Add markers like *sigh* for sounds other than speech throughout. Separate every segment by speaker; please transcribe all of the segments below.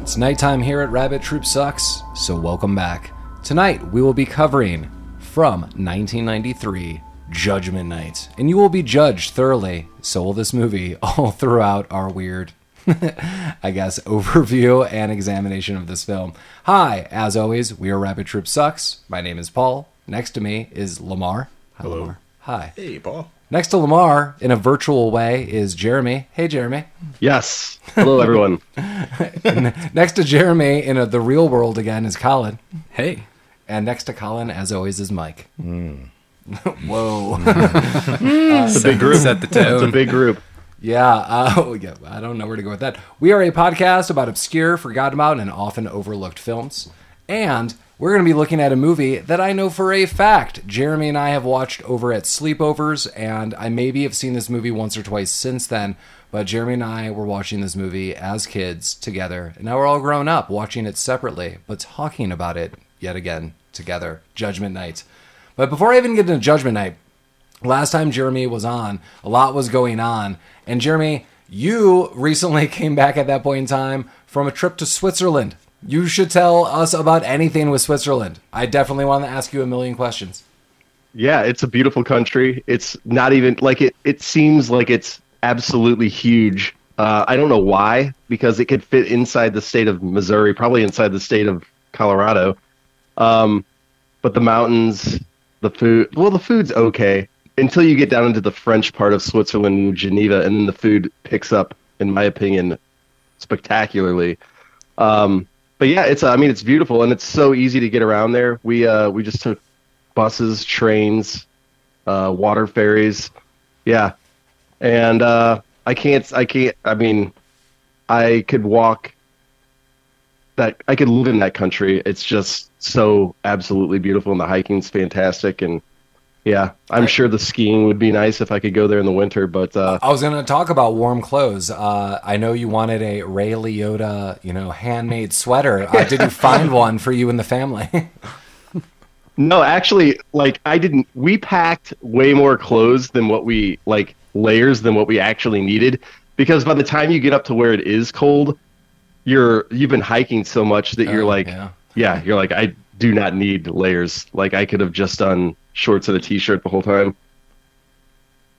Speaker 1: It's nighttime here at Rabbit Troop Sucks, so welcome back. Tonight, we will be covering from 1993 Judgment Night, and you will be judged thoroughly, so will this movie, *laughs* all throughout our weird, *laughs* I guess, overview and examination of this film. Hi, as always, we are Rabbit Troop Sucks. My name is Paul. Next to me is Lamar. Hi,
Speaker 2: Hello.
Speaker 1: Lamar. Hi.
Speaker 2: Hey, Paul.
Speaker 1: Next to Lamar, in a virtual way, is Jeremy. Hey, Jeremy.
Speaker 3: Yes.
Speaker 4: *laughs*
Speaker 3: Hello, everyone.
Speaker 1: Next to Jeremy, in a, the real world again, is Colin.
Speaker 4: Hey.
Speaker 1: And next to Colin, as always, is Mike.
Speaker 3: It's a big group.
Speaker 4: Set the tone.
Speaker 3: It's a big group.
Speaker 1: Yeah, uh, *laughs* oh, yeah, I don't know where to go with that. We are a podcast about obscure, forgotten about, and often overlooked films. And we're going to be looking at a movie that I know for a fact Jeremy and I have watched over at sleepovers, and I maybe have seen this movie once or twice since then. But Jeremy and I were watching this movie as kids together, and now we're all grown up watching it separately, but talking about it yet again together. Judgment Night. But before I even get into Judgment Night, last time Jeremy was on, a lot was going on. And Jeremy, you recently *laughs* came back at that point in time from a trip to Switzerland. You should tell us about anything with Switzerland. I definitely want to ask you a million questions.
Speaker 3: Yeah, it's a beautiful country. It's not even like it. It seems like it's absolutely huge. Uh, I don't know why, because it could fit inside the state of Missouri, probably inside the state of Colorado. Um, but the mountains, the food. Well, the food's okay until you get down into the French part of Switzerland and Geneva, and then the food picks up, in my opinion, spectacularly. Um, but yeah, it's. I mean, it's beautiful, and it's so easy to get around there. We uh, we just took buses, trains, uh, water ferries. Yeah, and uh, I can't. I can't. I mean, I could walk. That I could live in that country. It's just so absolutely beautiful, and the hiking's fantastic. And yeah, I'm sure the skiing would be nice if I could go there in the winter. But uh,
Speaker 1: I was going to talk about warm clothes. Uh, I know you wanted a Ray Liotta, you know, handmade sweater. I
Speaker 3: *laughs*
Speaker 1: didn't find one for you and the family.
Speaker 3: No, actually, like I didn't. We packed way more clothes than what we like layers than what we actually needed because by the time you get up to where it is cold, you're you've been hiking so much that
Speaker 1: *laughs*
Speaker 3: you're
Speaker 1: Oh,
Speaker 3: like,
Speaker 1: yeah.
Speaker 3: yeah. you're like I do not need layers. Like I could have just done shorts and a t-shirt the whole time.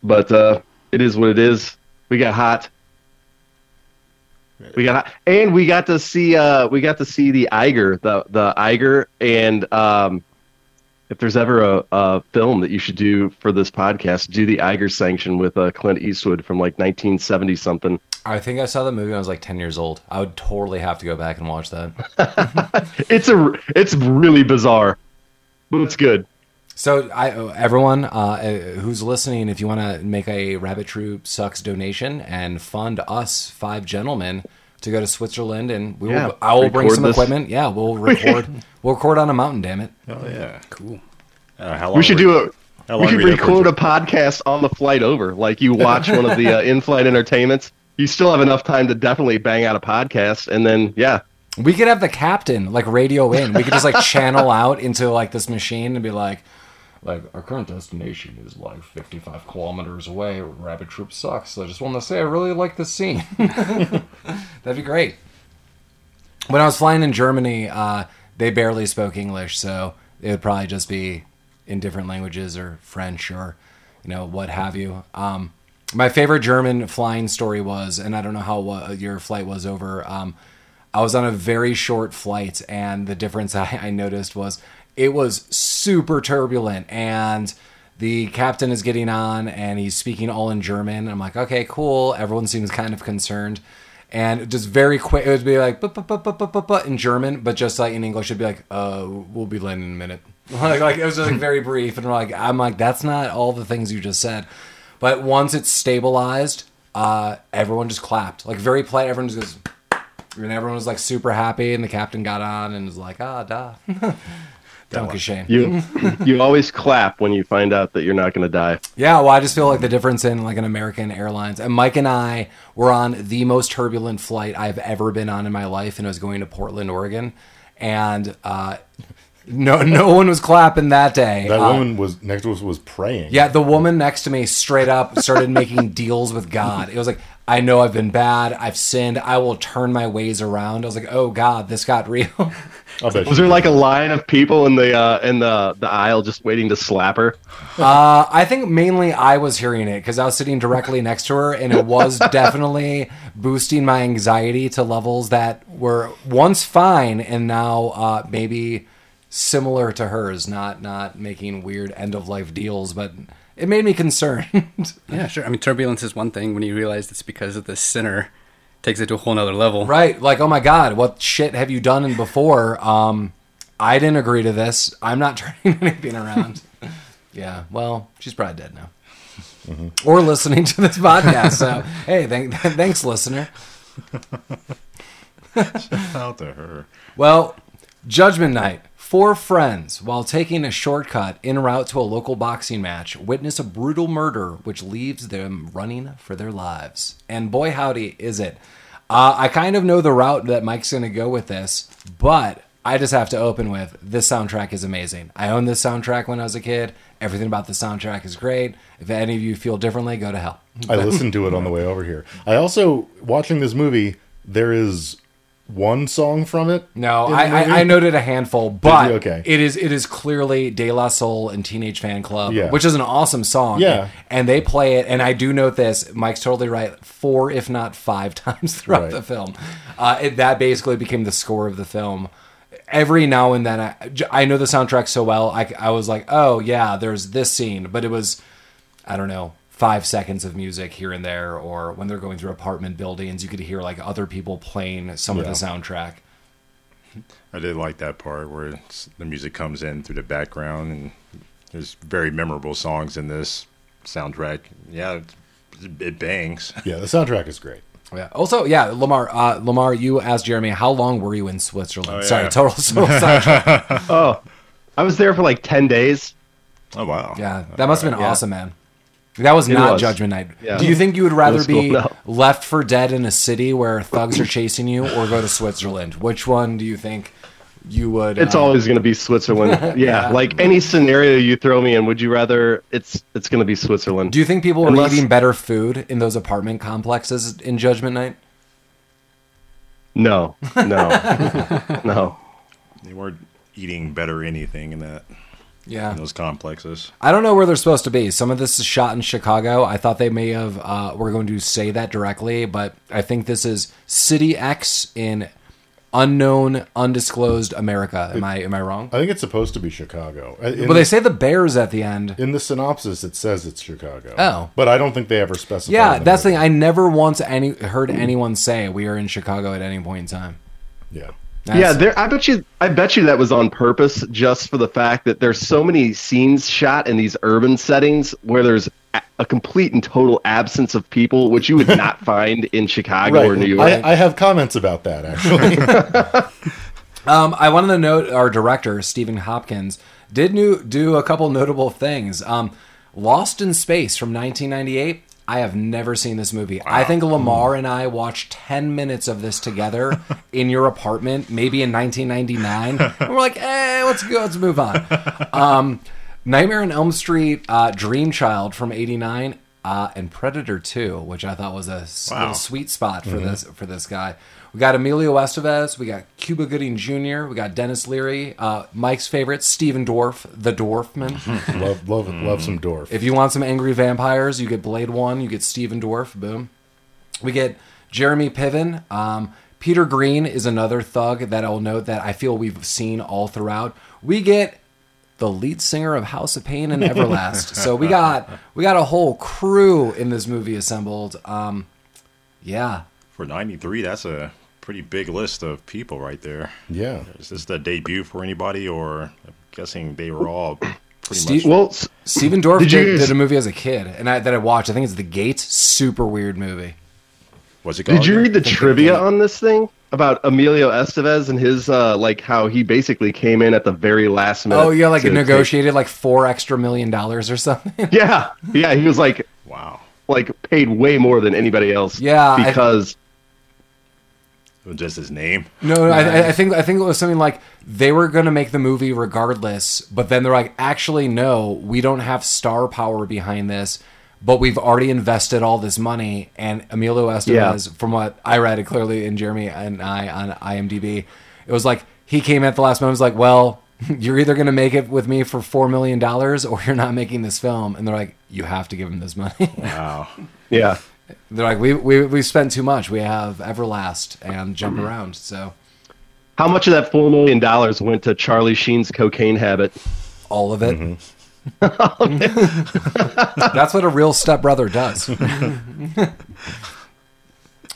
Speaker 3: But uh, it is what it is. We got hot. We got hot. and we got to see uh, we got to see the Eiger the the Eiger and um, if there's ever a, a film that you should do for this podcast, do the Iger sanction with uh, Clint Eastwood from like 1970 something.
Speaker 1: I think I saw that movie when I was like 10 years old. I would totally have to go back and watch that.
Speaker 3: It's a it's really bizarre, but it's good.
Speaker 1: So, I, oh, everyone uh, uh, who's listening, if you want to make a Rabbit Troop Sucks donation and fund us five gentlemen to go to Switzerland, and we
Speaker 3: Yeah,
Speaker 1: will, I will bring
Speaker 3: record
Speaker 1: some
Speaker 3: this.
Speaker 1: equipment. Yeah,
Speaker 3: *laughs*
Speaker 1: we'll record. we'll record on a mountain. Damn it!
Speaker 2: Oh yeah.
Speaker 4: Cool.
Speaker 2: Uh, how long
Speaker 3: We should do a
Speaker 2: How
Speaker 3: we
Speaker 2: long
Speaker 3: could
Speaker 2: were you there for?
Speaker 3: record a podcast on the flight over. Like you watch one of the uh, in-flight entertainments. You still have enough time to definitely bang out a podcast, and then yeah,
Speaker 1: We could have the captain like radio in. We could just like
Speaker 3: *laughs*
Speaker 1: channel out into like this machine and be like, like our current destination is like 55 kilometers away. Rabbit Troop Sucks. So I just want to say I really like this scene. *laughs* That'd be great. When I was flying in Germany, uh, they barely spoke English, so it would probably just be in different languages or French or you know what have you. Um, my favorite German flying story was, and I don't know how wa- your flight was over. Um, I was on a very short flight, and the difference *laughs* I, I noticed was it was super turbulent and the captain is getting on and he's speaking all in German. And I'm like, okay, cool. Everyone seems kind of concerned. And just very quick, it would be like, "Buh, buh, buh, buh, buh, buh, buh," in German, but just like in English, it'd be like, uh, we'll be landing in a minute. *laughs* Like, like it was like very brief. And like, I'm like, that's not all the things you just said. But once it's stabilized, uh, everyone just clapped. Like very polite. Everyone just goes, and everyone was like super happy. And the captain got on and was like, ah, da. *laughs* Don't be shame.
Speaker 3: you you always clap when you find out that you're not going to die.
Speaker 1: Yeah, well, I just feel like the difference in like an American Airlines and Mike and I were on the most turbulent flight I've ever been on in my life, and I was going to Portland, Oregon, and uh, no, no one was clapping that day.
Speaker 2: That
Speaker 1: Uh,
Speaker 2: woman was next to us was
Speaker 1: *laughs*
Speaker 2: praying.
Speaker 1: yeah, the woman next to me straight up started making deals with God. It was like, I know I've been bad. I've sinned. I will turn my ways around. I was like, oh God, this got real.
Speaker 2: I'll bet
Speaker 3: Was
Speaker 2: you.
Speaker 3: there like a line of people in the uh, in the the aisle just waiting to slap her?
Speaker 1: Uh, I think mainly I was hearing it because I was sitting directly next to her, and it was definitely boosting my anxiety to levels that were once fine and now uh, maybe similar to hers. Not not making weird end of life deals, but it made me concerned. *laughs*
Speaker 4: Yeah, sure. I mean, turbulence is one thing when you realize it's because of the sinner takes it to a whole nother level.
Speaker 1: Right. Like, oh my God, what shit have you done before? Um, I didn't agree to this. I'm not *laughs* turning anything around. yeah. Well, she's probably dead now. *laughs* Or listening to this podcast. So, hey, thank, *laughs* thanks, listener.
Speaker 2: out to her.
Speaker 1: Well, Judgment Night. Four friends, while taking a shortcut en route to a local boxing match, witness a brutal murder which leaves them running for their lives. And boy, howdy, is it. Uh, I kind of know the route that Mike's going to go with this, but I just have to open with this soundtrack is amazing. I owned this soundtrack when I was a kid. Everything about the soundtrack is great. If any of you feel differently, go to hell.
Speaker 2: I listened to it on the way over here. I also watching this movie. There is one song from it.
Speaker 1: No,
Speaker 2: in the
Speaker 1: I,
Speaker 2: movie.
Speaker 1: I, I noted a handful, but
Speaker 2: you? Okay.
Speaker 1: it is it is clearly De La Soul and Teenage Fan Club,
Speaker 2: Yeah.
Speaker 1: which is an awesome song.
Speaker 2: Yeah.
Speaker 1: and they play it, and I do note this. Mike's totally right. Four, if not five *laughs* times throughout
Speaker 2: Right.
Speaker 1: the film, uh, it, that basically became the score of the film. Every now and then, I, j- I know the soundtrack so well. I, I was like, oh yeah, there's this scene, but it was I don't know, five seconds of music here and there, or when they're going through apartment buildings, you could hear like other people playing some
Speaker 2: Yeah.
Speaker 1: of the soundtrack.
Speaker 2: I did like that part where it's, the music comes in through the background, and there's very memorable songs in this soundtrack. Yeah, it, it bangs.
Speaker 5: Yeah, the soundtrack is great.
Speaker 1: Oh, Yeah. Also, yeah, Lamar, uh, Lamar, you asked Jeremy, how long were you in Switzerland?
Speaker 2: Oh, yeah.
Speaker 1: Sorry,
Speaker 3: *laughs*
Speaker 1: total, total sidetrack.
Speaker 3: Oh, I was there for like ten days.
Speaker 2: Oh wow.
Speaker 1: Yeah, that must have been
Speaker 3: Yeah.
Speaker 1: awesome, man. That was not
Speaker 3: was.
Speaker 1: Judgment Night.
Speaker 3: Yeah.
Speaker 1: Do you think you would rather
Speaker 3: was cool.
Speaker 1: be
Speaker 3: No.
Speaker 1: left for dead in a city where thugs are chasing you, or go to Switzerland? Which one do you think you would?
Speaker 3: It's
Speaker 1: uh,
Speaker 3: always going to be Switzerland. Yeah, like any scenario you throw me in, would you rather? It's it's going to be Switzerland.
Speaker 1: Do you think people were
Speaker 3: Unless-
Speaker 1: eating better food in those apartment complexes in Judgment Night?
Speaker 3: no, no, no.
Speaker 2: They weren't eating better anything in that
Speaker 1: Yeah.
Speaker 2: in those complexes.
Speaker 1: I don't know where they're supposed to be. Some of this is shot in Chicago. I thought they may have uh, were going to say that directly, but I think this is City X in unknown, undisclosed America. Am I am I wrong?
Speaker 5: I think it's supposed to be Chicago. Uh, In,
Speaker 1: Well, they say the Bears at the end.
Speaker 5: in the synopsis, it says it's Chicago.
Speaker 1: Oh.
Speaker 5: but I don't think they ever specify.
Speaker 1: Yeah,
Speaker 5: in
Speaker 1: that's the
Speaker 5: movie.
Speaker 1: thing. I never once any heard anyone say we are in Chicago at any point in time.
Speaker 5: Yeah,
Speaker 1: That's-
Speaker 3: yeah, there. I bet you. I bet you that was on purpose, just for the fact that there's so many scenes shot in these urban settings where there's a, a complete and total absence of people, which
Speaker 1: *laughs*
Speaker 3: you would not find in Chicago or New York.
Speaker 5: I, I have comments about that
Speaker 2: *laughs*
Speaker 5: actually.
Speaker 1: Um, I wanted to note our director Stephen Hopkins did new, do a couple notable things. Um, Lost in Space from 1998. I have never seen this movie. I think Lamar and I watched 10 minutes of this together in your apartment, maybe in 1999. and we're like, eh, let's go, let's move on. Um, Nightmare on Elm Street, uh, Dream Child from 89, uh, and Predator 2, which I thought was a s-
Speaker 2: Wow.
Speaker 1: little sweet spot for this for this guy. We got Emilio Estevez, we got Cuba Gooding Jr., we got Dennis Leary, uh, Mike's favorite, Stephen Dorff, the Dorfman.
Speaker 5: love, love, love some Dorf.
Speaker 1: Mm. if you want some angry vampires, you get Blade One, you get Stephen Dorff, boom. We get Jeremy Piven. Um, Peter Green is another thug that I'll note that I feel we've seen all throughout. We get the lead singer of House of Pain and Everlast. so we got we got a whole crew in this movie assembled. Um, yeah,
Speaker 2: For '93, that's a pretty big list of people right there.
Speaker 5: yeah,
Speaker 2: Is this the debut for anybody, or I'm guessing they were all pretty
Speaker 1: Steve-
Speaker 2: much?
Speaker 3: well, s-
Speaker 1: Steven Dorff did,
Speaker 3: Did you
Speaker 1: did,
Speaker 3: use-
Speaker 1: a movie as a kid, and I, that I watched. I think it's The Gate. Super weird movie.
Speaker 2: Was it?
Speaker 3: Did
Speaker 2: called?
Speaker 3: you read the trivia on this thing about Emilio Estevez and his uh, like how he basically came in at the very last minute?
Speaker 1: Oh yeah, like
Speaker 3: to
Speaker 1: it negotiated like four extra million dollars or something.
Speaker 3: take- Yeah, yeah, he was like
Speaker 2: Wow.
Speaker 3: like paid way more than anybody else.
Speaker 1: Yeah, I-
Speaker 3: because
Speaker 2: It was Just his name.
Speaker 1: No, no, I, I- I think I think it was something like they were going to make the movie regardless, but then they're like, actually, no, we don't have star power behind this. but we've already invested all this money. And Emilio Estevez, from what I read, and clearly in Jeremy and I on IMDb, it was like he came at the last moment. Was like, well, *laughs* you're either going to make it with me for four million dollars, or you're not making this film. And they're like, you have to give him this money. *laughs*
Speaker 2: Wow.
Speaker 3: Yeah.
Speaker 1: they're like, we we we spent too much. We have Everlast and Jump Around. So
Speaker 3: How much of that four million dollars went to Charlie Sheen's cocaine habit?
Speaker 1: all of it. *laughs* That's what a real stepbrother does. *laughs*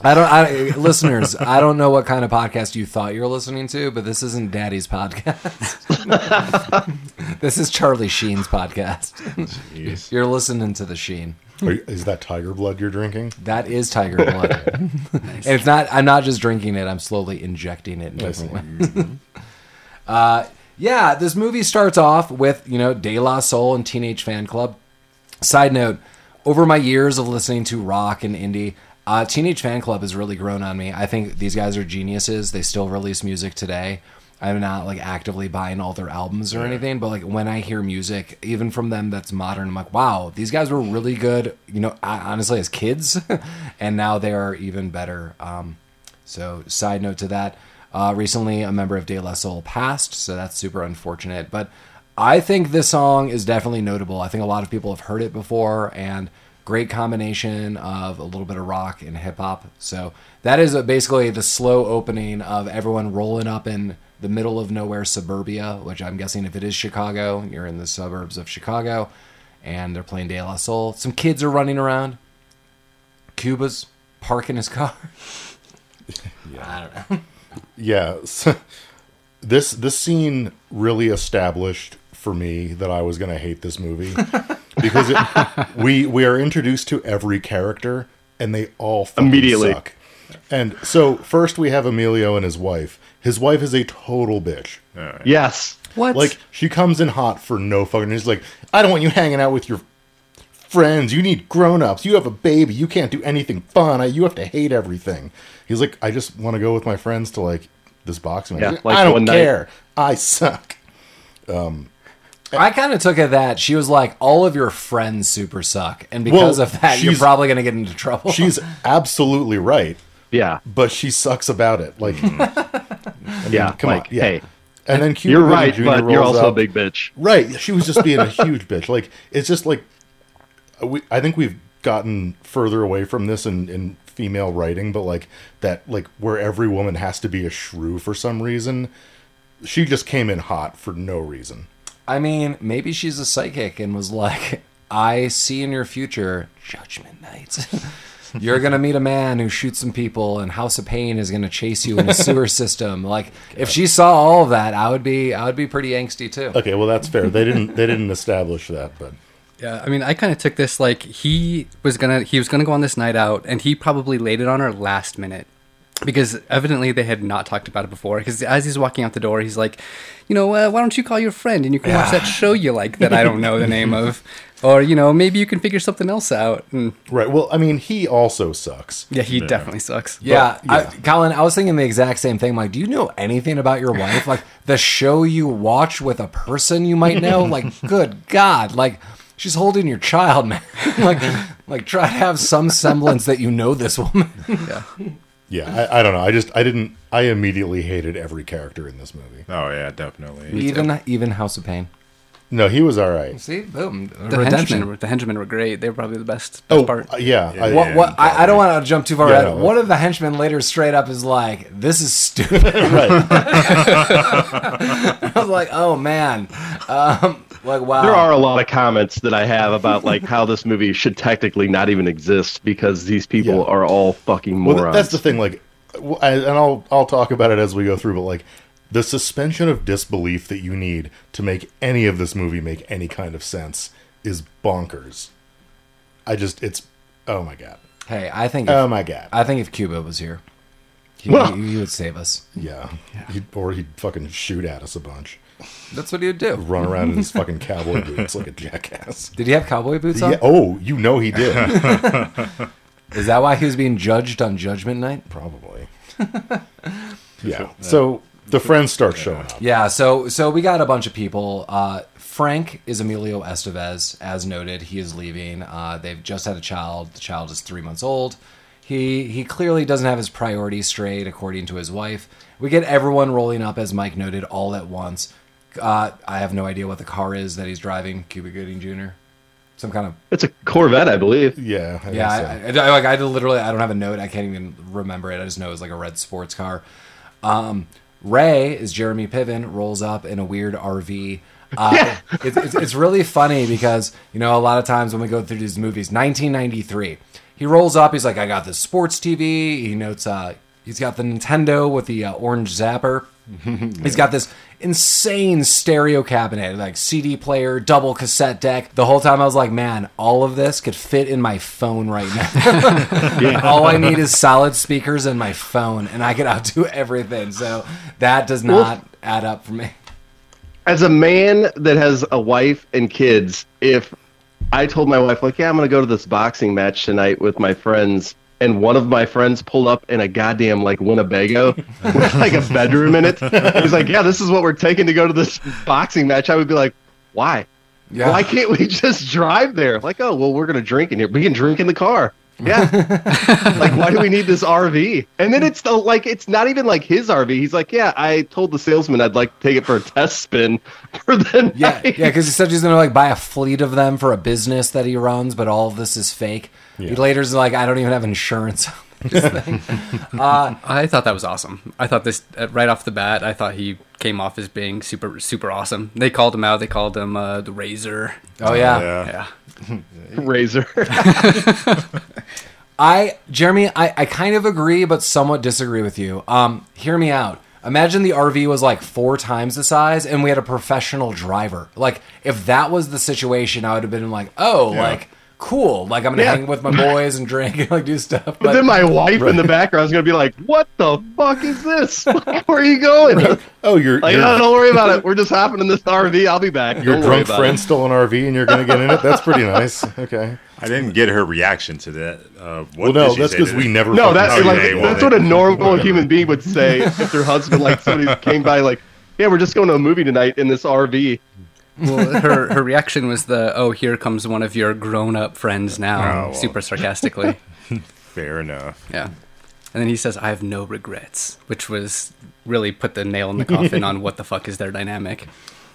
Speaker 1: I don't, I, listeners. I don't know what kind of podcast you thought you were listening to, but this isn't Daddy's podcast. *laughs* this is Charlie Sheen's podcast.
Speaker 2: Jeez.
Speaker 1: You're listening to the Sheen.
Speaker 5: Are you- Is that tiger blood you're drinking?
Speaker 1: That is Tiger Blood. And it's not. I'm not just drinking it. I'm slowly injecting it in
Speaker 5: see.
Speaker 1: different ways. *laughs* uh, yeah, this movie starts off with you know De La Soul and Teenage Fan Club. Side note: Over my years of listening to rock and indie, uh, Teenage Fan Club has really grown on me. I think these guys are geniuses. They still release music today. I'm not like actively buying all their albums or anything, but like when I hear music, even from them that's modern, I'm like, wow, these guys were really good. You know, I, honestly, as kids, *laughs* and now they are even better. Um, so, side note to that, uh, recently a member of De La Soul passed, so that's super unfortunate. But I think this song is definitely notable. I think a lot of people have heard it before, and great combination of a little bit of rock and hip hop. So, that is uh basically the slow opening of everyone rolling up in the middle of nowhere suburbia, which I'm guessing if it is Chicago, you're in the suburbs of Chicago, and they're playing De La Soul. Some kids are running around. Cuba's parking his *laughs* car.
Speaker 5: Yeah. *laughs* so- this this scene really established for me that I was going to hate this movie because it, we we are introduced to every character and they all fucking
Speaker 3: Immediately.
Speaker 5: suck. And so first we have Emilio and his wife. His wife is a total bitch.
Speaker 3: Yes.
Speaker 1: What?
Speaker 5: Like she comes in hot for no fucking. He's like, I don't want you hanging out with your friends. You need grown ups. You have a baby. You can't do anything fun. I, you have to hate everything. He's like, I just want to go with my friends to like this boxing. match.
Speaker 3: Yeah,
Speaker 5: He's like,
Speaker 3: like
Speaker 5: I don't
Speaker 3: one night."
Speaker 5: care. I suck. *laughs*
Speaker 1: I kind of took it that she was like, all of your friends super suck, and because
Speaker 5: Well,
Speaker 1: of that, you're
Speaker 5: she's-
Speaker 1: probably gonna get into trouble.
Speaker 5: She's absolutely right,
Speaker 3: Yeah.
Speaker 5: but she sucks about it. Like,
Speaker 3: Hmm. yeah.
Speaker 5: come
Speaker 3: like,
Speaker 5: on, yeah.
Speaker 3: hey,
Speaker 5: and then Cuba
Speaker 3: you're
Speaker 5: Gooding
Speaker 3: right,
Speaker 5: Jr.
Speaker 3: but you're
Speaker 5: rolls
Speaker 3: also a
Speaker 5: up.
Speaker 3: big bitch.
Speaker 5: Right. She was just being a huge *laughs* bitch. Like it's just like we I think we've gotten further away from this in, in female writing, but like that like where every woman has to be a shrew for some reason. She just came in hot for no reason.
Speaker 1: *laughs* I mean, maybe she's a psychic and was like, I see in your future judgment night. *laughs* You're gonna meet a man who shoots some people, and House of Pain is gonna chase you in a
Speaker 5: *laughs*
Speaker 1: sewer system. Like, if she saw all of that, I would be, I would be pretty angsty too.
Speaker 5: Okay, well that's fair. They didn't they didn't establish that, but
Speaker 4: Yeah, I mean, I kind of took this like he was gonna he was gonna go on this night out, and he probably laid it on her last minute because evidently they had not talked about it before. Because as he's walking out the door, he's like, you know, uh, why don't you call your friend and you can watch that show you like that I don't know the name of, or you know, maybe you can figure something else out. And
Speaker 5: Right. Well, I mean, he also sucks.
Speaker 4: yeah, he definitely sucks.
Speaker 1: Yeah, I, Colin, I was thinking the exact same thing. Like, do you know anything about your wife? Like the show you watch with a person you might know. Like, good God, like she's holding your child, *laughs* man. like, like try to have some semblance that you know this woman.
Speaker 5: Yeah, I, I don't know. I just I didn't I immediately hated every character in this movie.
Speaker 2: Oh yeah, definitely.
Speaker 1: even even House of Pain.
Speaker 5: No, he was all right.
Speaker 1: See, boom,
Speaker 4: The
Speaker 1: redemption.
Speaker 4: henchmen, were, the henchmen were great. They were probably the best, best
Speaker 5: Oh,
Speaker 4: part.
Speaker 5: uh, yeah. I,
Speaker 1: What, what, I, I don't want to jump too far
Speaker 5: Yeah,
Speaker 1: ahead.
Speaker 5: no,
Speaker 1: One of the henchmen later straight up is like, "This is stupid." *laughs*
Speaker 5: right.
Speaker 1: I was like, "Oh man," um, like wow.
Speaker 3: There are a lot of comments that I have about
Speaker 5: *laughs*
Speaker 3: like how this movie should technically not even exist because these people
Speaker 5: Yeah.
Speaker 3: are all fucking
Speaker 5: Well,
Speaker 3: morons.
Speaker 5: th- that's the thing. Like, w I and I'll I'll talk about it as we go through. But like, the suspension of disbelief that you need to make any of this movie make any kind of sense is bonkers. I just, it's, oh my god,
Speaker 1: hey, I think if,
Speaker 5: oh my god,
Speaker 1: I think if Cuba was here, he,
Speaker 3: Well-
Speaker 1: he, he would save us.
Speaker 5: yeah. He'd, or he'd fucking shoot at us a bunch,
Speaker 1: That's what he would do.
Speaker 5: run around in his fucking cowboy boots like
Speaker 1: *laughs*
Speaker 5: a jackass.
Speaker 1: Did he have cowboy boots on?
Speaker 5: Yeah, oh, you know
Speaker 1: *laughs*
Speaker 5: he did.
Speaker 1: Is *laughs* that why he was being judged on Judgment Night?
Speaker 5: Probably. Yeah. So The friends start showing up.
Speaker 1: Yeah, so so we got a bunch of people. Uh, Frank is Emilio Estevez, as noted. He is leaving. Uh, they've just had a child. The child is three months old. He he clearly doesn't have his priorities straight, according to his wife. We get everyone rolling up, as Mike noted, all at once. Uh, I have no idea what the car is that he's driving. Cuba Gooding Jr. Some kind of
Speaker 3: It's a Corvette, I believe.
Speaker 5: Yeah, I
Speaker 1: yeah,
Speaker 5: think so.
Speaker 1: I, I, I, like I literally I don't have a note. I can't even remember it. I just know it's like a red sports car. Um, Ray is Jeremy Piven rolls up in a weird RV. Uh, it's, it's, it's really funny because you know a lot of times when we go through these movies, 1993, he rolls up. He's like, I got this sports TV. He notes uh, he's got the Nintendo with the uh, orange zapper. He's got this insane stereo cabinet, like CD player, double cassette deck. The whole time I was like, man, all of this could fit in my phone right now. all I need is solid speakers and my phone, and I could outdo everything. So that does not add up for me.
Speaker 3: As a man that has a wife and kids, if I told my wife, like, yeah, I'm going to go to this boxing match tonight with my friends, and one of my friends pulled up in a goddamn, like, Winnebago *laughs* with, like, a bedroom in it, he's like, yeah, this is what we're taking to go to this boxing match, I would be like, why?
Speaker 1: Yeah.
Speaker 3: Why can't we just drive there? Like, oh, well, we're going to drink in here. We can drink in the car. Yeah. like, why do we need this RV? And then it's the, like, it's not even like his RV. He's like, yeah, I told the salesman I'd like to take it for a test spin *laughs* for the *laughs*
Speaker 1: Yeah,
Speaker 3: night.
Speaker 1: yeah, because he said he's gonna like buy a fleet of them for a business that he runs, but all of this is fake. He later's like, I don't even have insurance on this thing. uh,
Speaker 4: I thought that was awesome. I thought this uh, right off the bat. I thought he came off as being super, super awesome. They called him out. They called him uh, the Razor.
Speaker 1: oh yeah.
Speaker 4: Yeah,
Speaker 3: Razor.
Speaker 1: I Jeremy, I, I kind of agree, but somewhat disagree with you. Um, hear me out. Imagine the RV was like four times the size, and we had a professional driver. Like, if that was the situation, I would have been like, oh, like cool. Like I'm gonna
Speaker 3: Yeah.
Speaker 1: hang with my boys and drink and like do stuff. But,
Speaker 3: But then my wife in the background is going to be like, what the fuck is this? *laughs* Where are you going?
Speaker 5: Oh, you're
Speaker 3: Like,
Speaker 5: you're,
Speaker 3: no, don't worry about it. We're just hopping in this RV. I'll be back.
Speaker 5: your
Speaker 3: Don't worry
Speaker 5: drunk
Speaker 3: about
Speaker 5: friend stole an RV and you're going to get in it. That's pretty *laughs* nice. Okay.
Speaker 2: I didn't get her reaction to that. Uh,
Speaker 5: Well,
Speaker 2: what
Speaker 5: no,
Speaker 2: did she
Speaker 5: that's
Speaker 2: say
Speaker 5: because
Speaker 2: to
Speaker 5: we
Speaker 2: that?
Speaker 5: never.
Speaker 3: it. No,
Speaker 5: fucking
Speaker 3: that's
Speaker 5: see
Speaker 2: yeah,
Speaker 3: like
Speaker 5: it.
Speaker 2: well,
Speaker 3: that's
Speaker 2: they-
Speaker 3: what a
Speaker 2: *laughs*
Speaker 3: normal human being would say if their husband, like somebody came by, like, yeah, we're just going to a movie tonight in this RV.
Speaker 4: Well, her her reaction was the oh here comes one of your grown up friends now,
Speaker 2: Oh, well.
Speaker 4: super sarcastically.
Speaker 2: Fair enough.
Speaker 4: yeah, and then he says I have no regrets, which was really put the nail in the coffin on what the fuck is their dynamic.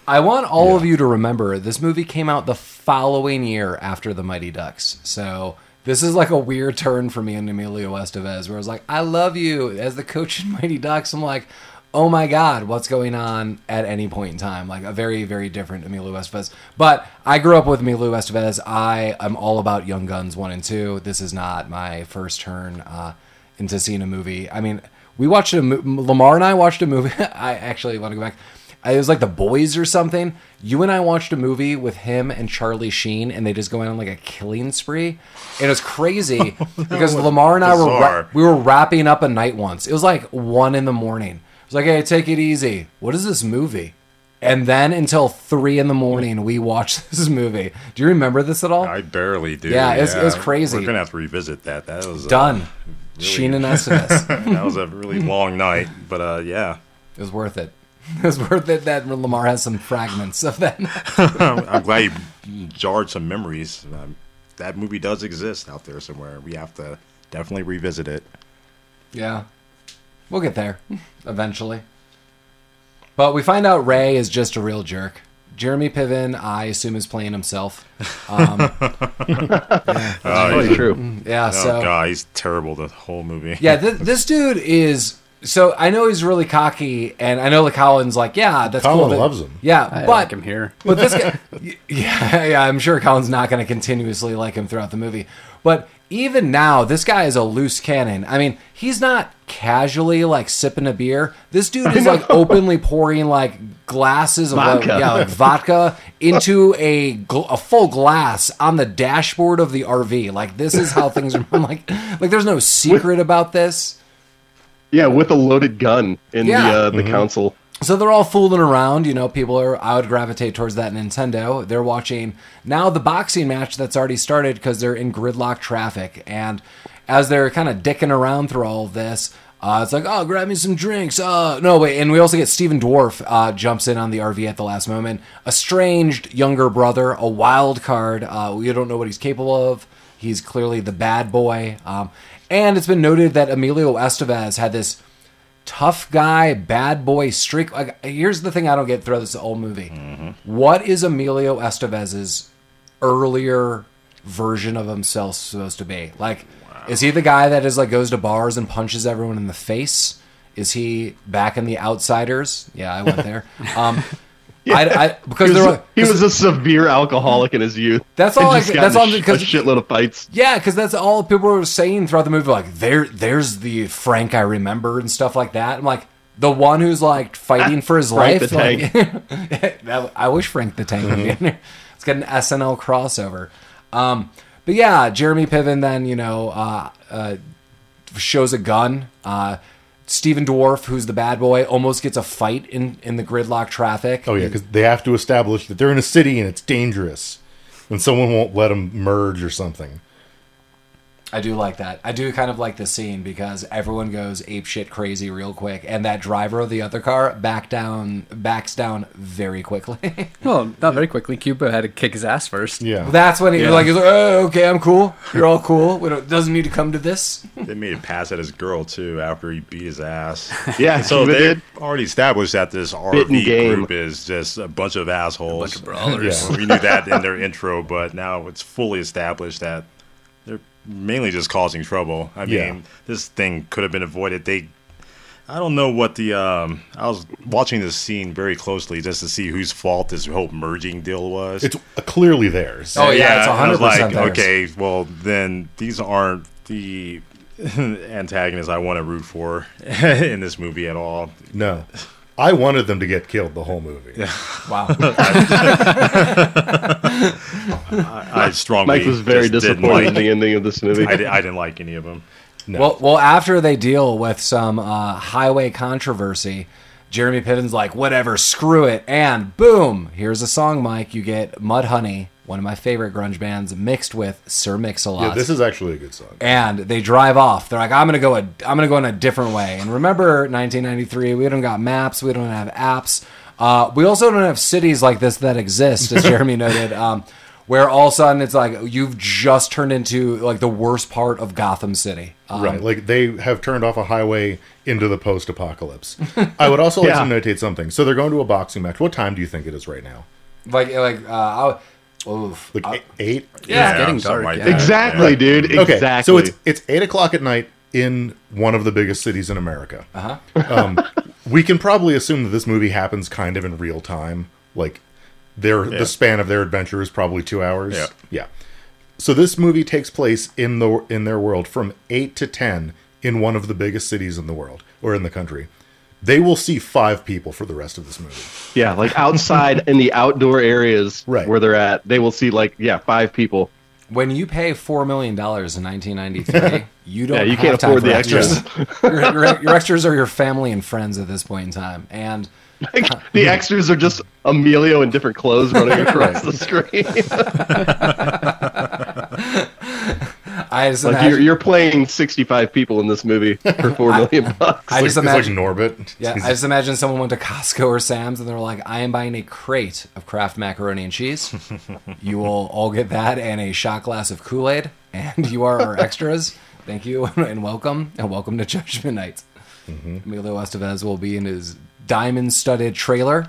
Speaker 1: I want all of you to remember this movie came out the following year after The Mighty Ducks. So this is like a weird turn for me and Emilio Estevez, where I was like, I love you as the coach in *laughs* Mighty Ducks. I'm like, oh my God, what's going on at any point in time? Like a very, very different Emilio Estevez. But I grew up with Emilio Estevez. I am all about Young Guns 1 and 2. This is not my first turn. Uh, into seeing a movie. I mean, we watched a mo- Lamar and I watched a movie. *laughs* I actually want to go back. It was like The Boys or something. You and I watched a movie with him and Charlie Sheen, and they just go in on like a killing spree. And it was
Speaker 2: *laughs*
Speaker 1: crazy because Lamar and I were ra-
Speaker 2: Oh, bizarre.
Speaker 1: we were wrapping up a night once. It was like one in the morning. It was like, hey, take it easy. What is this movie? And then until three in the morning, we watched *laughs* this movie. Do you remember this at all?
Speaker 2: I barely do.
Speaker 1: Yeah, it's- it's crazy.
Speaker 2: We're gonna have to revisit that. That was uh,
Speaker 1: Done. Sheen and Estevez.
Speaker 2: *laughs* that was a really long night, but uh, yeah,
Speaker 1: It was worth it. *laughs* It was worth it that Lamar has some fragments of that.
Speaker 2: I'm glad you jarred some memories. Um, that movie does exist out there somewhere. We have to definitely revisit it.
Speaker 1: Yeah. We'll get there *laughs* eventually. But we find out Ray is just a real jerk. Jeremy Piven, I assume, is playing
Speaker 2: *laughs*
Speaker 1: himself. Um,
Speaker 2: Oh,
Speaker 3: Probably
Speaker 2: he's-
Speaker 3: true.
Speaker 1: yeah,
Speaker 2: oh,
Speaker 1: so.
Speaker 2: God, he's terrible the whole movie.
Speaker 1: Yeah, th- this dude is. So I know he's really cocky, and I know the Colin's like, yeah, that's
Speaker 5: Colin
Speaker 1: cool. but-
Speaker 5: loves him.
Speaker 1: Yeah,
Speaker 4: I
Speaker 1: but
Speaker 4: like him here.
Speaker 1: But this guy, y- yeah, *laughs* yeah, I'm sure Colin's not going to continuously like him throughout the movie. But even now, this guy is a loose cannon. I mean, he's not casually like sipping a beer. This dude is like openly pouring like glasses of like,
Speaker 3: Vodka.
Speaker 1: yeah, like vodka into a gl- a full glass on the dashboard of the RV. Like this is how things *laughs* are. I'm like, like there's no secret about this.
Speaker 3: Yeah, with a loaded gun in
Speaker 1: Yeah.
Speaker 3: the uh,
Speaker 2: Mm-hmm.
Speaker 3: the council.
Speaker 1: So they're all fooling around, you know. People are. I would gravitate towards that Nintendo. They're watching now the boxing match that's already started because they're in gridlock traffic, and as they're kind of dicking around through all of this, Uh, it's like, oh, grab me some drinks. Uh, no, wait. And we also get Stephen Dwarf uh, jumps in on the RV at the last moment. Estranged younger brother, a wild card. Uh, we don't know what he's capable of. He's clearly the bad boy. Um, and it's been noted that Emilio Estevez had this tough guy, bad boy streak. Like, here's the thing I don't get throughout this whole movie. What is Emilio Estevez's earlier version of himself supposed to be? Like, is he the guy that is like goes to bars and punches everyone in the face? Is he back in the Outsiders? Yeah, I went there.
Speaker 3: *laughs*
Speaker 1: Um, I, I, because
Speaker 3: He
Speaker 1: there
Speaker 3: was,
Speaker 1: were,
Speaker 3: he was a severe alcoholic in his youth.
Speaker 1: That's
Speaker 3: And
Speaker 1: all I-
Speaker 3: just got
Speaker 1: that's
Speaker 3: in
Speaker 1: all
Speaker 3: a,
Speaker 1: I'm-
Speaker 3: sh- a
Speaker 1: 'cause-
Speaker 3: shitload of fights.
Speaker 1: Yeah, because that's all people were saying throughout the movie. Like, there, there's the Frank I remember and stuff like that. I'm like the one who's like fighting for his
Speaker 3: Frank
Speaker 1: life.
Speaker 3: the
Speaker 1: like- *laughs* That- I wish Frank the Tank would be in there. Let's get an SNL crossover. Um, but yeah, Jeremy Piven then you know uh, uh, shows a gun. Uh, Stephen Dwarf, who's the bad boy, almost gets a fight in in the gridlock traffic.
Speaker 5: Oh yeah, because they have to establish that they're in a city and it's dangerous, and someone won't let them merge or something.
Speaker 1: I do like that. I do kind of like this scene because everyone goes ape shit crazy real quick, and that driver of the other car back down backs down very quickly. *laughs*
Speaker 4: Well, not very quickly. Cuba had to kick his ass first.
Speaker 5: Yeah,
Speaker 1: That's when he
Speaker 2: Yeah.
Speaker 1: like, he's like, oh, okay, I'm cool. You're all cool. We don't doesn't need to come to this.
Speaker 2: *laughs* They made a pass at his girl too after he beat his ass.
Speaker 1: *laughs*
Speaker 3: Yeah,
Speaker 2: so
Speaker 3: Cuba
Speaker 2: they
Speaker 3: did.
Speaker 2: already established that this
Speaker 3: Bitten
Speaker 2: RV
Speaker 3: game.
Speaker 2: group is just a bunch of assholes. *laughs*
Speaker 4: bunch of brawlers.
Speaker 5: Yeah.
Speaker 2: we knew that in their intro, but now it's fully established that they're mainly just causing trouble. I mean,
Speaker 5: Yeah.
Speaker 2: this thing could have been avoided. They, I don't know what the. Um, I was watching this scene very closely just to see whose fault this whole merging deal was.
Speaker 5: it's uh, clearly theirs.
Speaker 1: Oh, yeah, it's
Speaker 2: and I was
Speaker 1: 100%
Speaker 2: like,
Speaker 1: theirs.
Speaker 2: okay, well then these aren't the *laughs* antagonists I want to root for *laughs* in this movie at all.
Speaker 5: No, I wanted them to get killed the whole movie.
Speaker 1: Wow.
Speaker 2: I strongly
Speaker 3: Mike was very
Speaker 2: just didn't
Speaker 3: disappointed in
Speaker 2: Like,
Speaker 3: the ending of this movie.
Speaker 2: *laughs* I, di- I didn't like any of them.
Speaker 5: *laughs* No.
Speaker 1: Well, well, after they deal with some uh, highway controversy, Jeremy Piven's like, whatever, screw it, and boom, here's a song, Mike. You get Mud Honey, one of my favorite grunge bands, mixed with Sir Mix-a-Lot.
Speaker 5: yeah, this is actually a good song.
Speaker 1: and they drive off. They're like, "I'm gonna go a, I'm gonna go in a different way." And remember, 1993, we don't got maps, we don't have apps, uh, we also don't have cities like this that exist,
Speaker 3: *laughs*
Speaker 1: as Jeremy noted. Um, where all of a sudden it's like you've just turned into like the worst part of Gotham City. Um,
Speaker 5: right, like they have turned off a highway into the post-apocalypse. I would *laughs* also like
Speaker 3: Yeah.
Speaker 5: to notate something. So they're going to a boxing match. What time do you think it is right now?
Speaker 1: Like like uh, I, oof.
Speaker 5: Like
Speaker 1: I-
Speaker 5: eight- eight?
Speaker 1: Yeah. It's
Speaker 4: getting
Speaker 2: something
Speaker 4: dark, yeah.
Speaker 2: that.
Speaker 3: exactly,
Speaker 2: Yeah.
Speaker 3: dude.
Speaker 5: Okay,
Speaker 3: Exactly.
Speaker 5: so it's it's eight o'clock at night in one of the biggest cities in America. Uh-huh. *laughs* um, we can probably assume that this movie happens kind of in real time. Like their
Speaker 2: Yeah.
Speaker 5: the span of their adventure is probably two hours.
Speaker 2: Yeah.
Speaker 5: So this movie takes place in the in their world from eight to ten in one of the biggest cities in the world or in the country. They will see five people for the rest of this movie.
Speaker 3: yeah,
Speaker 1: *laughs*
Speaker 3: like outside in the outdoor areas
Speaker 5: Right.
Speaker 3: where they're at, they will see like yeah, five people.
Speaker 1: when you pay four million dollars in
Speaker 3: *laughs*
Speaker 1: 1993, you don't.
Speaker 3: Yeah, you
Speaker 1: have
Speaker 3: can't
Speaker 1: time
Speaker 3: afford
Speaker 1: for
Speaker 3: the
Speaker 1: extras. your, your,
Speaker 3: *laughs*
Speaker 1: your extras are your family and friends at this point in time, and.
Speaker 3: Like,
Speaker 1: Uh,
Speaker 3: the extras are just Emilio in different
Speaker 1: *laughs*
Speaker 3: clothes running across the screen.
Speaker 1: I just
Speaker 3: like
Speaker 1: imagine-
Speaker 3: you're, you're playing 65 people in this movie for four million bucks.
Speaker 1: I
Speaker 5: It's
Speaker 1: just
Speaker 5: like,
Speaker 1: imagine
Speaker 5: it's like Norbit. *laughs*
Speaker 1: Yeah, I just imagine someone went to Costco or Sam's and they're like, I am buying a crate of Kraft macaroni and
Speaker 5: *laughs*
Speaker 1: cheese. you will all get that and a shot glass of Kool Aid, and you are our extras. Thank you *laughs* and welcome, and welcome to Judgment Night.
Speaker 5: Mm-hmm.
Speaker 1: Emilio Estevez will be in his diamond studded
Speaker 5: *laughs*
Speaker 1: trailer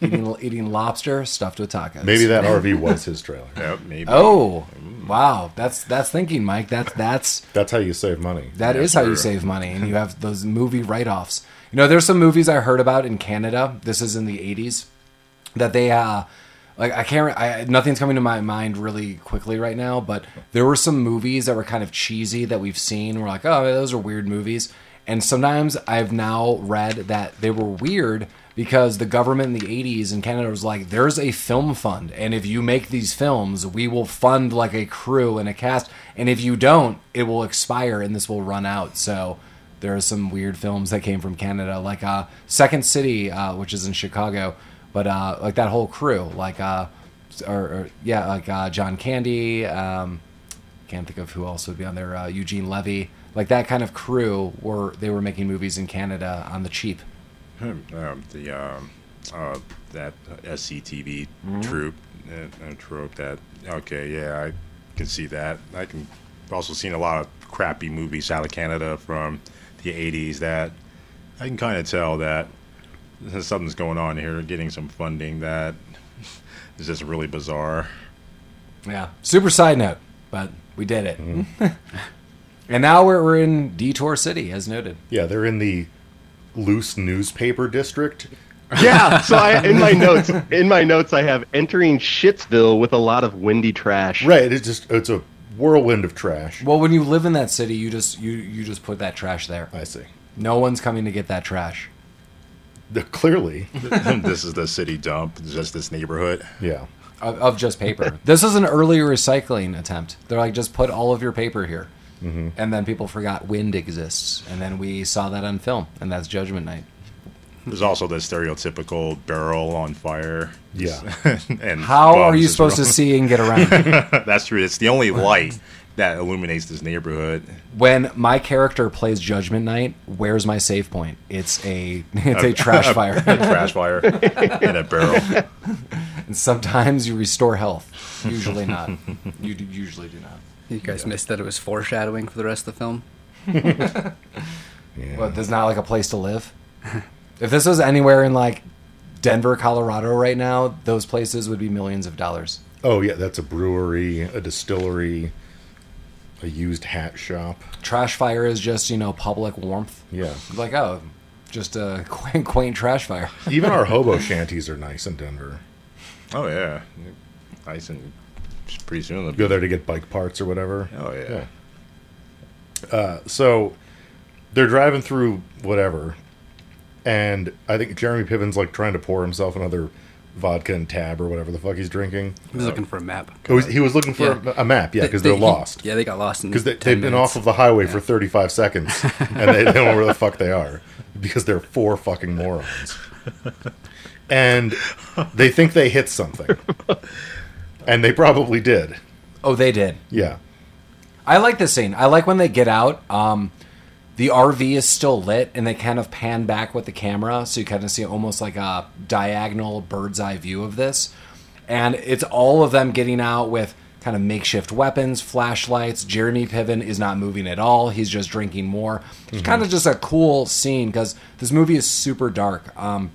Speaker 1: eating, eating lobster stuffed with tacos.
Speaker 5: Maybe that RV was his
Speaker 1: *laughs*
Speaker 5: trailer.
Speaker 2: Yeah, maybe.
Speaker 1: Oh, wow. That's that's thinking, Mike. That's that's
Speaker 5: That's how you save money.
Speaker 1: That is how you save money, and you have those movie write-offs. You know, there's some movies I heard about in Canada. This is in the '80s that they uh, like I can't. re- I, nothing's coming to my mind really quickly right now, but there were some movies that were kind of cheesy that we've seen. We're like, oh, those are weird movies. And sometimes I've now read that they were weird because the government in the 80s in Canada was like, there's a film fund. And if you make these films, we will fund like a crew and a cast. And if you don't, it will expire and this will run out. So there are some weird films that came from Canada, like uh, Second City, uh, which is in Chicago. But uh, like that whole crew, like, uh, or, or yeah, like uh, John Candy, um, can't think of who else would be on there. Uh, Eugene Levy, Like that kind of crew were they were making movies in Canada on the cheap.
Speaker 2: um, the um, uh, that SCTV
Speaker 1: Mm-hmm.
Speaker 2: troop uh, uh, trope that okay yeah I can see that I can I've also seen a lot of crappy movies out of Canada from the 80s that I can kind of tell that something's going on here getting some funding that *laughs* is just really bizarre *laughs*
Speaker 1: Yeah. Super side note, but we did it. *laughs* and now we're, we're in Detour City, as noted.
Speaker 5: Yeah, they're in the loose newspaper district.
Speaker 3: *laughs* Yeah. So I,
Speaker 1: *laughs*
Speaker 3: in my notes, in my notes, I have entering Shitsville with a lot of windy trash.
Speaker 5: Right. It's just it's a whirlwind of trash.
Speaker 1: Well, when you live in that city, you just you you just put that trash there.
Speaker 5: I see.
Speaker 1: No one's coming to get that trash.
Speaker 5: The-
Speaker 2: *laughs*
Speaker 5: clearly,
Speaker 2: this is the city dump just this neighborhood
Speaker 5: yeah.
Speaker 1: of, of just *laughs* paper. this is an early recycling attempt. They're like, just put all of your paper here. And then people forgot wind exists. And then we saw that on film, and that's Judgment Night.
Speaker 2: there's also the stereotypical barrel on fire
Speaker 5: Yeah.
Speaker 2: *laughs* and
Speaker 1: How are
Speaker 2: bugs
Speaker 1: you
Speaker 2: is
Speaker 1: supposed to
Speaker 2: wrong.
Speaker 1: see *laughs* and get around?
Speaker 2: *laughs* That's true. It's the only light that illuminates this neighborhood.
Speaker 1: when my character plays Judgment Night, where's my save point? It's a *laughs* it's a trash
Speaker 2: A
Speaker 1: fire. *laughs*
Speaker 2: trash fire in a barrel.
Speaker 1: and sometimes you restore health. Usually not. You d- usually do not.
Speaker 4: You guys missed that it was foreshadowing for the rest of the film.
Speaker 1: But there's not like a place to live. If this was anywhere in like Denver, Colorado right now, those places would be millions of dollars.
Speaker 5: Oh yeah, that's a brewery, a distillery, a used hat shop.
Speaker 1: trash fire is just you know public warmth.
Speaker 5: Yeah.
Speaker 1: Like oh, just a *laughs* quaint, quaint trash fire.
Speaker 5: Even our
Speaker 2: *laughs*
Speaker 5: hobo shanties are nice in Denver.
Speaker 2: Oh yeah, nice and pretty soon. It'll be,
Speaker 5: Go there to get bike parts or whatever. Uh,
Speaker 2: oh yeah.
Speaker 5: so they're driving through whatever, and I think Jeremy Piven's like trying to pour himself another vodka and tab or whatever the fuck he's drinking.
Speaker 4: He was looking for a map.
Speaker 5: He was, he was looking for
Speaker 4: Yeah.
Speaker 5: a, a map, yeah, because they're
Speaker 4: he-
Speaker 5: lost.
Speaker 4: yeah, they got lost in
Speaker 5: Because they,
Speaker 4: 10
Speaker 5: they've been
Speaker 4: minutes.
Speaker 5: off of the highway for 35 seconds, and they, they don't know where the fuck they are because they're four fucking morons. And they think they hit something, and they probably did.
Speaker 1: Oh, they did.
Speaker 5: Yeah,
Speaker 1: I like this scene. I like when they get out. Um, the RV is still lit, and they kind of pan back with the camera, so you kind of see almost like a diagonal bird's eye view of this. And it's all of them getting out with kind of makeshift weapons, flashlights. Jeremy Piven is not moving at all; he's just drinking more. It's kind of just a cool scene because this movie is super dark. Um,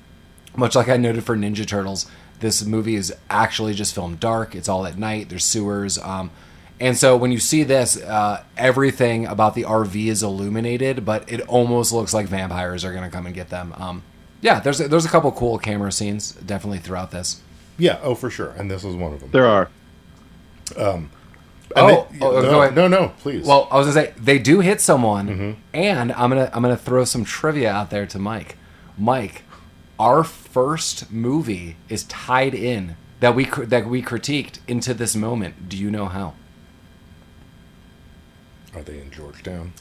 Speaker 1: much like I noted for Ninja Turtles, this movie is actually just filmed dark. It's all at night. There's sewers. Um, and so when you see this, uh, everything about the RV is illuminated, but it almost looks like vampires are going to come and get them. Um, yeah, there's a, there's a couple cool camera scenes definitely throughout this.
Speaker 5: yeah, oh for sure. And this was one of them.
Speaker 3: There are.
Speaker 5: And
Speaker 1: oh, oh,
Speaker 5: they- no,
Speaker 1: go ahead.
Speaker 5: no, no, please.
Speaker 1: Well, I was gonna say they do hit someone,
Speaker 5: Mm-hmm.
Speaker 1: and I'm gonna I'm gonna throw some trivia out there to Mike. Mike, our first movie is tied in that we cr- that we critiqued into this moment. Do you know how? *laughs*
Speaker 5: are they in Georgetown?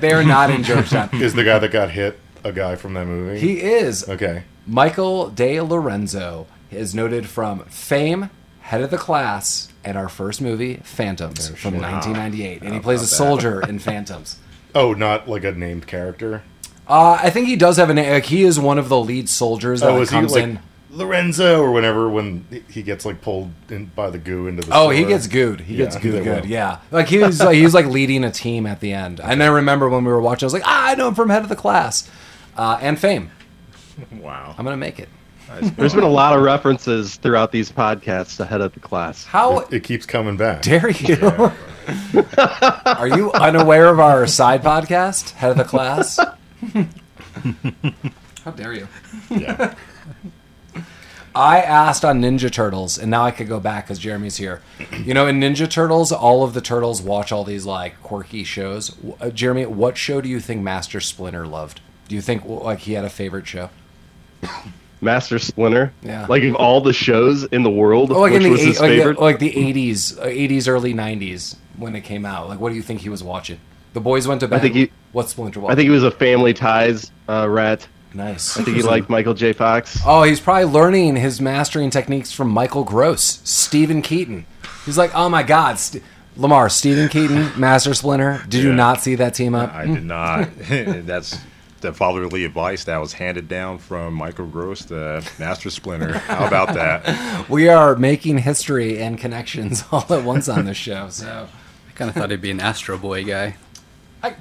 Speaker 1: they are not in
Speaker 5: *laughs*
Speaker 1: Georgetown.
Speaker 5: Is the guy that got hit a guy from that movie?
Speaker 1: he is
Speaker 5: okay.
Speaker 1: Michael De Lorenzo is noted from Fame, Head of the Class, and our first movie, Phantoms, from 1998, and he plays a soldier in Phantoms.
Speaker 5: Oh, not like a named character.
Speaker 1: Uh, I think he does have an. Like, he is one of the lead soldiers that
Speaker 5: oh,
Speaker 1: like,
Speaker 5: is he
Speaker 1: comes
Speaker 5: like
Speaker 1: in.
Speaker 5: Lorenzo or whenever when he- he gets like pulled in by the goo into the?
Speaker 1: Oh, he
Speaker 5: sewer?
Speaker 1: gets good. He
Speaker 5: Yeah,
Speaker 1: gets
Speaker 5: I
Speaker 1: good.
Speaker 5: think they
Speaker 1: Good.
Speaker 5: will.
Speaker 1: Yeah, like he was like he was like leading a team at the *laughs* end. And I remember when we were watching, I was like, ah, I know him from Head of the Class, uh, and Fame.
Speaker 2: Wow.
Speaker 1: I'm gonna make it.
Speaker 3: There's been a lot of references throughout these podcasts ahead of the class.
Speaker 1: How
Speaker 5: It keeps coming back.
Speaker 1: dare you? *laughs* Are you unaware of our side podcast, Head of the Class? How dare you?
Speaker 5: Yeah.
Speaker 1: I asked on Ninja Turtles, and now I could go back because Jeremy's here. You know, in Ninja Turtles, all of the turtles watch all these like quirky shows. W- Uh, Jeremy, what show do you think Master Splinter loved? Do you think w- like he had a favorite show?
Speaker 3: Master Splinter.
Speaker 1: Yeah.
Speaker 3: Like of all the shows in the world,
Speaker 1: Oh, like
Speaker 3: which
Speaker 1: in
Speaker 3: was
Speaker 1: the
Speaker 3: his
Speaker 1: eight, like,
Speaker 3: favorite.
Speaker 1: the, like the eighties, uh, eighties, early nineties when it came out. Like, what do you think he was watching? The boys went to bed.
Speaker 3: think he-
Speaker 1: what Splinter watched?
Speaker 3: I think he was a Family Ties uh, rat.
Speaker 1: nice.
Speaker 3: I think he liked Michael J. Fox.
Speaker 1: Oh, he's probably learning his mastering techniques from Michael Gross, Stephen Keaton. He's like, oh my God, St- Lamar, Stephen
Speaker 3: *laughs*
Speaker 1: Keaton, Master Splinter. Did you
Speaker 2: Yeah.
Speaker 1: not see that team up?
Speaker 2: *laughs* I did not. *laughs* That's the fatherly advice that was handed down from Michael Gross to Master Splinter. How about
Speaker 1: *laughs*
Speaker 2: that?
Speaker 1: We are making history and connections *laughs* all at once on this show. So
Speaker 4: I kind of thought he'd be an Astro Boy guy.
Speaker 1: I,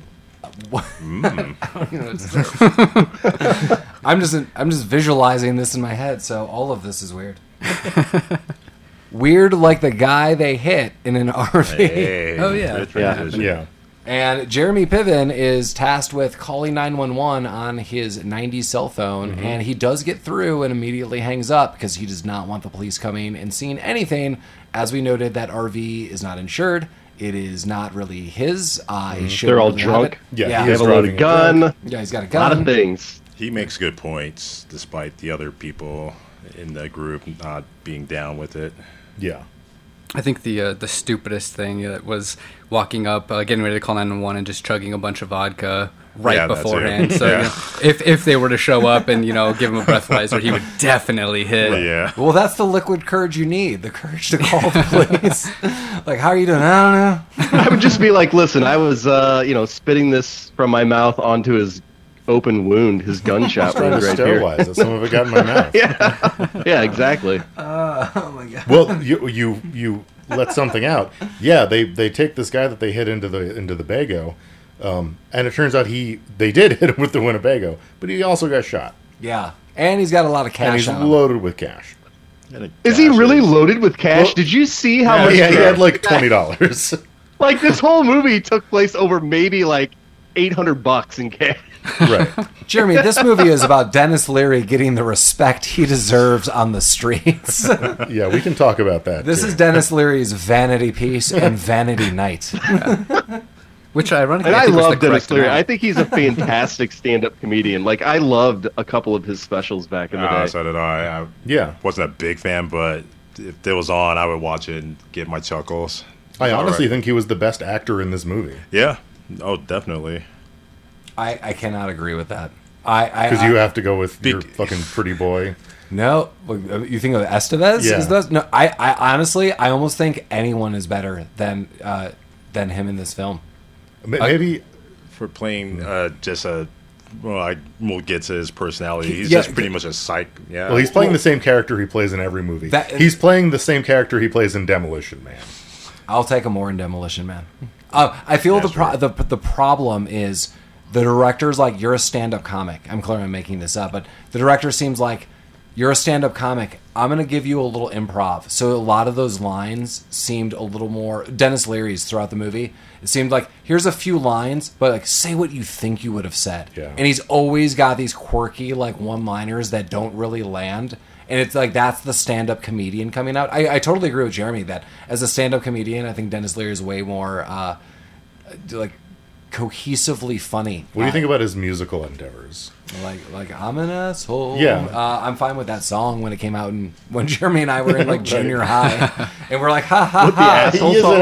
Speaker 1: what? I *laughs* don't even know what to say. I'm just I'm just visualizing this in my head, so all of this is weird. weird like the guy they hit in an *laughs* RV.
Speaker 2: Hey,
Speaker 4: Oh, yeah.
Speaker 2: good
Speaker 3: Yeah.
Speaker 2: transition.
Speaker 5: Yeah.
Speaker 1: And Jeremy Piven is tasked with calling 911 on his 90 cell phone, and he does get through and immediately hangs up because he does not want the police coming and seeing anything. As we noted, that RV is not insured. It is not really his. Uh, he shouldn't
Speaker 3: They're all
Speaker 1: really have it.
Speaker 3: drunk.
Speaker 1: yeah,
Speaker 5: Yeah, he
Speaker 3: They have a
Speaker 5: He's
Speaker 3: loaded
Speaker 5: driving
Speaker 3: gun,
Speaker 1: yeah, he's got a
Speaker 3: a
Speaker 1: gun.
Speaker 3: lot of things.
Speaker 2: He makes good points, despite the other people in the group not being down with it.
Speaker 5: Yeah.
Speaker 4: I think the uh, the stupidest thing that was walking up, uh, getting ready to call 911 and just chugging a bunch of vodka right
Speaker 2: Yeah, that too.
Speaker 4: beforehand. So you
Speaker 2: Yeah.
Speaker 4: know, if if they were to show up and you know give him a breathalyzer, he would definitely hit.
Speaker 2: Yeah.
Speaker 1: Well, that's the liquid courage you need the courage to call the *laughs* police. like, how are you doing? I don't know.
Speaker 3: I would just be like, listen, I was, uh, you know, spitting this from my mouth onto his open wound, his gunshot
Speaker 5: Trying
Speaker 3: wound
Speaker 5: to
Speaker 3: right here.
Speaker 5: sterilize it. Some of it got in *laughs* my mouth.
Speaker 3: Yeah, exactly.
Speaker 1: Oh my God.
Speaker 5: Well, you you you let something out. Yeah, they they take this guy that they hit into the into the bago, um, and it turns out he they did *laughs* hit him with the Winnebago, but he also got shot,
Speaker 1: Yeah. And he's got a lot of
Speaker 5: and
Speaker 1: cash
Speaker 5: he's
Speaker 1: on him.
Speaker 5: loaded with cash.
Speaker 3: Is he really
Speaker 2: low?
Speaker 3: loaded with cash?
Speaker 5: Well-
Speaker 3: Did you see how
Speaker 5: Oh, Yeah,
Speaker 3: much?
Speaker 5: he had like twenty dollars. *laughs*
Speaker 3: like this whole movie took place over maybe like 800 bucks in cash.
Speaker 5: right.
Speaker 1: Jeremy, this movie is about Dennis Leary getting the respect he deserves on the *laughs* streets.
Speaker 5: Yeah, we can talk about that.
Speaker 1: this
Speaker 5: too.
Speaker 1: is Dennis Leary's Vanity Piece and Vanity Night.
Speaker 4: Which ironically,
Speaker 3: And I,
Speaker 4: think was
Speaker 3: love
Speaker 4: the
Speaker 3: Dennis
Speaker 4: correct
Speaker 3: Leary. I
Speaker 4: amount.
Speaker 3: think he's a fantastic stand-up comedian. Like I loved a couple of his specials back in the
Speaker 2: Uh,
Speaker 3: day.
Speaker 2: so did I. I
Speaker 5: yeah.
Speaker 2: wasn't a big fan, but if it was on, I would watch it and get my chuckles.
Speaker 5: I
Speaker 2: All
Speaker 5: honestly
Speaker 2: right.
Speaker 5: think he was the best actor in this movie
Speaker 2: Yeah. Oh, definitely.
Speaker 1: I, I cannot agree with that. I, I,
Speaker 5: because you have to go with your
Speaker 2: Bec-
Speaker 5: fucking pretty boy.
Speaker 1: no. uh, You think of Estevez?
Speaker 5: Yeah.
Speaker 1: Is that- no, I, I honestly, I almost think anyone is better than uh, than him in this film.
Speaker 5: M- Maybe
Speaker 2: For playing
Speaker 5: Hmm.
Speaker 2: uh, just a. Well, I will get to his personality. He's
Speaker 1: yeah,
Speaker 2: just pretty much a psych. Yeah.
Speaker 5: well, he's playing the same character he plays in every movie.
Speaker 1: That-
Speaker 5: he's playing the same character he plays in Demolition Man.
Speaker 1: I'll take a more in Demolition Man. Uh, I feel the,
Speaker 2: That's
Speaker 1: pro-
Speaker 2: right.
Speaker 1: the the problem is the director's like you're a stand up comic. I'm clearly making this up, but the director seems like you're a stand up comic. I'm gonna give you a little improv. So a lot of those lines seemed a little more Dennis Leary's throughout the movie. It seemed like here's a few lines, but like say what you think you would have said.
Speaker 5: Yeah.
Speaker 1: And he's always got these quirky like one liners that don't really land and it's like that's the stand-up comedian coming out i, I totally agree with jeremy that as a stand-up comedian i think dennis leary is way more uh, like cohesively funny
Speaker 5: What do you think about his musical endeavors?
Speaker 1: like like i'm an asshole
Speaker 5: Yeah.
Speaker 1: uh, i'm fine with that song when it came out and when *laughs* jeremy and i were
Speaker 5: *laughs*
Speaker 1: in like junior high and we're like ha ha ha
Speaker 5: He is an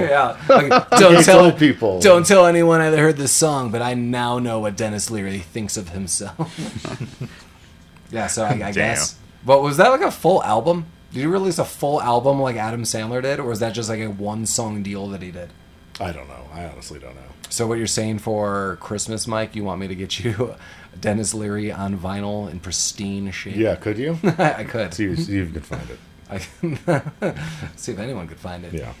Speaker 1: *laughs*
Speaker 5: *laughs*
Speaker 1: yeah. Like, don't
Speaker 5: hates
Speaker 1: tell
Speaker 5: old Oh. people.
Speaker 1: Don't tell anyone I heard this song, but I now know what Dennis Leary thinks of himself.
Speaker 5: *laughs*
Speaker 1: yeah, so I, I guess. But was that like a full album? Did he release a full album like Adam Sandler did, or was that just like a one song deal that he did?
Speaker 5: I don't know. I honestly don't know.
Speaker 1: So what you're saying for Christmas, Mike? You want me to get you *laughs* Dennis Leary on vinyl in pristine shape?
Speaker 5: Yeah, could you?
Speaker 1: *laughs* I could.
Speaker 5: see, see if you can find it.
Speaker 1: I *laughs* see if anyone could find it.
Speaker 5: Yeah.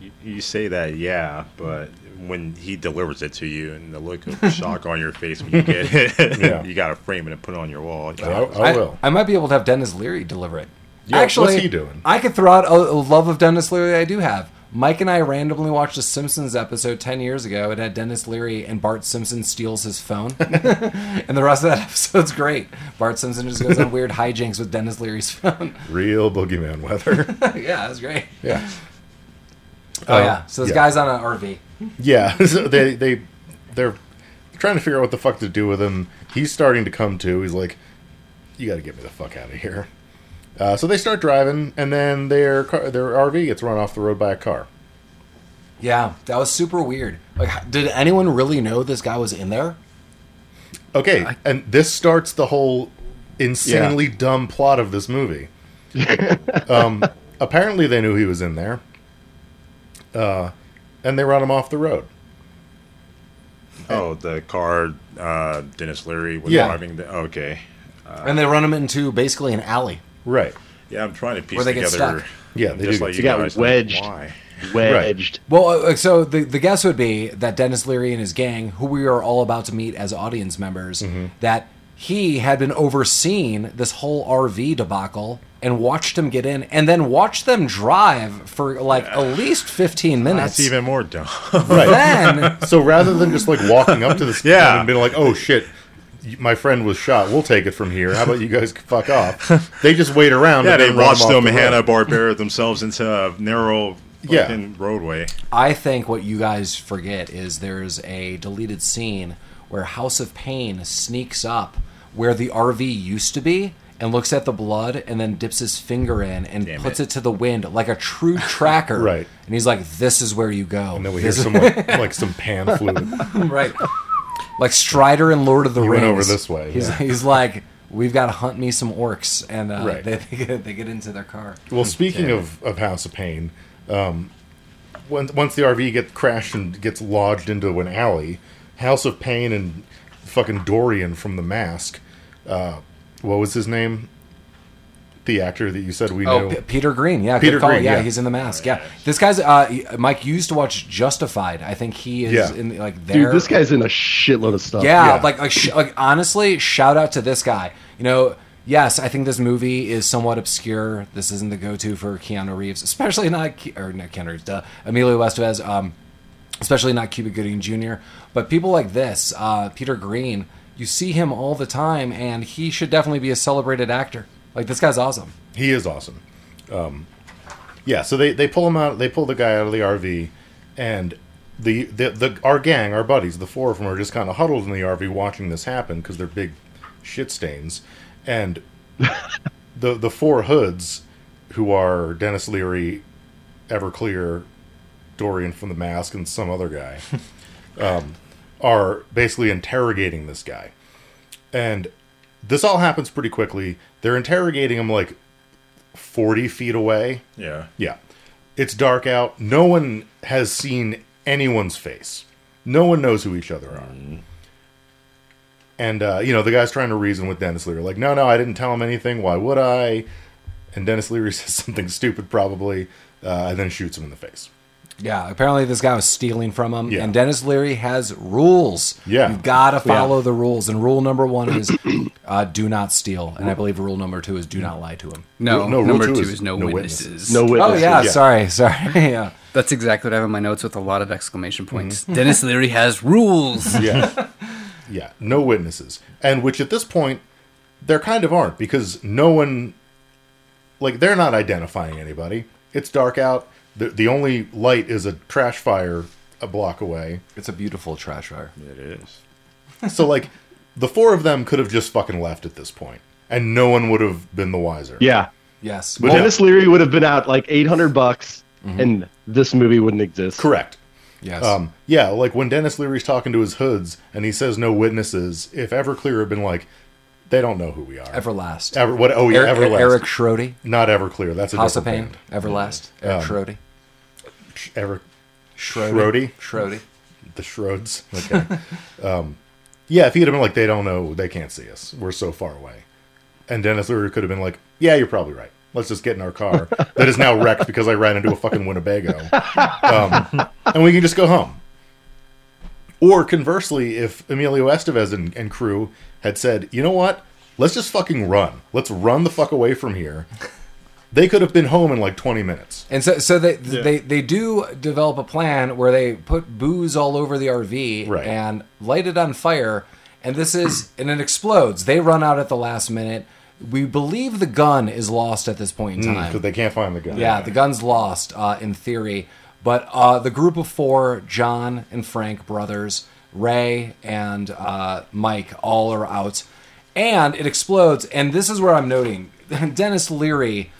Speaker 2: You- You say that, yeah, but when he delivers it to you and the
Speaker 5: *laughs*
Speaker 2: look of shock on your face when you get it,
Speaker 5: Yeah.
Speaker 2: *laughs* you got to frame it and put it on your wall.
Speaker 5: I, I
Speaker 1: I,
Speaker 5: will.
Speaker 1: I might be able to have Dennis Leary deliver it.
Speaker 5: Yeah, Oh, what's he doing?
Speaker 1: I could throw out a, a love of Dennis Leary I do have. Mike and I randomly watched a Simpsons episode 10 years ago. It had Dennis Leary and Bart Simpson steals his phone. *laughs* and the rest of that *laughs* episode's great. Bart Simpson just goes on weird hijinks with Dennis Leary's phone. *laughs*
Speaker 5: Real boogeyman weather. *laughs*
Speaker 1: yeah, that's great.
Speaker 5: yeah.
Speaker 1: Oh,
Speaker 5: Uh,
Speaker 1: yeah. So this
Speaker 5: yeah.
Speaker 1: guy's on an RV.
Speaker 5: Yeah. *laughs* So they they they're trying to figure out what the fuck to do with him. He's starting to come to. He's like, "You got to get me the fuck out of here." Uh, so they start driving, and then their car, their RV gets run off the road by a car.
Speaker 1: Yeah, that was super weird. Like, h- did anyone really know this guy was in there?
Speaker 5: Okay, and this starts the whole insanely dumb plot of this movie. um, apparently, they knew he was in there. uh, and they run him off the road.
Speaker 2: Oh, the car uh, Dennis Leary was
Speaker 5: Yeah.
Speaker 2: driving. The, okay.
Speaker 5: Uh,
Speaker 1: and they run him into basically an alley.
Speaker 5: Right.
Speaker 2: Yeah, I'm trying to piece
Speaker 1: Or they get
Speaker 2: together.
Speaker 1: stuck.
Speaker 5: Yeah, they
Speaker 2: just
Speaker 5: do
Speaker 2: like
Speaker 3: stuck. They
Speaker 5: get
Speaker 2: you
Speaker 3: got
Speaker 2: guys, like,
Speaker 3: wedged.
Speaker 2: why?
Speaker 3: Wedged.
Speaker 1: Well, uh, so the, the guess would be that Dennis Leary and his gang, who we are all about to meet as audience members,
Speaker 2: Mm-hmm.
Speaker 1: that he had been overseeing this whole RV debacle and watched him get in and then watched them drive for like at least 15 minutes.
Speaker 2: That's even more dumb.
Speaker 1: *laughs*
Speaker 5: Right.
Speaker 2: *laughs*
Speaker 1: then,
Speaker 5: so rather than just like walking up to this
Speaker 2: Yeah.
Speaker 5: kid and being like, "Oh shit, y- my friend was shot. We'll take it from here. How about you guys fuck
Speaker 2: *laughs*
Speaker 5: off?" They just wait around.
Speaker 2: yeah,
Speaker 5: and
Speaker 2: they
Speaker 5: then run
Speaker 2: watched
Speaker 5: off
Speaker 2: them
Speaker 5: the road. *laughs*
Speaker 2: Hanna Barbera themselves into a narrow
Speaker 5: Yeah.
Speaker 2: fucking roadway.
Speaker 1: I think what you guys forget is there's a deleted scene where House of Pain sneaks up where the RV used to be and looks at the blood and then dips his finger in and
Speaker 2: Damn
Speaker 1: puts it.
Speaker 2: it.
Speaker 1: to the wind like a true tracker.
Speaker 5: *laughs* Right.
Speaker 1: And he's like, this is where you go.
Speaker 5: And then we hear some like, *laughs* like some
Speaker 2: *laughs*
Speaker 5: pan fluid.
Speaker 1: right. Like Strider and Lord of the Rings.
Speaker 5: went over this way,
Speaker 1: He's,
Speaker 5: yeah.
Speaker 1: he's like, we've got to hunt me some orcs. And uh,
Speaker 5: Right.
Speaker 1: they, *laughs* they, get, they get into their car.
Speaker 5: Well, speaking of, of House of Pain, um, when, once the RV gets crashed and gets lodged into an alley, House of Pain and fucking Dorian from The Mask, uh, what was his name? The actor that you said we
Speaker 1: Oh,
Speaker 5: knew.
Speaker 1: P- Peter Green. Yeah,
Speaker 5: Peter
Speaker 1: good call.
Speaker 5: Green,
Speaker 1: Yeah,
Speaker 5: yeah.
Speaker 1: he's in the mask. Yeah, this guy's uh, y- Mike. You used to watch Justified. I think he is
Speaker 5: Yeah.
Speaker 1: in like there.
Speaker 3: Dude, this guy's in a shitload of stuff.
Speaker 1: Yeah,
Speaker 5: Yeah.
Speaker 1: like like, sh- like honestly, shout out to this guy. You know, yes, I think this movie is somewhat obscure. This isn't the go-to for Keanu Reeves, especially not Ke- or not Keanu Reeves, duh, Emilio Estevez, um, especially not Cuba Gooding Jr. But people like this, uh, Peter Green, you see him all the time, and he should definitely be a celebrated actor. Like this guy's awesome.
Speaker 5: He is awesome. Um, yeah, so they, they pull him out. They pull the guy out of the RV, and the, the the our gang, our buddies, the four of them are just kind of huddled in the RV watching this happen because they're big shit stains, and the the four hoods, who are Dennis Leary, Everclear, Dorian from the Mask, and some other guy, um, are basically interrogating this guy, and this all happens pretty quickly. They're interrogating him like 40 feet away.
Speaker 2: Yeah.
Speaker 5: Yeah. It's dark out. No one has seen anyone's face. No one knows who each other are. And, uh, you know, the guy's trying to reason with Dennis Leary. Like, no, no, I didn't tell him anything. Why would I? And Dennis Leary *laughs* says something stupid, probably, uh, and then shoots him in the face.
Speaker 1: Yeah, apparently this guy was stealing from him.
Speaker 5: Yeah.
Speaker 1: And Dennis Leary has rules.
Speaker 5: Yeah.
Speaker 1: you gotta follow the rules. And rule number one is uh, do not steal. And I believe rule number two is do not lie to him.
Speaker 4: No,
Speaker 5: No, rule
Speaker 4: number
Speaker 5: two
Speaker 4: two
Speaker 5: is
Speaker 4: is, no,
Speaker 5: no
Speaker 4: witnesses.
Speaker 3: No
Speaker 1: Oh
Speaker 3: witnesses.
Speaker 1: yeah,
Speaker 5: yeah.
Speaker 1: sorry, *laughs* sorry. yeah,
Speaker 4: That's exactly what I have in my notes with a lot of exclamation points. Dennis Leary has rules.
Speaker 5: Yeah. yeah. No witnesses. And which at this point, there kind of aren't because no one, like, they're not identifying anybody. It's dark out. The, the only light is a trash fire a block away.
Speaker 1: it's a beautiful trash fire.
Speaker 2: It is.
Speaker 5: So, like, the four of them could have just fucking left at this point, and no one would have been the wiser.
Speaker 3: Yeah.
Speaker 1: Yes,
Speaker 5: But- Mm-hmm.
Speaker 1: Well,
Speaker 3: Dennis Leary would have been out like 800 bucks and this movie wouldn't exist.
Speaker 5: Correct.
Speaker 1: yes.
Speaker 5: Um, yeah, like when Dennis Leary's talking to his hoods and he says no witnesses, if Everclear had been like, they don't know who we are.
Speaker 1: Everlast.
Speaker 5: Ever, what, oh, yeah,
Speaker 1: Eric,
Speaker 5: Everlast.
Speaker 1: Eric Schrody,
Speaker 5: Not Everclear. That's a
Speaker 1: House of Pain,
Speaker 5: different
Speaker 1: Everlast, Eric
Speaker 5: Um,
Speaker 1: Schrody,
Speaker 5: band. Ever
Speaker 1: Schrody, Schrody.
Speaker 5: Schrody?
Speaker 1: *laughs*
Speaker 5: the Schrodes. Okay. *laughs* um, yeah, if he'd have been like, they don't know, they can't see us. We're so far away. And Dennis Leary could have been like, yeah, you're probably right. Let's just get in
Speaker 1: *laughs*
Speaker 5: our car that is now wrecked because I ran into a fucking Winnebago, um, and we can just go home. Or conversely, if Emilio Estevez and, and crew had said, you know what, let's just fucking run. Let's run the fuck away from here. They could have been home in like 20 minutes.
Speaker 1: And so, so they, they they do develop a plan where they put booze all over the RV
Speaker 5: Right.
Speaker 1: and light it on fire, and this is and it explodes. They run out at the last minute. We believe the gun is lost at this point in time.
Speaker 5: Because they can't find the gun.
Speaker 1: yeah, the gun's lost uh, in theory, but uh, the group of four, John and Frank brothers, Ray and uh, Mike, all are out, and it explodes. And this is where I'm noting *laughs* Dennis Leary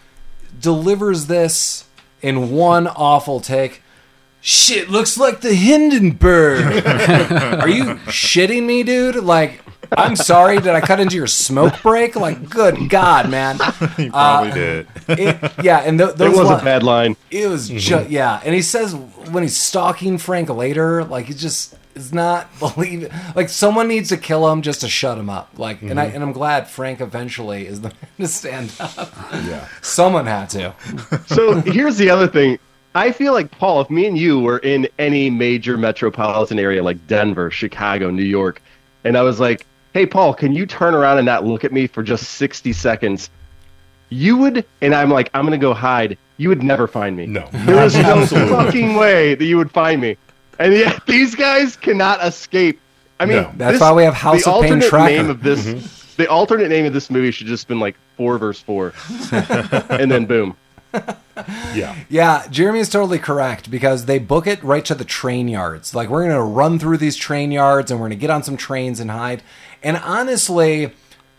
Speaker 1: delivers this in one awful take. shit looks like the Hindenburg. *laughs* Are you shitting me, dude? Like, I'm sorry, did I cut into your smoke break? Like, good God, man.
Speaker 2: He
Speaker 1: Uh, *laughs*
Speaker 2: probably did.
Speaker 1: It, yeah, and th-
Speaker 3: It
Speaker 1: those
Speaker 3: was
Speaker 1: li-
Speaker 3: a bad line.
Speaker 1: It was just yeah, and he says when he's stalking Frank later, like it just is not *laughs* believe. Like someone needs to kill him just to shut him up. Like, and I and I'm glad Frank eventually is the man to stand up.
Speaker 5: Yeah.
Speaker 1: *laughs* Someone had to.
Speaker 3: So here's the other thing. I feel like Paul, if me and you were in any major metropolitan area like Denver, Chicago, New York, and I was like, "Hey, Paul, can you turn around and not look at me for just 60 seconds?" You would, and I'm like, "I'm gonna go hide." You would never find me.
Speaker 5: No.
Speaker 3: *laughs* there is no
Speaker 5: Absolutely.
Speaker 3: fucking way that you would find me. And yet, *laughs* these guys cannot escape. I mean,
Speaker 5: No. Mm-hmm.
Speaker 1: That's why we have House
Speaker 3: the
Speaker 1: of Pain
Speaker 3: alternate
Speaker 1: Tracker.
Speaker 3: Name of this, The alternate name of this movie should just been like four verse
Speaker 5: *laughs*
Speaker 3: four, and then boom.
Speaker 5: Yeah.
Speaker 1: Yeah, Jeremy is totally correct because they book it right to the train yards. Like we're gonna run through these train yards and we're gonna get on some trains and hide. And honestly,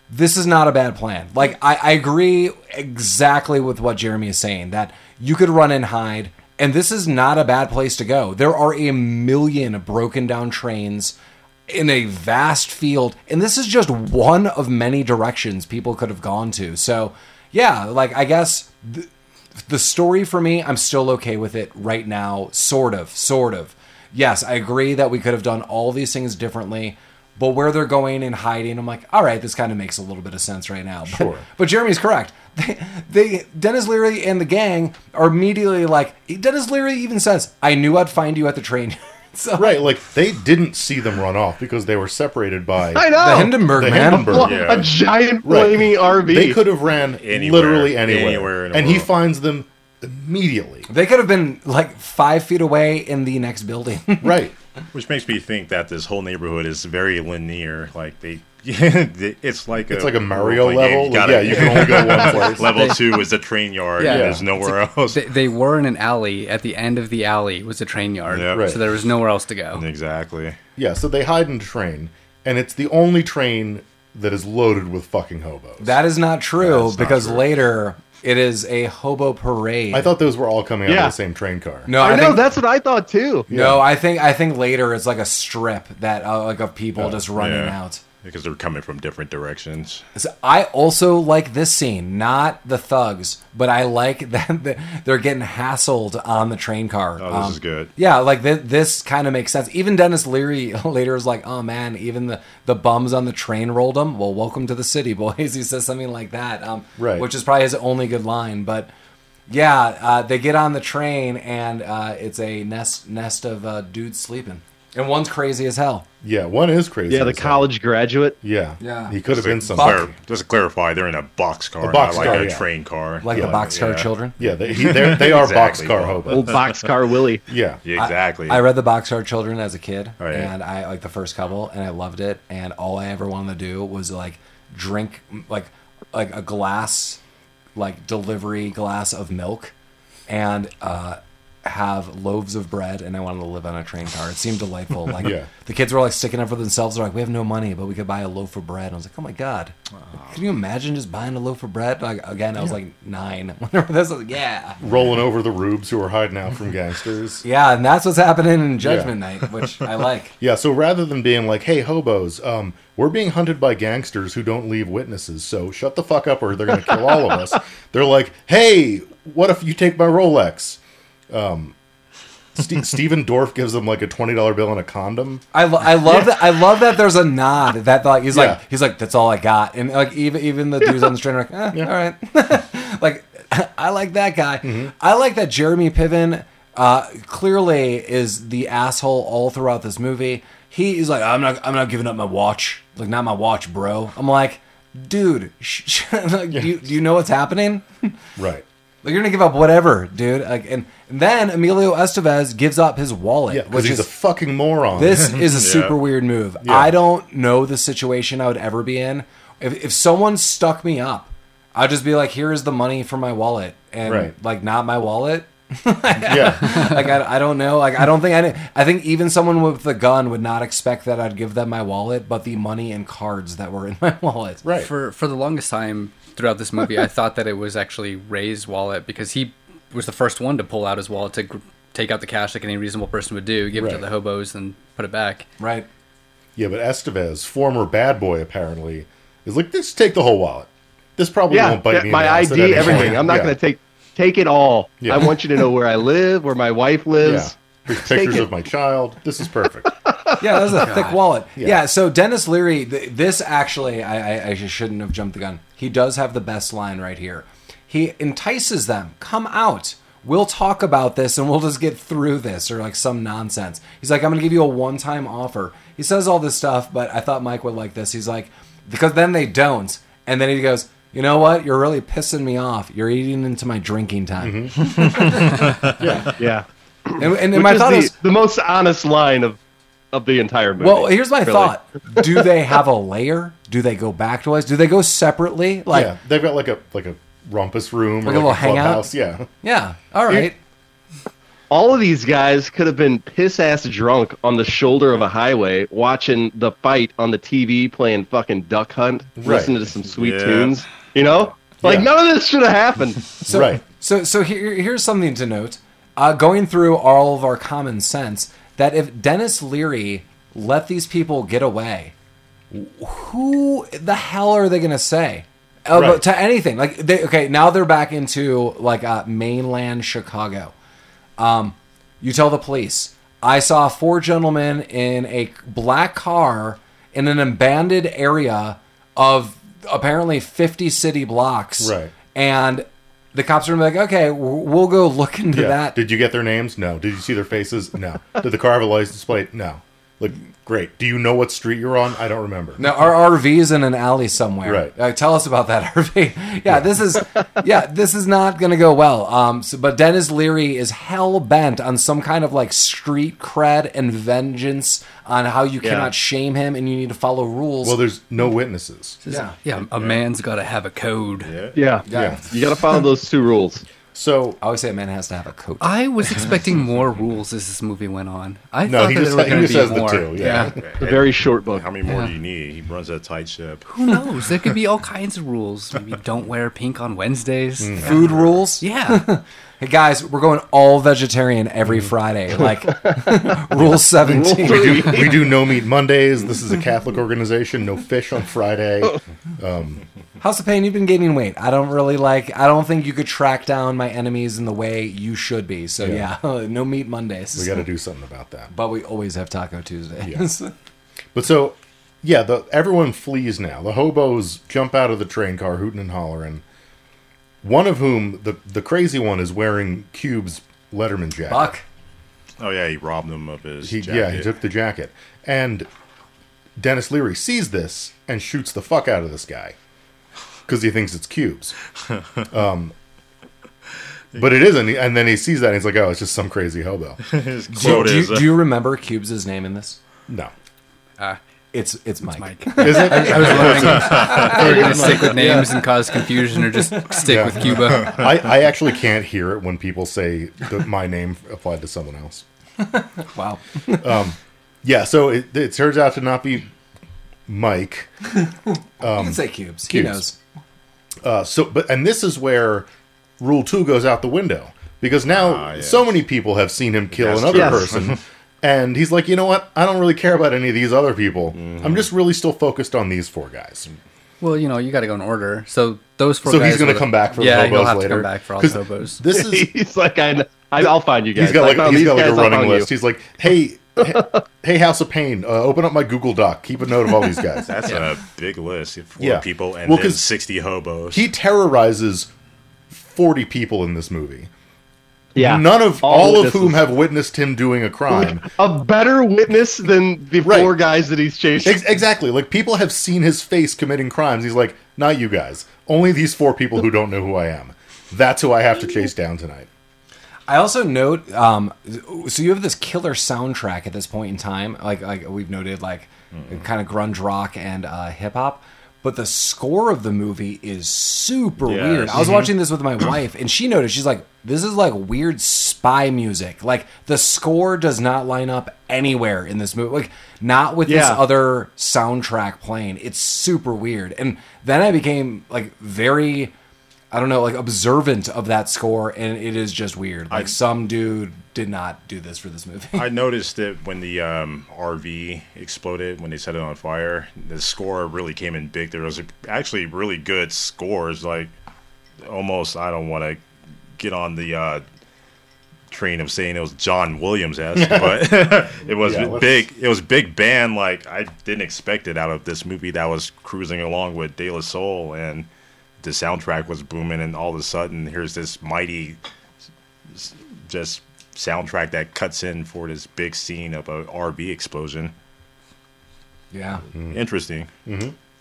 Speaker 1: this is not a bad plan. Like I, I agree exactly with what Jeremy is saying that you could run and hide, and this is not a bad place to go. There are a million broken down trains in a vast field, and this is just one of many directions people could have gone to. So yeah, like I guess. Th- the story for me, I'm still okay with it right now, sort of, sort of. Yes, I agree that we could have done all these things differently, but where they're going and hiding, I'm like, all right, this kind of makes a little bit of sense right now. But,
Speaker 5: Sure.
Speaker 1: but Jeremy's correct. *laughs* They, they, Dennis Leary and the gang are immediately like, Dennis Leary even says, "I knew I'd find you at the train." *laughs* so
Speaker 5: Right. Like they didn't see them run off because they were separated by
Speaker 3: I know.
Speaker 1: the
Speaker 3: *laughs*
Speaker 1: Hindenburg
Speaker 5: the
Speaker 1: man.
Speaker 5: Hindenburg.
Speaker 3: Well,
Speaker 2: Yeah.
Speaker 3: a giant
Speaker 5: Right.
Speaker 3: flaming RV.
Speaker 5: They could have ran
Speaker 2: Anywhere.
Speaker 5: literally anywhere.
Speaker 2: Anywhere in the
Speaker 5: and he
Speaker 2: world.
Speaker 5: finds them
Speaker 3: *laughs*
Speaker 5: immediately.
Speaker 1: They could have been like five feet away in the next building. *laughs*
Speaker 5: Right.
Speaker 2: Which makes me think that this whole neighborhood is very linear. Like they, *laughs* it's like
Speaker 5: It's like a Mario level.
Speaker 2: role-playing game. You
Speaker 5: Like,
Speaker 2: gotta- *laughs*
Speaker 5: yeah, you can only go one place. *laughs*
Speaker 2: level two is the train yard.
Speaker 4: Yeah.
Speaker 2: Yeah, there's nowhere else.
Speaker 4: They, they were in an alley. At the end of the alley was a train yard,
Speaker 2: Yeah. Right.
Speaker 4: so there was nowhere else to go.
Speaker 2: exactly.
Speaker 5: Yeah, so they hide in a train, and it's the only train that is loaded with fucking hobos.
Speaker 1: that is not true
Speaker 2: That's not
Speaker 1: because
Speaker 2: true.
Speaker 1: later it is a hobo parade.
Speaker 5: I thought those were all coming out
Speaker 3: Yeah.
Speaker 5: of the same train car.
Speaker 1: no,
Speaker 3: I, know.
Speaker 1: think-
Speaker 3: that's what I thought too.
Speaker 1: No, I think I think later it's like a strip that uh, like of people just running
Speaker 2: Oh, yeah.
Speaker 1: out.
Speaker 2: Because they're coming from different directions.
Speaker 1: So I also like this scene, not the thugs, but I like *laughs* that th- they're getting hassled on the train car. uh,
Speaker 2: Oh, this is good.
Speaker 1: Yeah, like th- this kind of makes sense. Even Dennis Leary *laughs* later is like, "Oh man, even the the bums on the train rolled them." Well, welcome to the city, *laughs* boys. He says something like that, um,
Speaker 5: Right.
Speaker 1: Which is probably his only good line, but. Yeah, uh, they get on the train and uh, it's a nest nest of uh, dudes sleeping, and one's crazy as hell.
Speaker 5: Yeah, one is crazy.
Speaker 3: Yeah, the
Speaker 5: So-
Speaker 3: college graduate.
Speaker 5: Yeah,
Speaker 1: Yeah.
Speaker 5: He could have been
Speaker 2: Just to
Speaker 5: somewhere.
Speaker 2: clar- just to clarify, they're in a box car,
Speaker 5: A box
Speaker 2: not like
Speaker 5: car,
Speaker 2: a
Speaker 5: yeah.
Speaker 2: train car.
Speaker 1: like the
Speaker 5: Yeah,
Speaker 1: boxcar
Speaker 2: yeah.
Speaker 1: children
Speaker 5: Yeah, they, he, they're- they are
Speaker 2: *laughs* Exactly.
Speaker 5: boxcar hobos.
Speaker 3: Old boxcar
Speaker 5: *laughs*
Speaker 3: Willie.
Speaker 5: Yeah,
Speaker 2: Yeah, exactly.
Speaker 1: i read the boxcar children as a kid
Speaker 2: Oh, yeah.
Speaker 1: and i like the first couple and i loved it and all i ever wanted to do was like drink like like a glass like delivery glass of milk and uh have loaves of bread and I wanted to live on a train car. It seemed
Speaker 2: *laughs*
Speaker 1: delightful. Like
Speaker 5: Yeah.
Speaker 1: the kids were like sticking up for themselves. They're like, we have no money, but we could buy a loaf of bread. And I was like, oh my god, can you imagine just buying a loaf of bread? Like again, I was like nine. *laughs* Whenever this, I was like, yeah.
Speaker 5: rolling over the rubes who are hiding
Speaker 3: *laughs*
Speaker 5: out from gangsters.
Speaker 1: Yeah, and that's what's happening in Judgment Night, which I
Speaker 2: *laughs*
Speaker 1: like.
Speaker 5: Yeah, so rather than being like, "Hey, hobos, um, we're being hunted by gangsters who don't leave witnesses, so shut the fuck up, or they're going to kill all
Speaker 3: *laughs*
Speaker 5: of us," they're like, "Hey, what if you take my Rolex?" Um,
Speaker 3: *laughs*
Speaker 5: Ste Steven Dorff gives them like a twenty dollar bill and a condom.
Speaker 1: I, lo- I love that. I love that. There's a nod that like he's
Speaker 5: Yeah.
Speaker 1: like he's like that's all I got, and like even even the dudes on the train are like, eh, all right, *laughs* like I like that guy.
Speaker 5: Mm-hmm.
Speaker 1: I like that Jeremy Piven. Uh, clearly is the asshole all throughout this movie. He is like, I'm not, I'm not giving up my watch. Like, not my watch, bro. I'm like, dude, *laughs* sh- sh- like, do, you, do you know what's happening?
Speaker 5: Right.
Speaker 1: Like you're gonna give up whatever, dude. Like and, and then Emilio Estevez gives up his wallet,
Speaker 5: Yeah, because
Speaker 1: which
Speaker 5: he's
Speaker 1: is
Speaker 5: a fucking moron.
Speaker 1: this is a
Speaker 2: Yeah.
Speaker 1: super weird move. I don't know the situation I would ever be in. If if someone stuck me up, I'd just be like, "Here is the money for my wallet," and
Speaker 5: Right.
Speaker 1: like not my wallet.
Speaker 3: *laughs*
Speaker 5: yeah,
Speaker 1: like I, I don't know. Like I don't think I. I think even someone with the gun would not expect that I'd give them my wallet, but the money and cards that were in my *laughs* wallet.
Speaker 5: right.
Speaker 4: For for the longest time throughout
Speaker 5: *laughs*
Speaker 4: this movie, I thought that it was actually Ray's wallet because he was the first one to pull out his wallet to gr- take out the cash like any reasonable person would do, give it to
Speaker 5: Right.
Speaker 4: the hobos, and put it back.
Speaker 1: Right.
Speaker 5: Yeah, but Estevez, former bad boy, apparently, is like, just take the whole wallet. This probably
Speaker 3: yeah,
Speaker 5: won't bite me. in
Speaker 3: my
Speaker 5: the ass at
Speaker 3: ID,
Speaker 5: any
Speaker 3: everything.
Speaker 5: point."
Speaker 3: I'm not
Speaker 5: Yeah.
Speaker 3: going to take take it all.
Speaker 5: Yeah.
Speaker 3: I want you to know where I live, where my wife
Speaker 5: *laughs* Yeah.
Speaker 3: lives.
Speaker 5: Here's pictures
Speaker 3: it.
Speaker 5: of my child. This is perfect.
Speaker 1: Yeah,
Speaker 3: *laughs*
Speaker 1: that was
Speaker 3: Oh,
Speaker 1: a thick wallet.
Speaker 5: Yeah.
Speaker 1: Yeah. so Dennis Leary, th- this actually, I, I, I just shouldn't have jumped the gun. He does have the best line right here. He entices them, come out. We'll talk about this and we'll just get through this or like some nonsense. He's like, I'm going to give you a one time offer. He says all this stuff, but I thought Mike would like this. He's like, because then they don't. And then he goes, you know what? You're really pissing me off. You're eating into my drinking time.
Speaker 3: Yeah,
Speaker 1: And, and,
Speaker 3: Mm-hmm. which
Speaker 1: my
Speaker 3: is
Speaker 1: thought
Speaker 3: the,
Speaker 1: is,
Speaker 3: the most honest line of of the entire movie.
Speaker 1: Well, here's my
Speaker 3: really.
Speaker 5: *laughs*
Speaker 1: thought: Do they have a layer? Do they go back to us? Do they go separately? *laughs* Like,
Speaker 5: yeah,
Speaker 1: yeah,
Speaker 5: they've got like a like a rumpus room
Speaker 1: Like a
Speaker 5: or like a
Speaker 1: little hangout?
Speaker 5: clubhouse. Yeah,
Speaker 1: all right.
Speaker 3: All of these guys could have been piss ass drunk on the shoulder of a highway, watching the fight on the TV, playing fucking Duck Hunt, listening to some sweet
Speaker 2: Yeah.
Speaker 3: tunes. You know, like
Speaker 5: Yeah.
Speaker 3: none of this should have happened.
Speaker 1: So,
Speaker 5: right.
Speaker 1: So, so here, here's something to note: uh, going through all of our common sense, that if Dennis Leary let these people get away, who the hell are they going to say? Uh,
Speaker 5: Right.
Speaker 1: to anything like they okay now they're back into like uh, mainland chicago You tell the police, I saw four gentlemen in a black car in an abandoned area of apparently 50 city blocks.
Speaker 5: Right.
Speaker 1: And the cops are like, okay, w- we'll go look into
Speaker 5: Yeah.
Speaker 1: that.
Speaker 5: Did you get their names? No. Did you see their faces? No. Did the car have a license plate? No. Like, great. Do you know what street you're on? I don't remember.
Speaker 1: Now, our RV's in an alley somewhere.
Speaker 5: Right.
Speaker 1: Uh, tell us about that *laughs* RV. Yeah, this is yeah, this is not going to go well. Um, so, but Dennis Leary is hell bent on some kind of like street cred and vengeance on how you cannot shame him and you need to follow rules.
Speaker 5: Well, there's no witnesses.
Speaker 1: yeah.
Speaker 4: Yeah, a man's got to have a code.
Speaker 3: *laughs* Yeah,
Speaker 5: Yeah.
Speaker 3: you got to follow those two rules.
Speaker 5: So
Speaker 1: I always say a man has to have a coat.
Speaker 4: I
Speaker 5: *laughs*
Speaker 4: was expecting more rules as this movie went on. I
Speaker 5: No,
Speaker 4: thought
Speaker 5: he
Speaker 4: that
Speaker 5: just-
Speaker 4: there were
Speaker 5: he
Speaker 4: going to
Speaker 5: just
Speaker 4: be
Speaker 5: says the
Speaker 4: more.
Speaker 5: two, yeah.
Speaker 3: The very short
Speaker 5: *laughs*
Speaker 3: book. *laughs*
Speaker 2: How many more do you need? He runs a tight ship.
Speaker 4: Who knows? There could be all kinds of rules. Maybe don't wear pink on Wednesdays.
Speaker 5: Mm.
Speaker 1: Food rules.
Speaker 4: Yeah.
Speaker 1: Hey guys, we're going all vegetarian every Friday. Like *laughs* rule seventeen.
Speaker 5: we do, we do no meat Mondays. This is a Catholic organization. No fish on Friday.
Speaker 1: How's the pain? You've been gaining weight. I don't really like. I don't think you could track down my enemies in the way you should be. So yeah, *laughs* no meat Mondays.
Speaker 5: We got to do something about that.
Speaker 1: but we always have Taco Tuesdays. *laughs*
Speaker 5: But so, yeah, the everyone flees now. The hobos jump out of the train car, hooting and hollering. One of whom, the the crazy one, is wearing Cube's Letterman jacket.
Speaker 1: Fuck.
Speaker 2: Oh yeah, he robbed him of his.
Speaker 5: He,
Speaker 2: jacket.
Speaker 5: yeah, he took the jacket, and Dennis Leary sees this and shoots the fuck out of this guy because he thinks it's Cube's. Um, but it isn't, and then he sees that and he's like, "Oh, it's just some crazy hobo."
Speaker 2: his
Speaker 1: Do,
Speaker 2: quote
Speaker 1: do,
Speaker 2: is.
Speaker 1: you, do you remember Cubes' name in this?
Speaker 5: No,
Speaker 1: It's it's Mike.
Speaker 4: Mike.
Speaker 5: is it?
Speaker 4: I was wondering if they were going to stick with names and cause confusion or just stick
Speaker 5: Yeah.
Speaker 4: with Cuba.
Speaker 5: *laughs* I, I actually can't hear it when people say that my name applied to someone else.
Speaker 1: *laughs* Wow.
Speaker 5: Yeah, so it, it turns out to not be Mike.
Speaker 1: you can say Cubes. He
Speaker 5: Cubes.
Speaker 1: knows.
Speaker 5: Uh, so, but and this is where Rule Two goes out the window because now
Speaker 2: Ah, yes.
Speaker 5: so many people have seen him kill
Speaker 2: That's
Speaker 5: another
Speaker 3: true. Yes.
Speaker 2: *laughs*
Speaker 5: person, and he's like, you know what? I don't really care about any of these other people.
Speaker 2: Mm-hmm.
Speaker 5: I'm just really still focused on these four guys.
Speaker 4: Well, you know, you got to go in order. So those four
Speaker 5: so
Speaker 4: guys
Speaker 5: he's going
Speaker 4: were
Speaker 5: to
Speaker 4: the-
Speaker 5: come back for
Speaker 4: yeah,
Speaker 5: the hobos
Speaker 4: he'll have
Speaker 5: later.
Speaker 4: to come back for all the
Speaker 5: 'Cause
Speaker 4: hobos.
Speaker 5: This *laughs*
Speaker 4: *laughs*
Speaker 5: is
Speaker 3: he's like, I, kn- I, I'll find you guys.
Speaker 5: he's got like
Speaker 3: I
Speaker 4: "Oh,
Speaker 3: found
Speaker 5: he's
Speaker 3: these
Speaker 5: got like a
Speaker 3: guys, I'll
Speaker 5: running
Speaker 3: find you.
Speaker 5: list. He's like,
Speaker 4: *laughs*
Speaker 5: hey, hey, hey, House of Pain, uh, open up my Google Doc. Keep a note of all these guys.
Speaker 2: *laughs* That's a big list. You have Four
Speaker 5: Yeah.
Speaker 2: people and
Speaker 5: Well,
Speaker 2: then
Speaker 5: 'cause
Speaker 2: sixty hobos.
Speaker 5: he terrorizes 40 people in this movie
Speaker 3: Yeah,
Speaker 5: none of
Speaker 3: All
Speaker 5: all, of
Speaker 3: witnesses.
Speaker 5: whom have witnessed him doing a crime
Speaker 3: a better witness than the
Speaker 5: Right.
Speaker 3: four guys that he's chasing.
Speaker 5: *laughs* Ex- exactly like people have seen his face committing crimes he's like not you guys only these four people who don't know who i am that's who i have to chase down tonight
Speaker 1: I also note, um, so you have this killer soundtrack at this point in time, like like we've noted, like kind of grunge rock and uh, hip hop. But the score of the movie is super
Speaker 2: Yes.
Speaker 1: weird. I was watching this with my wife, and she noticed. She's like, "This is like weird spy music. Like the score does not line up anywhere in this movie. Like not with this
Speaker 3: Yeah.
Speaker 1: other soundtrack playing. It's super weird." And then I became like very I don't know, like observant of that score, and it is just weird. Like some dude did not do this for this movie.
Speaker 2: I noticed that when the um, RV exploded, when they set it on fire, the score really came in big. There was actually really good scores. Like almost, I don't want to get on the uh, train of saying it was John Williams *laughs* esque, but it was
Speaker 5: Yeah, let's-
Speaker 2: big. It was big band. Like I didn't expect it out of this movie that was cruising along with De La Soul, and the soundtrack was booming, and all of a sudden, here's this mighty just soundtrack that cuts in for this big scene of a RV explosion.
Speaker 1: *laughs* yeah.
Speaker 2: Interesting.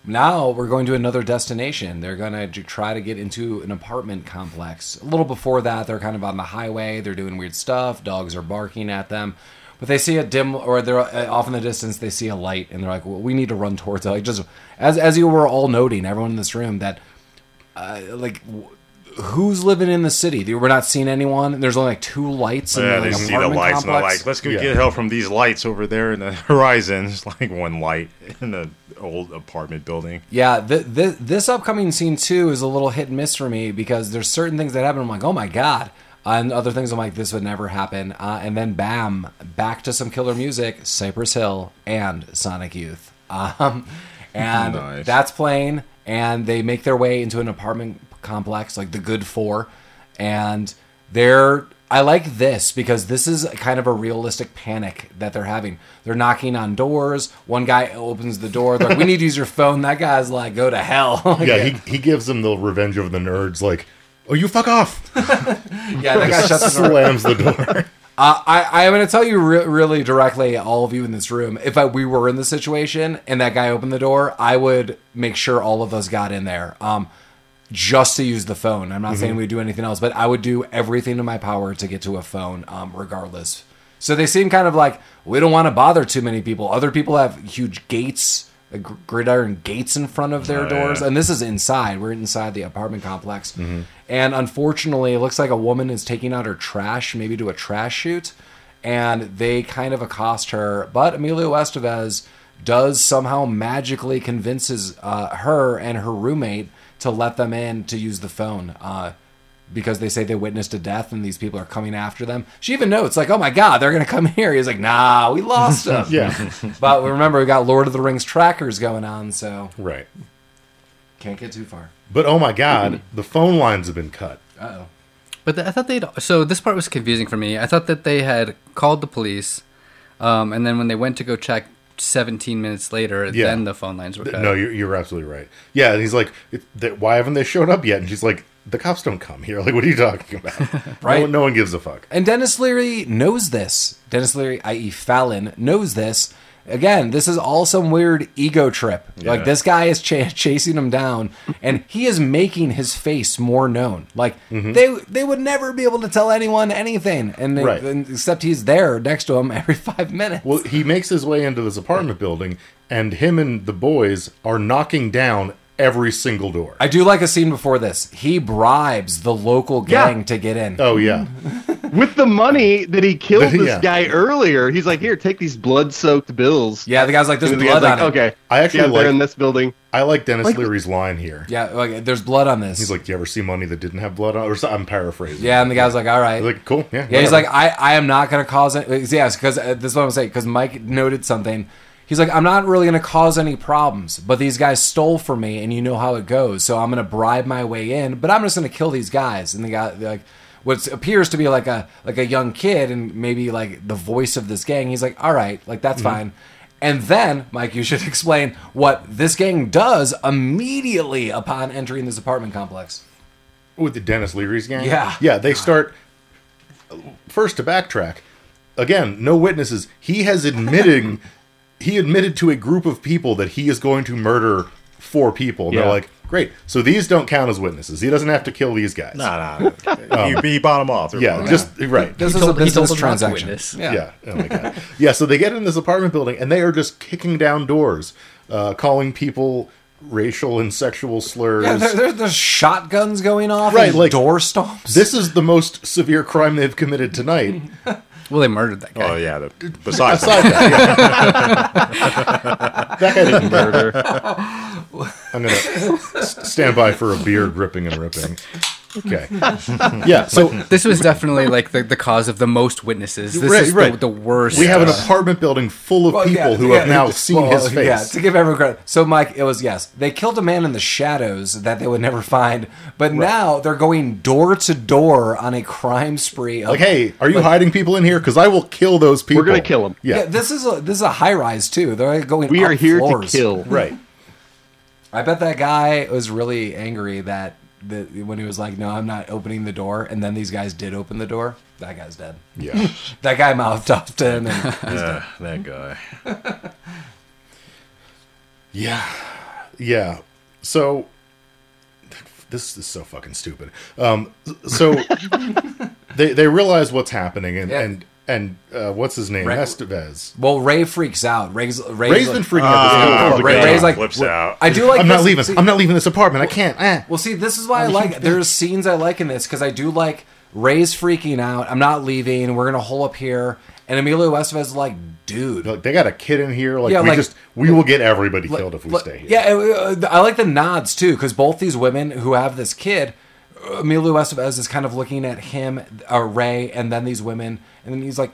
Speaker 1: Now we're going to another destination. They're going to j- try to get into an apartment complex. A little before that, they're kind of on the highway. They're doing weird stuff. Dogs are barking at them. But they see a dim, or they're uh, off in the distance. They see a light, and they're like, "Well, we need to run towards it." Like just as as you were all noting, everyone in this room that, uh, like, w- who's living in the city? They- We're not seeing anyone. There's only like two lights. In
Speaker 2: Yeah,
Speaker 1: the,
Speaker 2: they
Speaker 1: like,
Speaker 2: see the
Speaker 1: apartment
Speaker 2: lights and they're
Speaker 1: complex.
Speaker 2: like, let's go
Speaker 5: Yeah.
Speaker 2: get help from these lights over there in the *laughs* horizon. It's like one light in the old apartment building.
Speaker 1: Yeah, th- th- this upcoming scene too is a little hit and miss for me because there's certain things that happen. I'm like, oh my god, and other things I'm like, this would never happen. Uh, and then bam, back to some killer music, Cypress Hill and Sonic Youth, um, and
Speaker 2: Nice.
Speaker 1: that's playing. And they make their way into an apartment complex, like the Good Four, and they're. I like this because this is kind of a realistic panic that they're having. They're knocking on doors. One guy opens the door. They're like, "We need to use your phone." That guy's like, "Go to hell." *laughs* Like,
Speaker 5: yeah, He, he gives them the revenge of the nerds, like, oh, you fuck *laughs* off!
Speaker 1: yeah, that guy shuts the door.
Speaker 5: Slams the door.
Speaker 1: Uh, I, I'm going to tell you re- really directly, all of you in this room, if I, we were in this situation and that guy opened the door, I would make sure all of us got in there um, just to use the phone. I'm not saying we'd do anything else, but I would do everything in my power to get to a phone um, regardless. So they seem kind of like, we don't want to bother too many people. Other people have huge gates, uh, gr- gridiron gates in front of their doors. And this is inside. We're inside the apartment complex. And unfortunately, it looks like a woman is taking out her trash, maybe to a trash chute. And they kind of accost her. But Emilio Estevez does somehow magically convinces uh, her and her roommate to let them in to use the phone. Uh, because they say they witnessed a death and these people are coming after them. She even notes, like, oh my God, they're going to come here. He's like, nah, we lost them.
Speaker 5: *laughs* yeah,
Speaker 1: But remember, we got Lord of the Rings trackers going on, so
Speaker 5: right.
Speaker 1: can't get too far.
Speaker 5: But oh my god, the phone lines have been cut.
Speaker 1: Uh oh.
Speaker 4: But th- I thought they'd. So this part was confusing for me. I thought that they had called the police, um, and then when they went to go check 17 minutes later,
Speaker 5: Yeah.
Speaker 4: then the phone lines were
Speaker 5: Th-
Speaker 4: cut.
Speaker 5: No, you're, you're absolutely right. Yeah, and he's like, it, that, why haven't they showed up yet? And she's like, the cops don't come here. *laughs* Like, what are you talking about? No,
Speaker 1: Right.
Speaker 5: one- no one gives a fuck.
Speaker 1: And Dennis Leary knows this. Dennis Leary, i.e., Fallon, knows this. Again, this is all some weird ego trip. Like, this guy is ch- chasing him down, and he is making his face more known. Like,
Speaker 3: Mm-hmm.
Speaker 1: they they would never be able to tell anyone anything, and,
Speaker 5: Right.
Speaker 1: and- except he's there next to him every five minutes.
Speaker 5: Well, he makes his way into this apartment building, and him and the boys are knocking down every single door.
Speaker 1: I do like a scene before this. He bribes the local gang to get
Speaker 3: Uh,
Speaker 1: in.
Speaker 5: oh yeah,
Speaker 1: Mm-hmm.
Speaker 3: With the money that he killed this
Speaker 5: *laughs* Yeah.
Speaker 3: guy earlier, he's like, "Here, take these blood-soaked bills."
Speaker 1: yeah, the guy's like, there's
Speaker 3: And the
Speaker 1: blood
Speaker 3: guy's like,
Speaker 1: on it.
Speaker 3: "Okay,
Speaker 5: I actually
Speaker 3: yeah,
Speaker 5: like-
Speaker 3: they're in this
Speaker 5: *laughs*
Speaker 3: building."
Speaker 5: I like Dennis
Speaker 3: Like-
Speaker 5: Leary's line here.
Speaker 1: Yeah, like, there's blood on this.
Speaker 5: He's like, "You ever see money that didn't have blood on?" it?" Or so, I'm paraphrasing.
Speaker 1: yeah, and the guy's like, all right.
Speaker 5: He's like, "Cool, yeah."
Speaker 1: Yeah, he's
Speaker 5: whatever."
Speaker 1: like, I, I am not going to cause it. Yes, because uh, this is what I'm saying. Because Mike noted something. He's like, I'm not really going to cause any problems, but these guys stole from me, and you know how it goes. So I'm going to bribe my way in, but I'm just going to kill these guys. And the guy, like, what appears to be like a like a young kid, and maybe like the voice of this gang. He's like, all right, like that's
Speaker 4: Mm-hmm.
Speaker 1: fine. And then, Mike, you should *laughs* explain what this gang does immediately upon entering this apartment complex.
Speaker 5: with the Dennis Leary's gang.
Speaker 1: Yeah.
Speaker 5: yeah. They start first to backtrack. Again, no witnesses. He
Speaker 1: *laughs*
Speaker 5: has admitting he admitted to a group of people that he is going to murder four people. And They're
Speaker 3: Yeah.
Speaker 5: like, great. So these don't count as witnesses. He doesn't have to kill these guys.
Speaker 2: Nah, nah.
Speaker 1: *laughs* Um,
Speaker 2: you, you bought them off. They're
Speaker 5: Yeah,
Speaker 2: fine.
Speaker 5: just right.
Speaker 1: This is
Speaker 4: told-
Speaker 1: a
Speaker 4: he
Speaker 1: business
Speaker 4: told them not to
Speaker 1: transaction.
Speaker 4: witness.
Speaker 5: Yeah. Oh my god. yeah. So they get in this apartment building and they are just kicking down doors, uh, calling people racial and sexual slurs.
Speaker 1: Yeah, there, there, there's shotguns going off,
Speaker 5: Right,
Speaker 1: and
Speaker 5: like-
Speaker 1: door stomps.
Speaker 5: this is the most severe crime they've committed tonight.
Speaker 4: Well, they murdered that guy.
Speaker 2: Oh yeah. The, besides,
Speaker 5: Aside that, yeah. that guy didn't murder. I'm gonna s- stand by for a beard ripping and ripping. Okay. Yeah. So
Speaker 4: This was definitely like the, the cause of the most witnesses.
Speaker 5: *laughs*
Speaker 4: This
Speaker 5: Right,
Speaker 4: is
Speaker 5: right.
Speaker 4: The, the worst.
Speaker 5: we have an apartment building full of
Speaker 1: Well, yeah,
Speaker 5: people who
Speaker 1: yeah,
Speaker 5: have now
Speaker 1: it-
Speaker 5: seen
Speaker 1: well,
Speaker 5: his face.
Speaker 1: Yeah, to give everyone credit. So, Mike, it was yes. They killed a man in the shadows that they would never find, but now they're going door to door on a crime spree. Of,
Speaker 5: Like, hey, are you hiding people in here? Because I will kill those people.
Speaker 3: gonna kill 'em.
Speaker 5: Yeah.
Speaker 1: yeah. this is a this is a high rise too. They're like, going.
Speaker 3: We
Speaker 1: up
Speaker 3: are here
Speaker 1: floors.
Speaker 3: to kill.
Speaker 5: Right.
Speaker 1: I bet that guy was really angry that the, when he was like, "No, I'm not opening the door," and then these guys did open the door. That guy's dead.
Speaker 5: Yeah.
Speaker 1: That guy mouthed off to him. And,
Speaker 2: Uh, that guy.
Speaker 5: Yeah. Yeah. So this is so fucking stupid. Um so they they realize what's happening and
Speaker 1: Yeah.
Speaker 5: and and uh, what's his name?
Speaker 1: Right.
Speaker 5: Estevez.
Speaker 1: well, Ray freaks out. Ray's, Ray's,
Speaker 5: Ray's
Speaker 1: like-
Speaker 5: been freaking out.
Speaker 2: Oh,
Speaker 5: this whole
Speaker 1: Ray-
Speaker 5: fucking
Speaker 2: God.
Speaker 1: Ray's
Speaker 5: time.
Speaker 1: like,
Speaker 2: Flips
Speaker 1: "Well,
Speaker 2: out.
Speaker 1: I do like.
Speaker 5: I'm not
Speaker 1: this-
Speaker 5: leaving.
Speaker 1: see-
Speaker 5: I'm not leaving this apartment. I can't. eh."
Speaker 1: Well, see, this is why i like. There's scenes I like in this because I do like Ray's freaking out. I'm not leaving. We're gonna hole up here. And Emilio Estevez is like, dude,
Speaker 5: Like, they got a kid in here. Like
Speaker 1: Yeah,
Speaker 5: we
Speaker 1: like-
Speaker 5: just we will get everybody
Speaker 1: Like-
Speaker 5: killed if we
Speaker 1: like-
Speaker 5: stay here.
Speaker 1: Yeah, and, uh, I like the nods too because both these women who have this kid, uh, Emilio Estevez is kind of looking at him, uh, Ray, and then these women, and then he's like,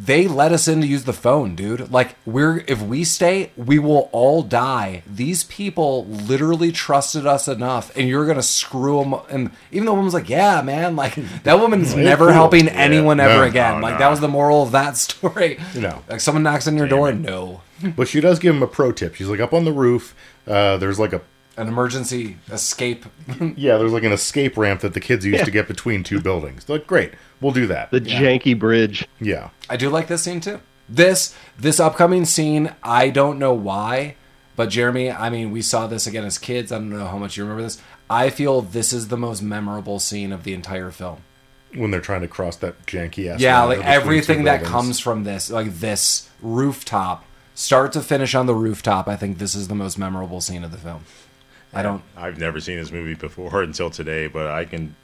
Speaker 1: "They let us in to use the phone, dude. Like, we're if we stay, we will all die. These people literally trusted us enough, and you're gonna screw them." And even the woman's like, "Yeah, man, like that
Speaker 5: *laughs*
Speaker 1: woman's never
Speaker 5: cool.
Speaker 1: helping anyone
Speaker 5: No,
Speaker 1: ever
Speaker 5: no,
Speaker 1: again. like
Speaker 2: no.
Speaker 1: that was the moral of that *laughs* story.
Speaker 5: No.
Speaker 1: like someone knocks on your door, no."
Speaker 5: But she does give him a pro tip. She's like up on the roof. Uh, there's like a
Speaker 1: An emergency escape
Speaker 5: yeah. There's like an escape ramp that the kids used
Speaker 3: Yeah.
Speaker 5: to get between two buildings. They're like great, we'll do that.
Speaker 3: The janky bridge.
Speaker 5: yeah.
Speaker 1: I do like this scene too. This this upcoming scene, I don't know why, but Jeremy, I mean, we saw this again as kids. I don't know how much you remember this. I feel this is the most memorable scene of the entire film.
Speaker 5: when they're trying to cross that janky ass.
Speaker 1: yeah, like
Speaker 5: ladder between two
Speaker 1: everything that
Speaker 5: buildings.
Speaker 1: comes from this, like this rooftop, start to finish on the rooftop. I think this is the most memorable scene of the film. I don't.
Speaker 2: I've never seen this movie before *laughs* until today, but I can,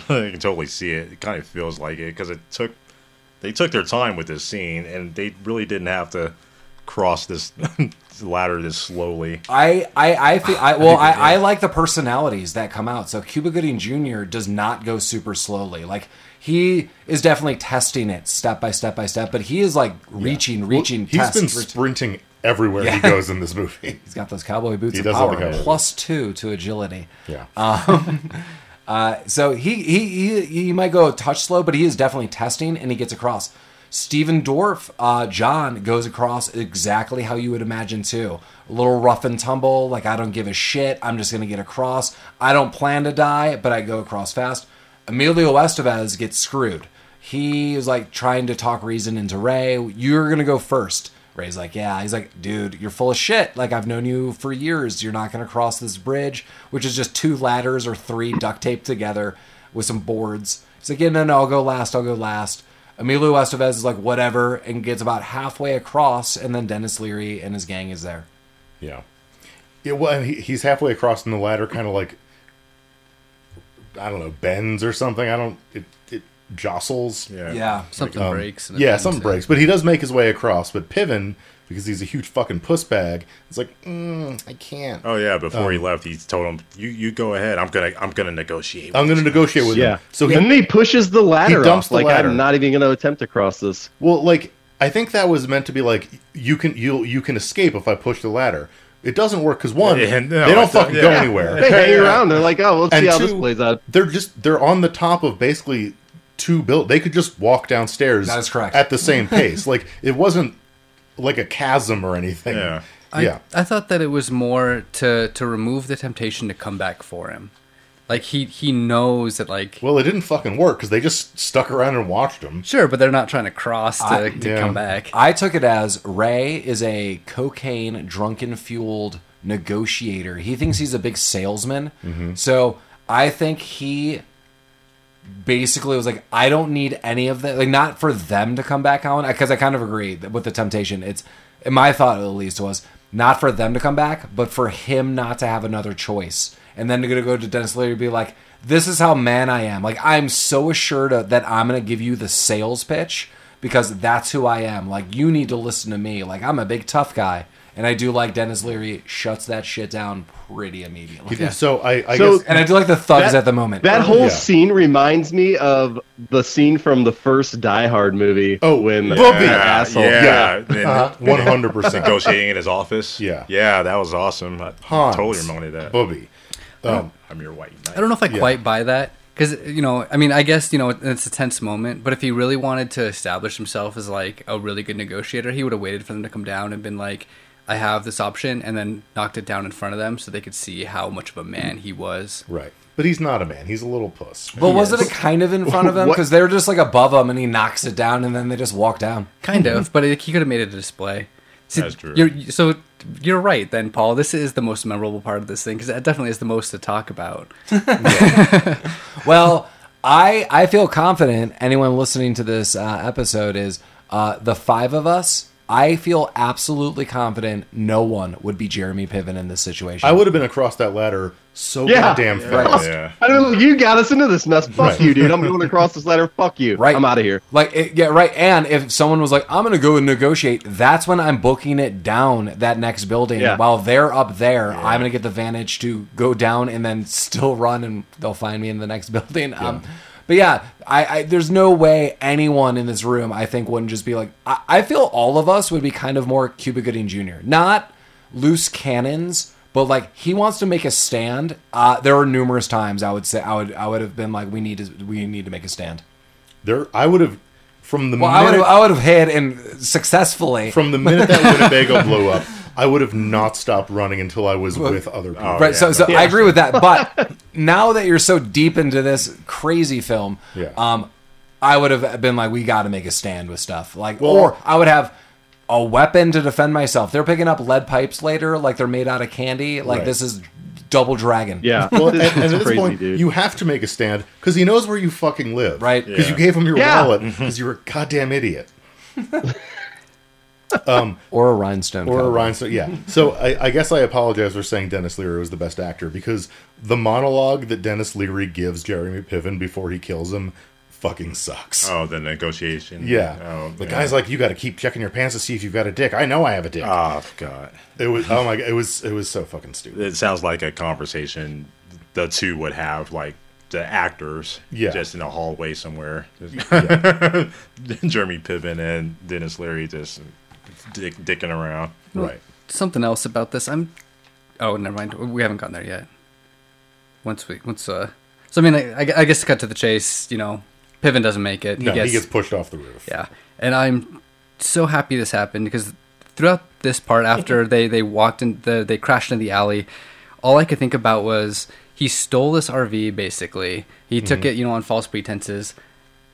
Speaker 2: *laughs* I can totally see it. It kind of feels like it because it took, they took their time with this scene, and they really didn't have to cross this *laughs* ladder this slowly.
Speaker 1: I I I feel I well I, I like the personalities that come out. So Cuba Gooding Jr. does not go super slowly. Like he is definitely testing it step by step by step, but he is like reaching,
Speaker 5: Well,
Speaker 1: reaching.
Speaker 5: He's
Speaker 1: test,
Speaker 5: been
Speaker 1: ret-
Speaker 5: sprinting everywhere he goes in this movie.
Speaker 1: *laughs* he's got those cowboy boots
Speaker 5: He
Speaker 1: of
Speaker 5: does have the
Speaker 1: power,
Speaker 5: cowboy
Speaker 1: plus two to agility.
Speaker 5: Yeah, Um,
Speaker 1: So he, he he he might go a touch slow, but he is definitely testing, and he gets across. Steven Dorff, uh, John goes across exactly how you would imagine too. A little rough and tumble, like I don't give a shit. I'm just gonna get across. I don't plan to die, but I go across fast. Emilio Estevez gets screwed. He is like trying to talk reason into Ray. You're gonna go first. Ray's like, yeah. He's like, dude, you're full of shit. Like, I've known you for years. You're not going to cross this bridge, which is just two ladders or three duct taped together with some boards. He's like, yeah, no, no, I'll go last. I'll go last. Emilio Estevez is like, whatever, and gets about halfway across, and then Dennis Leary and his gang is there.
Speaker 5: yeah, yeah. Well, and he, he's halfway across in the ladder, kind of like I don't know, bends or something. I don't. It, it jostles.
Speaker 2: Yeah.
Speaker 1: Yeah.
Speaker 4: Something breaks. and
Speaker 5: um,
Speaker 4: it
Speaker 5: yeah,
Speaker 4: bends,
Speaker 5: some breaks, but he does make his way across. But Piven, because he's a huge fucking puss bag, it's like mm, I can't.
Speaker 2: Oh yeah, before
Speaker 5: Um,
Speaker 2: he left, he told him, "You you go ahead. I'm gonna I'm gonna negotiate."
Speaker 5: I'm going to negotiate with
Speaker 3: Yeah.
Speaker 5: him. So he
Speaker 3: and then he pushes the ladder
Speaker 5: dumps
Speaker 3: off.
Speaker 5: the
Speaker 3: like
Speaker 5: ladder.
Speaker 3: I'm not even going to attempt to cross this.
Speaker 5: *laughs* Well, like I think that was meant to be like you can you you can escape if I push the ladder. It doesn't work because one,
Speaker 2: Yeah, no,
Speaker 5: they don't
Speaker 2: it's not-
Speaker 5: fucking
Speaker 2: yeah.
Speaker 5: go anywhere,
Speaker 3: They hang around. They're like, oh, we'll see
Speaker 5: and
Speaker 3: how
Speaker 5: two,
Speaker 3: this plays out.
Speaker 5: they're just they're on the top of basically two built. They could just walk downstairs.
Speaker 1: That is correct.
Speaker 5: at the same pace. like it wasn't like a chasm or anything.
Speaker 2: Yeah.
Speaker 4: I,
Speaker 5: yeah.
Speaker 4: I thought that it was more to to remove the temptation to come back for him. Like he he knows that like
Speaker 5: Well, it didn't fucking work because they just stuck around and watched them.
Speaker 4: sure, but they're not trying to cross to,
Speaker 1: I-
Speaker 4: to
Speaker 5: Yeah.
Speaker 4: come back.
Speaker 1: I took it as Ray is a cocaine, drunken, fueled negotiator. He thinks he's a big salesman. So I think he basically was like, I don't need any of that. Like, not for them to come back on, because I kind of agree that- with the temptation. It's my thought, at least, was not for them to come back, but for him not to have another choice. And then to go to Dennis Leary and be like, this is how man I am. Like, I'm so assured of, that I'm going to give you the sales pitch because that's who I am. Like, you need to listen to me. Like, I'm a big tough guy. And I do like Dennis Leary shuts that shit down pretty immediately.
Speaker 5: So I, I
Speaker 3: So-
Speaker 5: guess
Speaker 1: And I do like the thugs
Speaker 3: That-
Speaker 1: at the moment.
Speaker 3: That whole
Speaker 5: Yeah.
Speaker 3: scene reminds me of the scene from the first Die Hard movie.
Speaker 5: Oh,
Speaker 3: when
Speaker 5: yeah,
Speaker 3: they're
Speaker 2: yeah,
Speaker 3: asshole.
Speaker 2: yeah. Then- *laughs*
Speaker 5: one hundred percent
Speaker 2: negotiating in his office.
Speaker 5: Uh-huh. *laughs* Yeah.
Speaker 2: yeah, that was awesome. I
Speaker 5: Hans.
Speaker 2: totally reminded that.
Speaker 5: Booby. Um,
Speaker 2: I'm your white knight.
Speaker 4: I don't know if I
Speaker 5: Yeah.
Speaker 4: quite buy that because you know, I mean, I guess you know it's a tense moment. But if he really wanted to establish himself as like a really good negotiator, he would have waited for them to come down and been like, "I have this option," and then knocked it down in front of them so they could see how much of a man he was.
Speaker 5: right. But he's not a man. He's a little puss.
Speaker 1: but wasn't it kind of in front of him?
Speaker 3: What-
Speaker 1: Because they're just like above him and he knocks it down and then they just walk down.
Speaker 4: Kind
Speaker 5: Mm-hmm.
Speaker 4: of, but it, he could have made it a display. See,
Speaker 2: That's true.
Speaker 4: You're, so you're right, then, Paul. This is the most memorable part of this thing because that definitely is the most to talk about.
Speaker 1: Well, I I feel confident. Anyone listening to this uh, episode is uh, the five of us. I feel absolutely confident no one would be Jeremy Piven in this situation.
Speaker 5: I would have been across that ladder so
Speaker 3: Yeah.
Speaker 5: goddamn fast.
Speaker 2: Yeah,
Speaker 3: I don't know. You got us into this mess. Fuck
Speaker 5: Right.
Speaker 3: you,
Speaker 5: *laughs*
Speaker 3: dude. I'm going across this ladder. Fuck you.
Speaker 1: Right.
Speaker 3: I'm out of here.
Speaker 1: Like, it, yeah, right. And if someone was like, I'm going to go and negotiate, that's when I'm booking it down that next building.
Speaker 3: Yeah.
Speaker 1: While they're up there, I'm going to get the vantage to go down and then still run and they'll find me in the next *laughs* building. Um, but yeah, I, I there's no way anyone in this room, I think, wouldn't just be like, I, I feel all of us would be kind of more Cuba Gooding Jr. Not loose cannons. But like he wants to make a stand. Uh, there were numerous times I would say I would I would have been like we need to we need to make a stand.
Speaker 5: There, I would have from the
Speaker 1: Well, I would
Speaker 5: minute,
Speaker 1: have, I would have hit and successfully.
Speaker 5: from the minute that Winnebago blew up, I would have not stopped running until I was with
Speaker 3: oh,
Speaker 5: other people.
Speaker 1: right. so,
Speaker 2: yeah,
Speaker 1: so I agree with that. But now that you're so deep into this crazy film,
Speaker 5: Yeah.
Speaker 1: um, I would have been like, we got to make a stand with stuff. Like,
Speaker 5: Well-
Speaker 1: or I would have a weapon to defend myself. They're picking up lead pipes later, like they're made out of candy. Like
Speaker 5: Right.
Speaker 1: this is double dragon.
Speaker 3: Yeah.
Speaker 5: *laughs* Well, and,
Speaker 3: This
Speaker 5: and
Speaker 3: is
Speaker 5: at this
Speaker 3: crazy,
Speaker 5: point,
Speaker 3: dude.
Speaker 5: you have to make a stand because he knows where you fucking live,
Speaker 1: Right.
Speaker 5: Because
Speaker 2: Yeah.
Speaker 5: you gave him your
Speaker 3: Yeah. Mm-hmm.
Speaker 5: wallet because you're a goddamn idiot.
Speaker 1: Or a rhinestone.
Speaker 5: Or a
Speaker 1: cowboy.
Speaker 5: rhinestone, yeah. So I, I guess I apologize for saying Dennis Leary was the best actor because the monologue that Dennis Leary gives Jeremy Piven before he kills him fucking sucks.
Speaker 2: Oh, the negotiation.
Speaker 5: Yeah,
Speaker 2: Oh,
Speaker 5: the
Speaker 2: yeah.
Speaker 5: guy's like, "You got to keep checking your pants to see if you've got a dick." I know I have a dick.
Speaker 2: Oh God.
Speaker 5: it was oh my, god, it was it was so fucking stupid.
Speaker 2: It sounds like a conversation the two would have, like the actors,
Speaker 5: Yeah.
Speaker 2: just in a hallway somewhere. *laughs* Jeremy Piven and Dennis Leary just dick, dicking around.
Speaker 5: Right.
Speaker 4: Something else about this, I'm. Oh, never mind. We haven't gotten there yet. Once we, once uh, so I mean, I, I guess to cut to the chase, you know, Piven doesn't make it.
Speaker 5: No, he gets pushed off the roof.
Speaker 4: Yeah, and I'm so happy this happened because throughout this part, after they they walked in, the, they crashed in the alley. All I could think about was he stole this RV. Basically, he took it, you know, on false pretenses.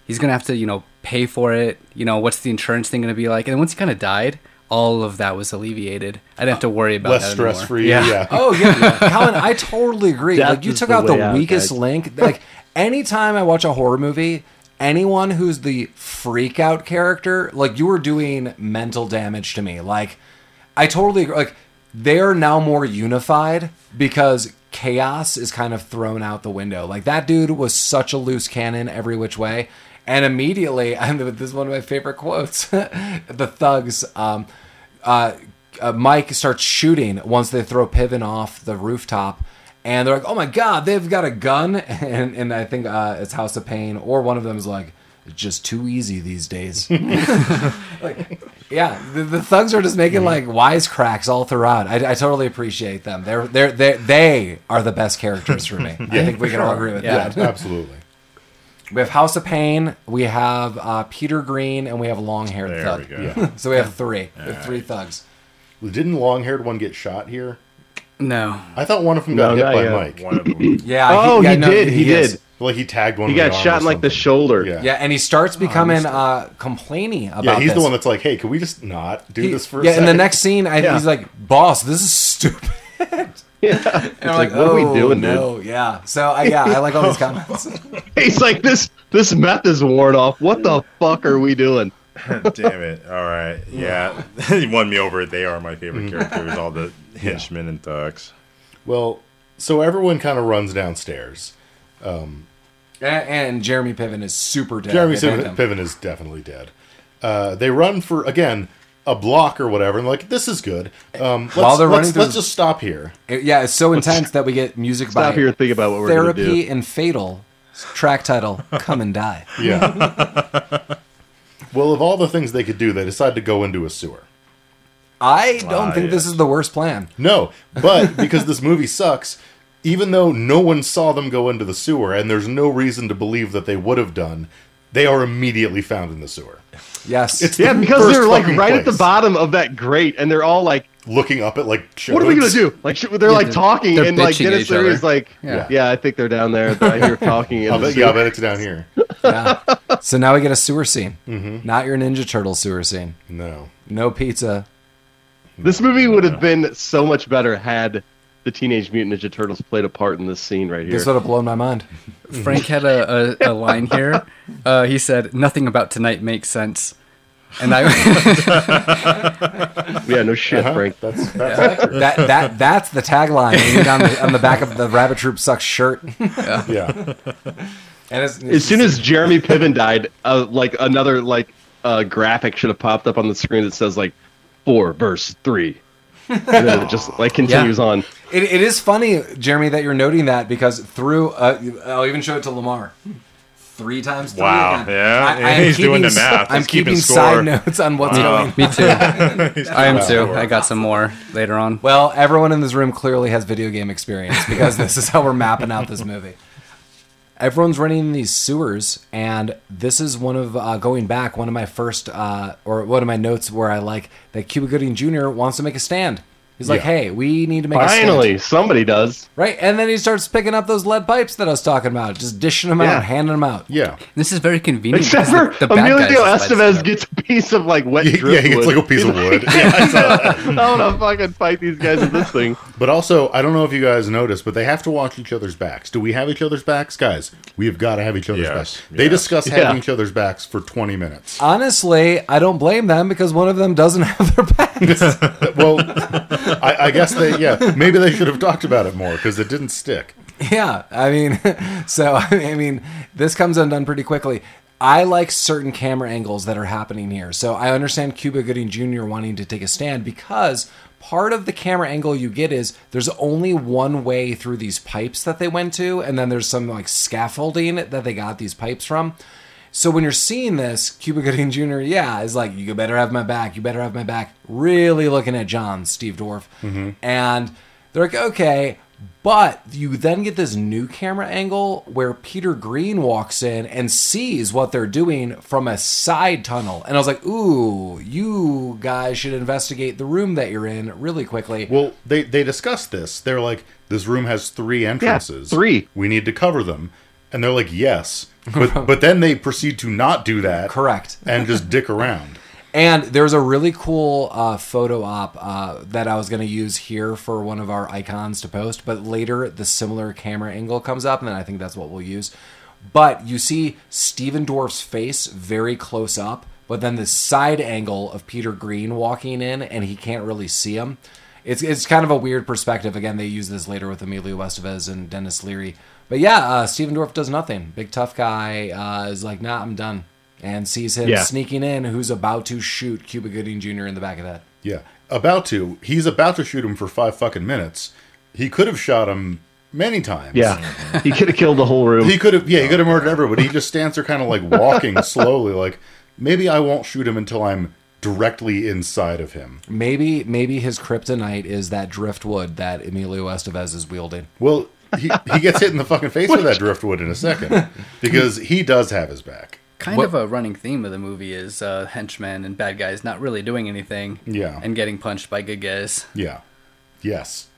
Speaker 4: He's gonna have to, you know, pay for it. You know, what's the insurance thing gonna be like? And then once he kind of died, all of that was alleviated. I didn't have to worry about
Speaker 5: Less
Speaker 4: that
Speaker 5: stress
Speaker 4: anymore.
Speaker 5: free. Yeah. *laughs*
Speaker 1: Oh yeah, yeah. Colin, I totally agree.
Speaker 3: Death
Speaker 1: like you
Speaker 3: is
Speaker 1: took
Speaker 3: the
Speaker 1: out the
Speaker 3: way out,
Speaker 1: weakest
Speaker 3: guys.
Speaker 1: link. Like anytime I watch a horror movie, anyone who's the freak out character, like you were doing mental damage to me. Like I totally agree. Like they're now more unified because chaos is kind of thrown out the window. Like that dude was such a loose cannon every which way. And immediately, *laughs* and this is one of my favorite quotes. *laughs* the thugs, um, uh, uh, Mike starts shooting once they throw Piven off the rooftop. And they're like, oh my God, they've got a gun. *laughs* And, and I think uh, it's House of Pain, or one of them is like, it's just too easy these days. like, yeah, the, the thugs are just making like wisecracks all throughout. I, I totally appreciate them. They're, they're, they're, they are the best characters for me. I think we can all agree with
Speaker 4: Yeah.
Speaker 1: that.
Speaker 5: Absolutely.
Speaker 1: We have House of Pain, we have uh, Peter Green, and we have Long Haired
Speaker 2: There
Speaker 1: Thug.
Speaker 2: we go.
Speaker 5: Yeah.
Speaker 1: *laughs* So we have three. We have three thugs.
Speaker 5: Didn't long haired one get shot here?
Speaker 4: No,
Speaker 5: I thought one of them
Speaker 3: No,
Speaker 5: got hit
Speaker 3: not
Speaker 5: by
Speaker 3: yet.
Speaker 5: Mike.
Speaker 2: One of them.
Speaker 1: Yeah.
Speaker 3: Oh,
Speaker 1: yeah,
Speaker 3: he
Speaker 1: no,
Speaker 3: did. He,
Speaker 1: is.
Speaker 3: did.
Speaker 5: Like he tagged one.
Speaker 3: He
Speaker 5: with the
Speaker 3: got
Speaker 5: arm
Speaker 3: shot
Speaker 5: or
Speaker 3: in like the
Speaker 5: something.
Speaker 3: shoulder.
Speaker 5: Yeah.
Speaker 1: Yeah, and he
Speaker 3: Oh,
Speaker 1: starts becoming uh, complaining about.
Speaker 5: Yeah, he's the
Speaker 1: this.
Speaker 5: one that's like, "Hey, can we just not do
Speaker 1: He-
Speaker 5: this for a
Speaker 1: yeah,
Speaker 5: second?
Speaker 1: in the next scene, I,
Speaker 3: Yeah.
Speaker 1: he's like, "Boss, this is *laughs* stupid."
Speaker 3: Yeah.
Speaker 1: And I'm
Speaker 3: *laughs* It's
Speaker 1: like,
Speaker 3: like, what are we
Speaker 1: "Oh,
Speaker 3: doing,
Speaker 1: No, yeah. So I, yeah, I like all
Speaker 3: *laughs*
Speaker 1: these comments.
Speaker 3: He's like, this this meth is worn off. What the fuck are we doing?
Speaker 2: Damn it! All right, yeah, *laughs* he won me over. They are my favorite
Speaker 5: Mm-hmm.
Speaker 2: characters.
Speaker 5: *laughs*
Speaker 2: All the henchmen and thugs.
Speaker 5: Well, so everyone kind of runs downstairs.
Speaker 1: and, and Jeremy Piven is super dead.
Speaker 5: Jeremy
Speaker 1: They
Speaker 5: Piven,
Speaker 1: named him.
Speaker 5: Piven is definitely dead. Uh, they run for again a block or whatever, and like this is good. Um, let's,
Speaker 1: While they're running
Speaker 5: let's,
Speaker 1: through-
Speaker 5: let's just stop here.
Speaker 1: It- yeah, it's so intense that we get music by
Speaker 3: Stop here and think about what we're gonna
Speaker 1: therapy and fatal track title "Come and
Speaker 3: *laughs*
Speaker 1: Die."
Speaker 5: Yeah. well, of all the things they could do, they decide to go into a sewer.
Speaker 1: I don't
Speaker 2: Ah,
Speaker 1: think this
Speaker 2: yes.
Speaker 1: is the worst plan.
Speaker 5: No,
Speaker 1: *laughs*
Speaker 5: but because this movie sucks, even though no one saw them go into the sewer, and there's no reason to believe that they would have done, they are immediately found in the sewer.
Speaker 1: Yes,
Speaker 5: It's
Speaker 3: Yeah,
Speaker 5: the
Speaker 3: because
Speaker 5: first
Speaker 3: they're like
Speaker 5: fucking
Speaker 3: right at the
Speaker 5: place.
Speaker 3: bottom of that grate, and they're all like,
Speaker 5: looking up at like.
Speaker 3: "What are we gonna
Speaker 5: shipwrecks.
Speaker 3: do?" Like sh- they're like
Speaker 4: they're-
Speaker 3: talking,
Speaker 4: they're
Speaker 3: and like
Speaker 4: bitching at
Speaker 3: Dennis
Speaker 4: each
Speaker 3: Leary
Speaker 4: other.
Speaker 3: is like,
Speaker 4: Yeah.
Speaker 3: yeah. I think they're down there. They're out here talking."
Speaker 5: *laughs* I
Speaker 3: And
Speaker 5: bet, yeah, I bet it's down here.
Speaker 3: *laughs*
Speaker 1: yeah. so now we get a sewer scene,
Speaker 3: Mm-hmm.
Speaker 1: not your Ninja Turtle sewer scene.
Speaker 5: No.
Speaker 1: No pizza.
Speaker 3: this movie would have been so much better had the Teenage Mutant Ninja Turtles played a part in this scene right here.
Speaker 1: This would have blown my mind.
Speaker 4: Frank had a, a, a line here. Uh, he said, "Nothing about tonight makes sense," and I
Speaker 3: yeah, no shit,
Speaker 5: Uh-huh.
Speaker 3: Frank.
Speaker 5: That's that's
Speaker 1: That that that's the tagline you need on the, on the back of the Rabbit Troop sucks shirt. And
Speaker 5: yeah.
Speaker 1: it's,
Speaker 3: As soon as Jeremy Piven died, uh, like another like uh, graphic should have popped up on the screen that says like four verse three, and then it just like continues on.
Speaker 1: It, it is funny, Jeremy, that you're noting that because through uh, I'll even show it to Lamar. Three times. Three
Speaker 2: Wow,
Speaker 1: again.
Speaker 2: yeah,
Speaker 1: I- I
Speaker 2: and
Speaker 1: am
Speaker 2: *laughs* he's doing the
Speaker 1: keeping-
Speaker 2: math.
Speaker 1: I'm
Speaker 2: He's keeping
Speaker 1: keeping
Speaker 2: score.
Speaker 1: side notes on what's going.
Speaker 4: me too. I am too. I got some more later on.
Speaker 1: Well, everyone in this room clearly has video game experience because this is how we're mapping out this movie. Everyone's running in these sewers, and this is one of uh, going back. One of my first, uh, or one of my notes where I like that Cuba Gooding Jr. wants to make a stand. He's like,
Speaker 5: Yeah.
Speaker 1: "Hey, we need to make a stand."
Speaker 3: Finally, somebody does.
Speaker 1: Right, and then he starts picking up those lead pipes that I was talking about, just dishing them
Speaker 3: Yeah.
Speaker 1: out, handing them out.
Speaker 5: Yeah.
Speaker 4: This is very convenient.
Speaker 3: Except for
Speaker 4: because bad
Speaker 3: Emilio
Speaker 4: guys is
Speaker 3: Estevez
Speaker 4: like-
Speaker 3: gets a piece of like wet
Speaker 5: Yeah,
Speaker 3: driftwood.
Speaker 5: he gets like a piece of wood. Yeah.
Speaker 3: *laughs* I want to fucking fight these guys with this thing.
Speaker 5: But also, I don't know if you guys noticed, but they have to watch each other's backs. Do we have each other's backs? Guys, we have got to have each other's
Speaker 2: Yes,
Speaker 5: backs.
Speaker 2: yeah.
Speaker 5: They discuss having
Speaker 3: Yeah.
Speaker 5: each other's backs for 20 minutes.
Speaker 1: Honestly, I don't blame them because one of them doesn't *laughs* have their pants.
Speaker 5: *laughs* well, I, I guess they, yeah, maybe they should have talked about it more because it didn't stick.
Speaker 1: *laughs* Yeah, I mean, so *laughs* I mean, this comes undone pretty quickly. I like certain camera angles that are happening here. So I understand Cuba Gooding Jr. wanting to take a stand because part of the camera angle you get is there's only one way through these pipes that they went to, and then there's some like scaffolding that they got these pipes from. So when you're seeing this, Cuba Gooding Jr. Yeah, is like, you better have my back. You better have my back. Really looking at John Steve Dwarf, and they're like, okay. But you then get this new camera angle where Peter Green walks in and sees what they're doing from a side tunnel, and I was like, ooh, you guys should investigate the room that you're in really quickly.
Speaker 5: Well, they, they discussed this. They're like, this room has three entrances.
Speaker 3: three.
Speaker 5: We need to cover them. And they're like, yes. But, but then they proceed to not do that.
Speaker 1: Correct.
Speaker 5: And just dick around.
Speaker 1: And there's a really cool uh, photo op uh, that I was going to use here for one of our icons to post, but later the similar camera angle comes up, and then I think that's what we'll use. But you see Steven Dorff's face very close up, but then the side angle of Peter Green walking in, and he can't really see him. It's, it's kind of a weird perspective. Again, they use this later with Emilio Estevez and Dennis Leary. But yeah, uh, Steven Dorff does nothing. Big tough guy uh, is like, nah, I'm done. And sees him
Speaker 3: Yeah.
Speaker 1: sneaking in who's about to shoot Cuba Gooding Jr. in the back of the head.
Speaker 5: Yeah. About to. He's about to shoot him for five fucking minutes. He could have shot him many times.
Speaker 3: Yeah, he could have killed the whole room.
Speaker 5: He could have, yeah, he could have murdered everybody. He just stands there, kind of like
Speaker 1: *laughs*
Speaker 5: walking slowly, like maybe I won't shoot him until I'm directly inside of him.
Speaker 1: Maybe maybe his kryptonite is that driftwood that Emilio Estevez is wielding.
Speaker 5: Well, he, he gets hit in the fucking face with that driftwood in a second because he does have his back.
Speaker 4: Kind
Speaker 1: What-
Speaker 4: of a running theme of the movie is uh, henchmen and bad guys not really doing anything.
Speaker 5: Yeah.
Speaker 4: And getting punched by good guys.
Speaker 5: Yeah. Yes.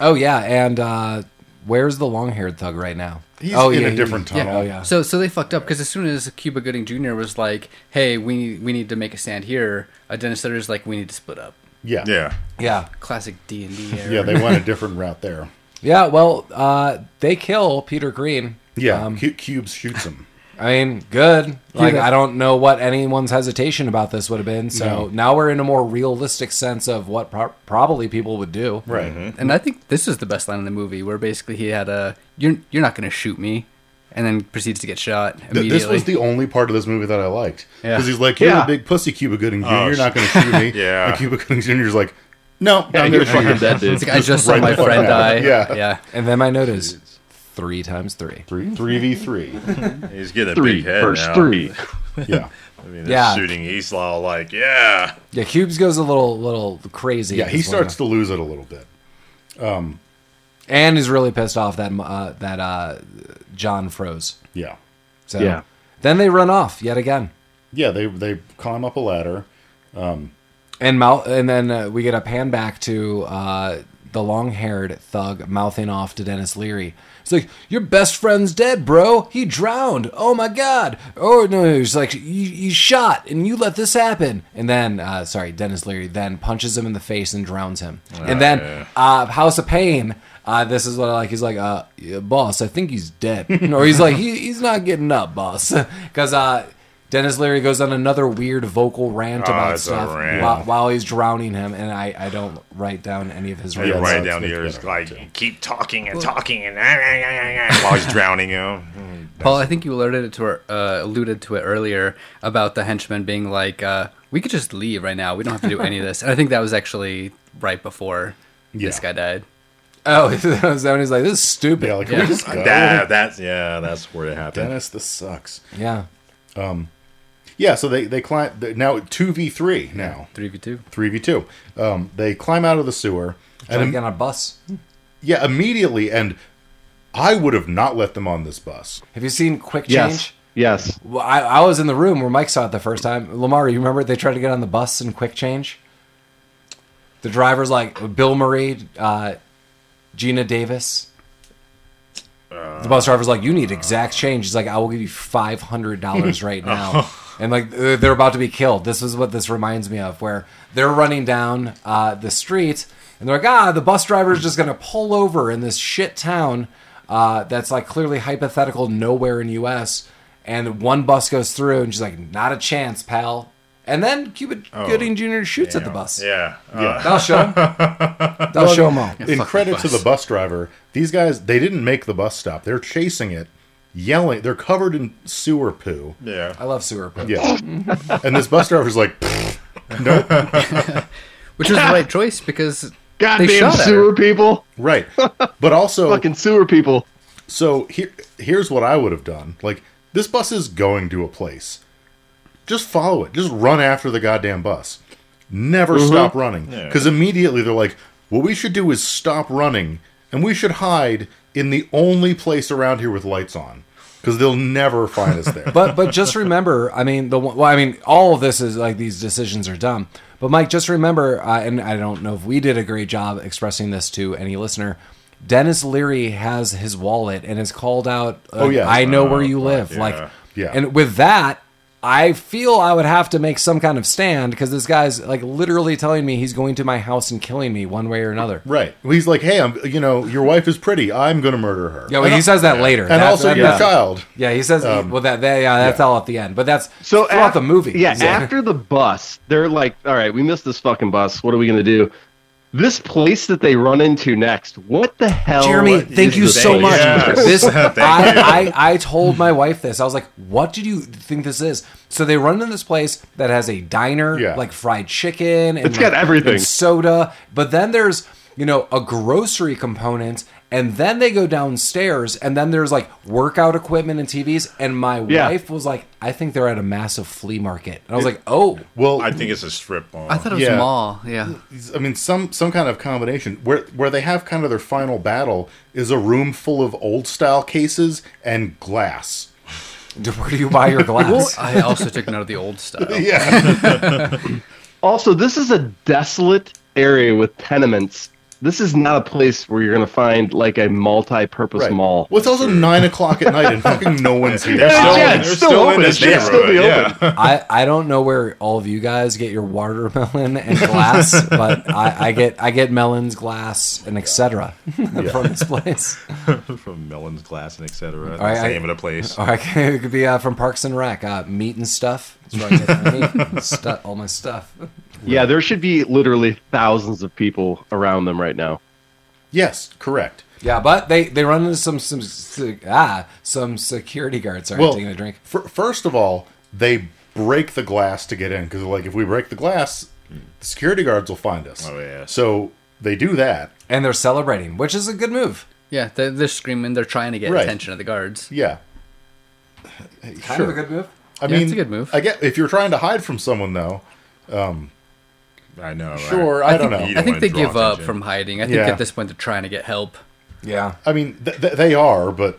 Speaker 1: Oh yeah, and uh, where's the long haired thug right now?
Speaker 5: He's
Speaker 1: oh,
Speaker 5: in
Speaker 1: yeah,
Speaker 5: a different
Speaker 1: he- yeah,
Speaker 5: tunnel.
Speaker 1: oh yeah.
Speaker 4: So so they fucked up because as soon as Cuba Gooding Jr. was like, "Hey, we we need to make a stand here," uh, Dennis Leary's like, "We need to split up."
Speaker 5: Yeah.
Speaker 2: Yeah.
Speaker 1: Yeah.
Speaker 4: Classic D and D
Speaker 5: Yeah.
Speaker 4: era.
Speaker 5: They went a different route there.
Speaker 1: Yeah, well, uh, they kill Peter Green.
Speaker 5: Yeah.
Speaker 1: Um,
Speaker 5: Cu- Cubes shoots him.
Speaker 1: I mean, good. Like
Speaker 4: Yeah.
Speaker 1: I don't know what anyone's hesitation about this would have been. So
Speaker 5: No.
Speaker 1: now we're in a more realistic sense of what pro- probably people would do.
Speaker 5: Right.
Speaker 4: And I think this is the best line in the movie, where basically he had a, "You're you're not gonna shoot me." and then proceeds to get shot immediately.
Speaker 5: Th- this was the only part of this movie that I liked
Speaker 4: Yeah.
Speaker 5: because he's like, "You're
Speaker 3: Yeah.
Speaker 5: a big pussy, Cuba Gooding Jr.
Speaker 2: Oh,
Speaker 5: you're not going to shoot me."
Speaker 2: *laughs* Yeah.
Speaker 5: and Cuba Gooding Jr. is like, "No,
Speaker 3: Yeah,
Speaker 5: I'm
Speaker 3: you're
Speaker 5: gonna shoot
Speaker 3: fucking
Speaker 5: you."
Speaker 3: dead, dude.
Speaker 4: It's like, I just saw
Speaker 5: right
Speaker 4: my
Speaker 5: the fuck
Speaker 4: friend
Speaker 5: out.
Speaker 4: die.
Speaker 5: Yeah.
Speaker 4: yeah.
Speaker 1: And then my note is three times three.
Speaker 5: *laughs* Three, three v three.
Speaker 2: He's getting a
Speaker 3: Three
Speaker 2: big head
Speaker 3: verse
Speaker 2: now.
Speaker 3: three.
Speaker 5: Yeah,
Speaker 2: I mean, they're
Speaker 1: Yeah.
Speaker 2: shooting Eastlaw like, yeah.
Speaker 1: Yeah, Cubes goes a little little crazy.
Speaker 5: yeah.
Speaker 1: at
Speaker 5: He
Speaker 1: this one.
Speaker 5: starts to lose it a little bit.
Speaker 1: and is really pissed off that uh, that uh, John froze.
Speaker 5: Yeah,
Speaker 1: So
Speaker 3: Yeah.
Speaker 1: then they run off yet again,
Speaker 5: yeah. They they climb up a ladder.
Speaker 1: and mouth, and then uh, we get a pan back to uh, the long-haired thug mouthing off to Dennis Leary. It's like your best friend's dead, bro. He drowned. Oh my god. Oh no, he's like you, you shot and you let this happen. And then, uh, sorry, Dennis Leary then punches him in the face and drowns him. and then
Speaker 2: Ah, yeah.
Speaker 1: uh, House of Pain. Uh, this is what I like. He's like, uh, yeah, boss, I think he's dead. *laughs* or he's like, he, he's not getting up, boss. *laughs* Because uh, Dennis Leary goes on another weird vocal rant
Speaker 2: Ah,
Speaker 1: about
Speaker 2: it's a
Speaker 1: stuff
Speaker 2: rant.
Speaker 1: while, while he's drowning him. And I, I don't write down any of his
Speaker 2: And
Speaker 1: rants.
Speaker 5: Yeah,
Speaker 2: right
Speaker 5: so
Speaker 2: down
Speaker 5: it's
Speaker 2: here
Speaker 5: much
Speaker 2: is
Speaker 5: better,
Speaker 2: like,
Speaker 5: too.
Speaker 2: keep talking and talking and *laughs* while he's drowning him.
Speaker 4: Paul, I think you alerted it to it- uh, alluded to it earlier about the henchman being like, uh, "We could just leave right now. We don't have to do any of this." And I think that was actually right before this
Speaker 5: Yeah.
Speaker 4: guy died.
Speaker 1: Oh, *laughs* that was when he's like, this is stupid.
Speaker 5: Yeah,
Speaker 1: Yeah.
Speaker 5: like "Can we just go?
Speaker 2: That, that's yeah, that's where it happened.
Speaker 5: Dennis, this sucks. Yeah, so they they climb they- now two v three now
Speaker 4: Three v two.
Speaker 5: three v two. Um, they climb out of the sewer and
Speaker 1: Trying to
Speaker 5: im-
Speaker 1: get on a bus.
Speaker 5: yeah immediately and I would have not let them on this bus.
Speaker 1: Have you seen Quick Change?
Speaker 3: Yes. Yes.
Speaker 1: Well, I, I was in the room where Mike saw it the first time. Lamar, you remember they tried to get on the bus in quick change? The driver's like Bill Murray, uh, Gina Davis. the bus driver's like, you need exact change. He's like, I will give you five hundred dollars right now. and like they're they're about to be killed. This is what this reminds me of, where they're running down uh, the street and they're like, ah, the bus driver's just gonna pull over in this shit town uh, that's like clearly hypothetical nowhere in U.S. And one bus goes through, and she's like, not a chance, pal. And then Cuba Gooding Jr. shoots at the bus.
Speaker 2: yeah. Uh,
Speaker 1: That'll show
Speaker 5: *laughs*
Speaker 1: him. That'll show him all.
Speaker 5: in credit to the bus driver, these guys they didn't make the bus stop. They're chasing it, yelling. They're covered in sewer poo.
Speaker 2: yeah.
Speaker 1: I love sewer poo.
Speaker 5: Yeah, and this bus driver's like, nope,
Speaker 4: which was the right choice because they
Speaker 3: Goddamn
Speaker 4: shot at
Speaker 3: sewer
Speaker 4: her.
Speaker 3: people.
Speaker 5: right. But also,
Speaker 3: Fucking sewer people.
Speaker 5: so here, here's what I would have done. Like this bus is going to a place. Just follow it. Just run after the goddamn bus. Never stop running because immediately they're like, what we should do is stop running and we should hide in the only place around here with lights on because they'll never find us there.
Speaker 1: but but just remember, I mean the one- well, I mean all of this is like these decisions are dumb. But Mike, just remember, uh, and I don't know if we did a great job expressing this to any listener. Dennis Leary has his wallet and is called out. Uh,
Speaker 5: Oh, yeah.
Speaker 1: I know where you live.
Speaker 2: yeah.
Speaker 1: Like,
Speaker 5: Yeah.
Speaker 1: And with that, I feel I would have to make some kind of stand because this guy's like literally telling me he's going to my house and killing me one way or another.
Speaker 5: Right. Well, he's like, hey, I'm, you know, your wife is pretty. I'm going to murder her.
Speaker 1: Yeah, well, he says that later.
Speaker 5: and
Speaker 1: That's-
Speaker 5: also
Speaker 1: that-
Speaker 5: your
Speaker 1: that's-
Speaker 5: child.
Speaker 1: Yeah, he says. well, that, that yeah, that's all at the end. But that's
Speaker 3: So
Speaker 1: throughout
Speaker 3: af-
Speaker 1: the movie.
Speaker 3: yeah.
Speaker 1: So-
Speaker 3: After the bus, they're like, "All right, we missed this fucking bus. What are we gonna do?" This place that they run into next. What the
Speaker 1: *laughs*
Speaker 3: hell?
Speaker 1: Jeremy,
Speaker 3: is
Speaker 1: thank you
Speaker 3: this
Speaker 1: so
Speaker 3: place?
Speaker 1: much.
Speaker 2: Yes.
Speaker 3: *laughs*
Speaker 1: This
Speaker 2: Thank
Speaker 1: I, I I told my wife this. I was like, "What did you think this is?" So they run into this place that has a diner,
Speaker 5: Yeah.
Speaker 1: like fried chicken. And
Speaker 3: It's got
Speaker 1: like-
Speaker 3: everything.
Speaker 1: and soda. But then there's you know a grocery component, and then they go downstairs, and then there's like workout equipment and TVs. And my
Speaker 3: Yeah.
Speaker 1: wife was like, "I think they're at a massive flea market," and I was like, "Oh." *laughs*
Speaker 5: Well,
Speaker 2: I
Speaker 5: I,
Speaker 2: think it's a strip mall.
Speaker 4: I thought it was
Speaker 5: Yeah.
Speaker 4: Maul. Yeah,
Speaker 5: mean, some some kind of combination where where they have kind of their final battle is a room full of old style cases and glass.
Speaker 1: Where do you buy
Speaker 3: *laughs*
Speaker 1: your glass?
Speaker 4: I
Speaker 5: *laughs*
Speaker 4: also took note of the old stuff.
Speaker 5: Yeah,
Speaker 3: Also, this is a desolate area with tenements. This is not a place where you're gonna find like a multi-purpose
Speaker 5: right.
Speaker 3: mall.
Speaker 5: Well, it's also nine o'clock at night and fucking no one's here.
Speaker 2: They're still,
Speaker 3: yeah,
Speaker 2: in-
Speaker 3: it's
Speaker 2: they're
Speaker 3: still open.
Speaker 2: in this
Speaker 3: It should still be
Speaker 2: neighborhood, yeah.
Speaker 1: I, I don't know where all of you guys get your watermelon and
Speaker 5: *laughs*
Speaker 1: glass, but I, I get I get melons, glass, and etc. from this place.
Speaker 2: *laughs* From Melon's Glass and etc.
Speaker 1: right,
Speaker 2: That's the
Speaker 1: I-
Speaker 2: name of the place.
Speaker 1: Or I can, it could be uh, from Parks and Rec, uh, meat and stuff. That's where I get my meat and stu- all my stuff.
Speaker 3: Yeah, there should be literally thousands of people around them right now.
Speaker 5: Yes, correct.
Speaker 1: Yeah, but they they run into some some se- ah some security guards. Sorry,
Speaker 5: Well,
Speaker 1: taking a drink.
Speaker 5: fir- first of all, they break the glass to get in because, like, if we break the glass, the security guards will find us.
Speaker 2: Oh, yeah.
Speaker 5: So they do that.
Speaker 1: and they're celebrating, which is a good move.
Speaker 4: Yeah, they're, they're screaming. They're trying to get
Speaker 5: Right.
Speaker 4: attention of the guards.
Speaker 5: Yeah.
Speaker 1: Kind
Speaker 5: sure.
Speaker 1: of a good move.
Speaker 5: I
Speaker 4: Yeah,
Speaker 5: mean,
Speaker 4: it's a good move.
Speaker 5: I get if you're trying to hide from someone, though.
Speaker 2: I know. right?
Speaker 5: Sure, I, don't know.
Speaker 2: you
Speaker 4: I think
Speaker 2: wanna
Speaker 4: they
Speaker 2: draw
Speaker 4: give up
Speaker 2: attention.
Speaker 4: from hiding. I think
Speaker 5: Yeah.
Speaker 4: at this point they're trying to get help.
Speaker 1: Yeah,
Speaker 5: I mean, th- th- they are, but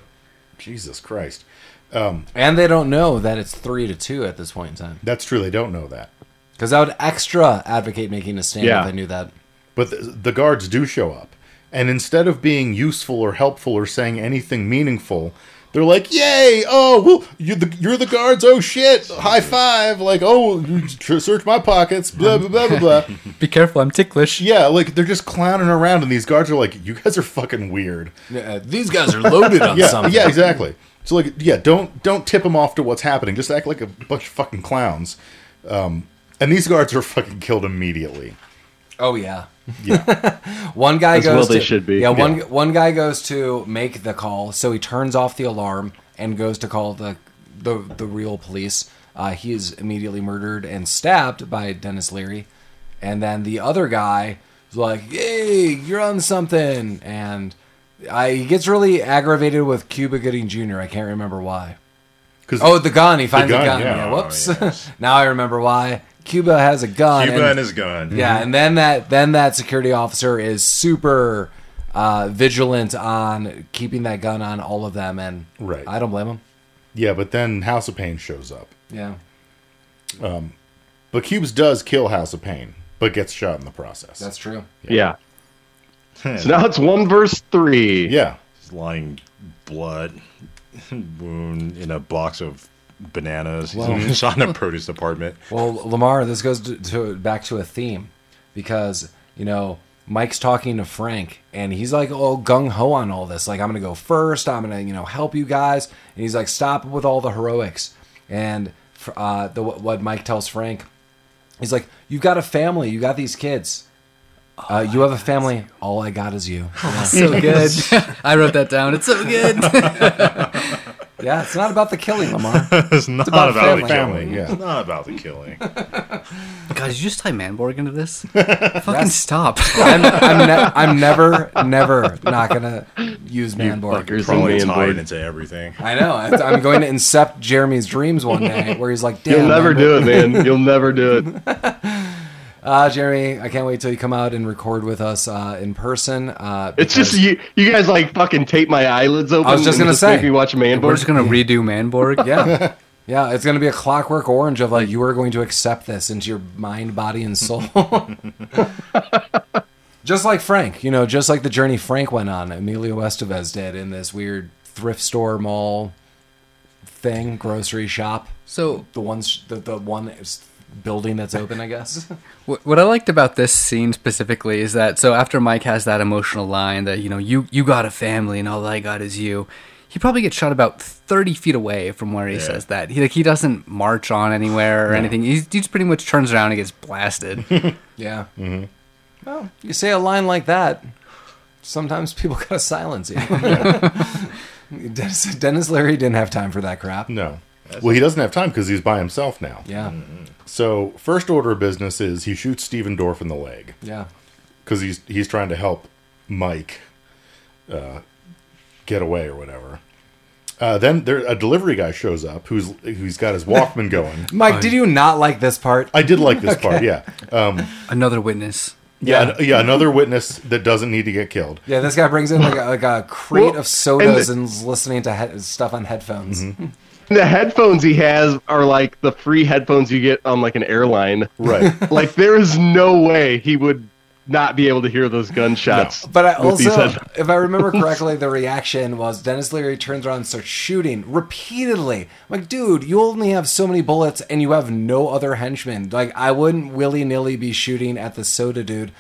Speaker 5: Jesus Christ,
Speaker 1: and they don't know that it's three to two at this point in time.
Speaker 5: that's true. They don't know that.
Speaker 1: Because I would extra advocate making a stand
Speaker 3: Yeah.
Speaker 1: if I knew that.
Speaker 5: But the, the guards do show up. And instead of being useful or helpful or saying anything meaningful, they're like, "Yay! Oh, well, you the, you're the guards. Oh shit! High five! Like, oh, you tr- search my pockets. Blah blah blah blah blah."
Speaker 4: *laughs* Be careful, I'm ticklish.
Speaker 5: yeah, like they're just clowning around, and these guards are like, "You guys are fucking weird."
Speaker 1: Yeah, Uh, these guys are loaded on
Speaker 5: *laughs* Yeah,
Speaker 1: something.
Speaker 5: yeah, exactly. So like, yeah, don't don't tip them off to what's happening. Just act like a bunch of fucking clowns. Um, and these guards are fucking killed immediately.
Speaker 1: Oh yeah. Yeah. *laughs* one guy
Speaker 3: As
Speaker 1: goes.
Speaker 3: well they
Speaker 1: to,
Speaker 3: should be.
Speaker 1: Yeah. One one guy goes to make the call, so he turns off the alarm and goes to call the the the real police. Uh, he is immediately murdered and stabbed by Dennis Leary, and then the other guy is like, "Yay, you're on something!" And I, he gets really aggravated with Cuba Gooding Jr. I can't remember why.
Speaker 5: Because
Speaker 1: Oh, the gun! He finds the gun.
Speaker 5: gun,
Speaker 1: Yeah.
Speaker 5: yeah.
Speaker 1: whoops.
Speaker 2: Oh, yes.
Speaker 1: *laughs* now I remember why. Cuba has a gun.
Speaker 2: Cuba
Speaker 1: and-
Speaker 2: and his
Speaker 1: *laughs*
Speaker 2: gun.
Speaker 1: yeah,
Speaker 2: *laughs*
Speaker 1: and then that then that security officer is super uh, vigilant on keeping that gun on all of them, and
Speaker 5: Right.
Speaker 1: I don't blame him.
Speaker 5: yeah, but then House of Pain shows up.
Speaker 1: Yeah,
Speaker 5: But Cubes does kill House of Pain, but gets shot in the process.
Speaker 1: that's true.
Speaker 3: Yeah. so now it's one verse three.
Speaker 5: yeah.
Speaker 2: He's lying blood *laughs* wound in a box of bananas. He's *laughs* on a produce department.
Speaker 1: Well, Lamar, this goes to, to back to a theme because you know Mike's talking to Frank, and he's like, "Oh, gung ho on all this. Like, I'm gonna go first. I'm gonna you know help you guys." And he's like, "Stop with all the heroics." And uh, the what Mike tells Frank, he's like, "You've got a family. You got these kids. Uh, you have a family. All I got is you." Yeah.
Speaker 4: *laughs* *laughs* So good. I wrote that down. It's so good.
Speaker 5: *laughs*
Speaker 1: yeah, it's not about the killing, Lamar.
Speaker 2: It's not
Speaker 1: about
Speaker 2: about,
Speaker 1: family.
Speaker 2: the
Speaker 5: Family,
Speaker 2: killing.
Speaker 5: yeah.
Speaker 2: It's not about the killing.
Speaker 4: God, did you just tie Manborg into
Speaker 2: *laughs*
Speaker 4: this? Fucking stop.
Speaker 1: I'm, I'm, ne- I'm never, never not gonna use Manborg.
Speaker 3: Fuckers and
Speaker 2: Probably
Speaker 3: man
Speaker 2: tied
Speaker 3: board.
Speaker 2: into everything.
Speaker 1: I know. I- I'm going to incept Jeremy's dreams one day, where he's like, "Damn,
Speaker 3: You'll never
Speaker 1: man,
Speaker 3: do it, man. You'll never do it.
Speaker 1: Ah, Jeremy, I can't wait till you come out and record with us uh, in person. Uh,
Speaker 3: It's just
Speaker 1: because-
Speaker 3: you. You guys like fucking tape my eyelids open.
Speaker 1: I was just
Speaker 3: and
Speaker 1: gonna say.
Speaker 3: make me watch
Speaker 4: We're
Speaker 3: Manborg.
Speaker 4: just gonna redo
Speaker 3: *laughs*
Speaker 4: Manborg.
Speaker 1: yeah, yeah. It's gonna be a clockwork orange of like you are going to accept this into your mind, body, and
Speaker 3: *laughs*
Speaker 1: soul. just like Frank, you know, just like the journey Frank went on, Emilio Estevez did in this weird thrift store mall thing, grocery shop.
Speaker 4: So
Speaker 1: The one, sh- the, the one s- building that's open, I guess.
Speaker 4: What what I liked about this scene specifically is that so after Mike has that emotional line that you know you you got a family and all I got is you, he probably gets shot about thirty feet away from where he
Speaker 2: Yeah.
Speaker 4: says that. He like he doesn't march on anywhere or anything. He's, he just pretty much turns around and gets
Speaker 2: *laughs*
Speaker 4: blasted.
Speaker 1: Yeah. Mm-hmm. Well, you say a line like that, sometimes people *laughs* gotta silence you. *laughs* Dennis, Dennis Leary didn't have time for that crap.
Speaker 5: No. Well, he doesn't have time because he's by himself now.
Speaker 1: Yeah,
Speaker 5: So, first order of business is he shoots Steven Dorff in the leg
Speaker 1: yeah.
Speaker 5: because he's he's trying to help Mike uh, get away or whatever. Uh, then there a delivery guy shows up who's who's got his Walkman going.
Speaker 1: Mike, did you not like this part?
Speaker 5: *laughs* I did like this part, yeah. Um,
Speaker 4: Another witness.
Speaker 5: yeah, yeah, another witness that doesn't need to get killed.
Speaker 1: Yeah, this guy brings in like a, like a crate
Speaker 3: Well,
Speaker 1: of sodas
Speaker 3: and
Speaker 1: and, is listening to he- stuff on headphones.
Speaker 3: the headphones he has are like the free headphones you get on like an airline.
Speaker 5: *laughs* Right.
Speaker 3: like there is no way he would not be able to hear those gunshots.
Speaker 1: But I
Speaker 3: with these
Speaker 1: also,
Speaker 3: headphones.
Speaker 1: if I remember correctly, the reaction was Dennis Leary turns around and starts shooting repeatedly. I'm like, dude, you only have so many bullets and you have no other henchmen. Like, I wouldn't willy nilly be shooting at the soda dude.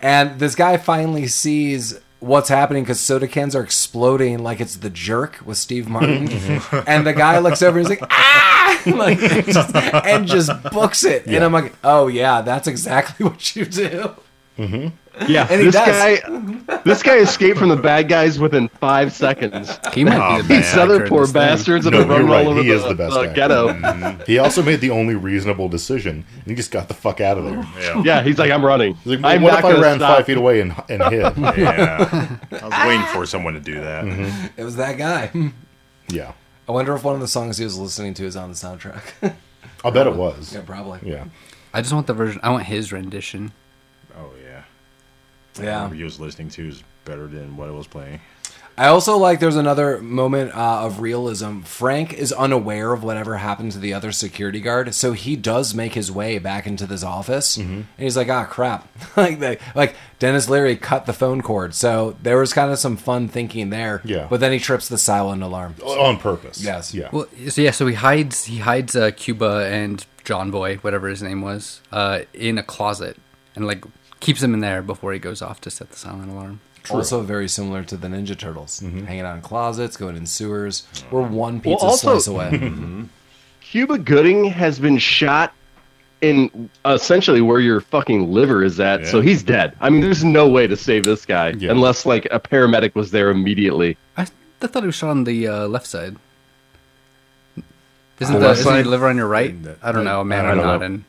Speaker 1: And this guy finally sees what's happening because soda cans are exploding like it's the jerk with Steve Martin. and the guy looks over and he's like, ah! *laughs* like, just- *laughs* and just books it. And I'm like, oh, yeah, that's exactly what you do.
Speaker 3: Yeah,
Speaker 1: *laughs* And he
Speaker 3: this
Speaker 1: does.
Speaker 3: guy, this guy escaped from the bad guys within five seconds.
Speaker 4: He might
Speaker 2: Oh,
Speaker 4: be
Speaker 3: These
Speaker 4: the
Speaker 2: man,
Speaker 4: best. actor
Speaker 3: other
Speaker 4: in
Speaker 3: poor
Speaker 4: this thing.
Speaker 3: bastards that
Speaker 5: No,
Speaker 3: are running
Speaker 5: you're right,
Speaker 3: all over
Speaker 5: he
Speaker 3: the,
Speaker 5: is the best Mm.
Speaker 3: the
Speaker 5: actor.
Speaker 3: ghetto.
Speaker 5: Mm-hmm. He also made the only reasonable decision, and he just got the fuck out of there.
Speaker 2: Yeah.
Speaker 3: yeah, he's like, I'm running.
Speaker 5: He's like,
Speaker 3: I'm
Speaker 5: what
Speaker 3: not
Speaker 5: if I
Speaker 3: gonna
Speaker 5: ran
Speaker 3: stop.
Speaker 5: five feet away and, *laughs* and
Speaker 1: *laughs*
Speaker 5: hit?
Speaker 2: yeah. *laughs* I was waiting for someone to do that.
Speaker 1: It was that guy.
Speaker 5: yeah,
Speaker 1: I wonder if one of the songs he was listening to is on the soundtrack. *laughs*
Speaker 5: I'll bet it was.
Speaker 1: yeah, probably.
Speaker 5: Yeah,
Speaker 4: I just want the version. I want his rendition.
Speaker 2: Oh yeah.
Speaker 1: Yeah.
Speaker 2: Whatever he was listening to is better than what I was playing.
Speaker 1: I also like there's another moment uh, of realism. Frank is unaware of whatever happened to the other security guard, so he does make his way back into this office, and he's like, "Ah, crap!" *laughs* like, they, like Dennis Leary cut the phone cord, so there was kind of some fun thinking there.
Speaker 5: Yeah. Oh,
Speaker 1: But then he trips the silent alarm.
Speaker 5: on purpose.
Speaker 1: Yes.
Speaker 5: Yeah.
Speaker 4: Well, so yeah, so he hides he hides uh, Cuba and John Boy, whatever his name was, uh, in a closet and like keeps him in there before he goes off to set the silent alarm.
Speaker 1: Also very similar to the Ninja Turtles, hanging out in closets, going in sewers. We're one
Speaker 3: Well,
Speaker 1: pizza
Speaker 3: also-
Speaker 1: slice away.
Speaker 3: Cuba Gooding has been shot in essentially where your fucking liver is at, so
Speaker 2: Yeah.
Speaker 3: he's dead. I mean, there's no way to save this guy
Speaker 5: Yeah.
Speaker 3: unless like a paramedic was there immediately.
Speaker 4: I, th- I thought he was shot on the uh, left side. Isn't
Speaker 3: The
Speaker 4: the,
Speaker 3: left
Speaker 4: isn't
Speaker 3: side?
Speaker 4: the liver on your right?
Speaker 2: The-
Speaker 4: I don't know, man.
Speaker 5: I
Speaker 4: I'm
Speaker 5: don't
Speaker 4: not
Speaker 5: know.
Speaker 4: in.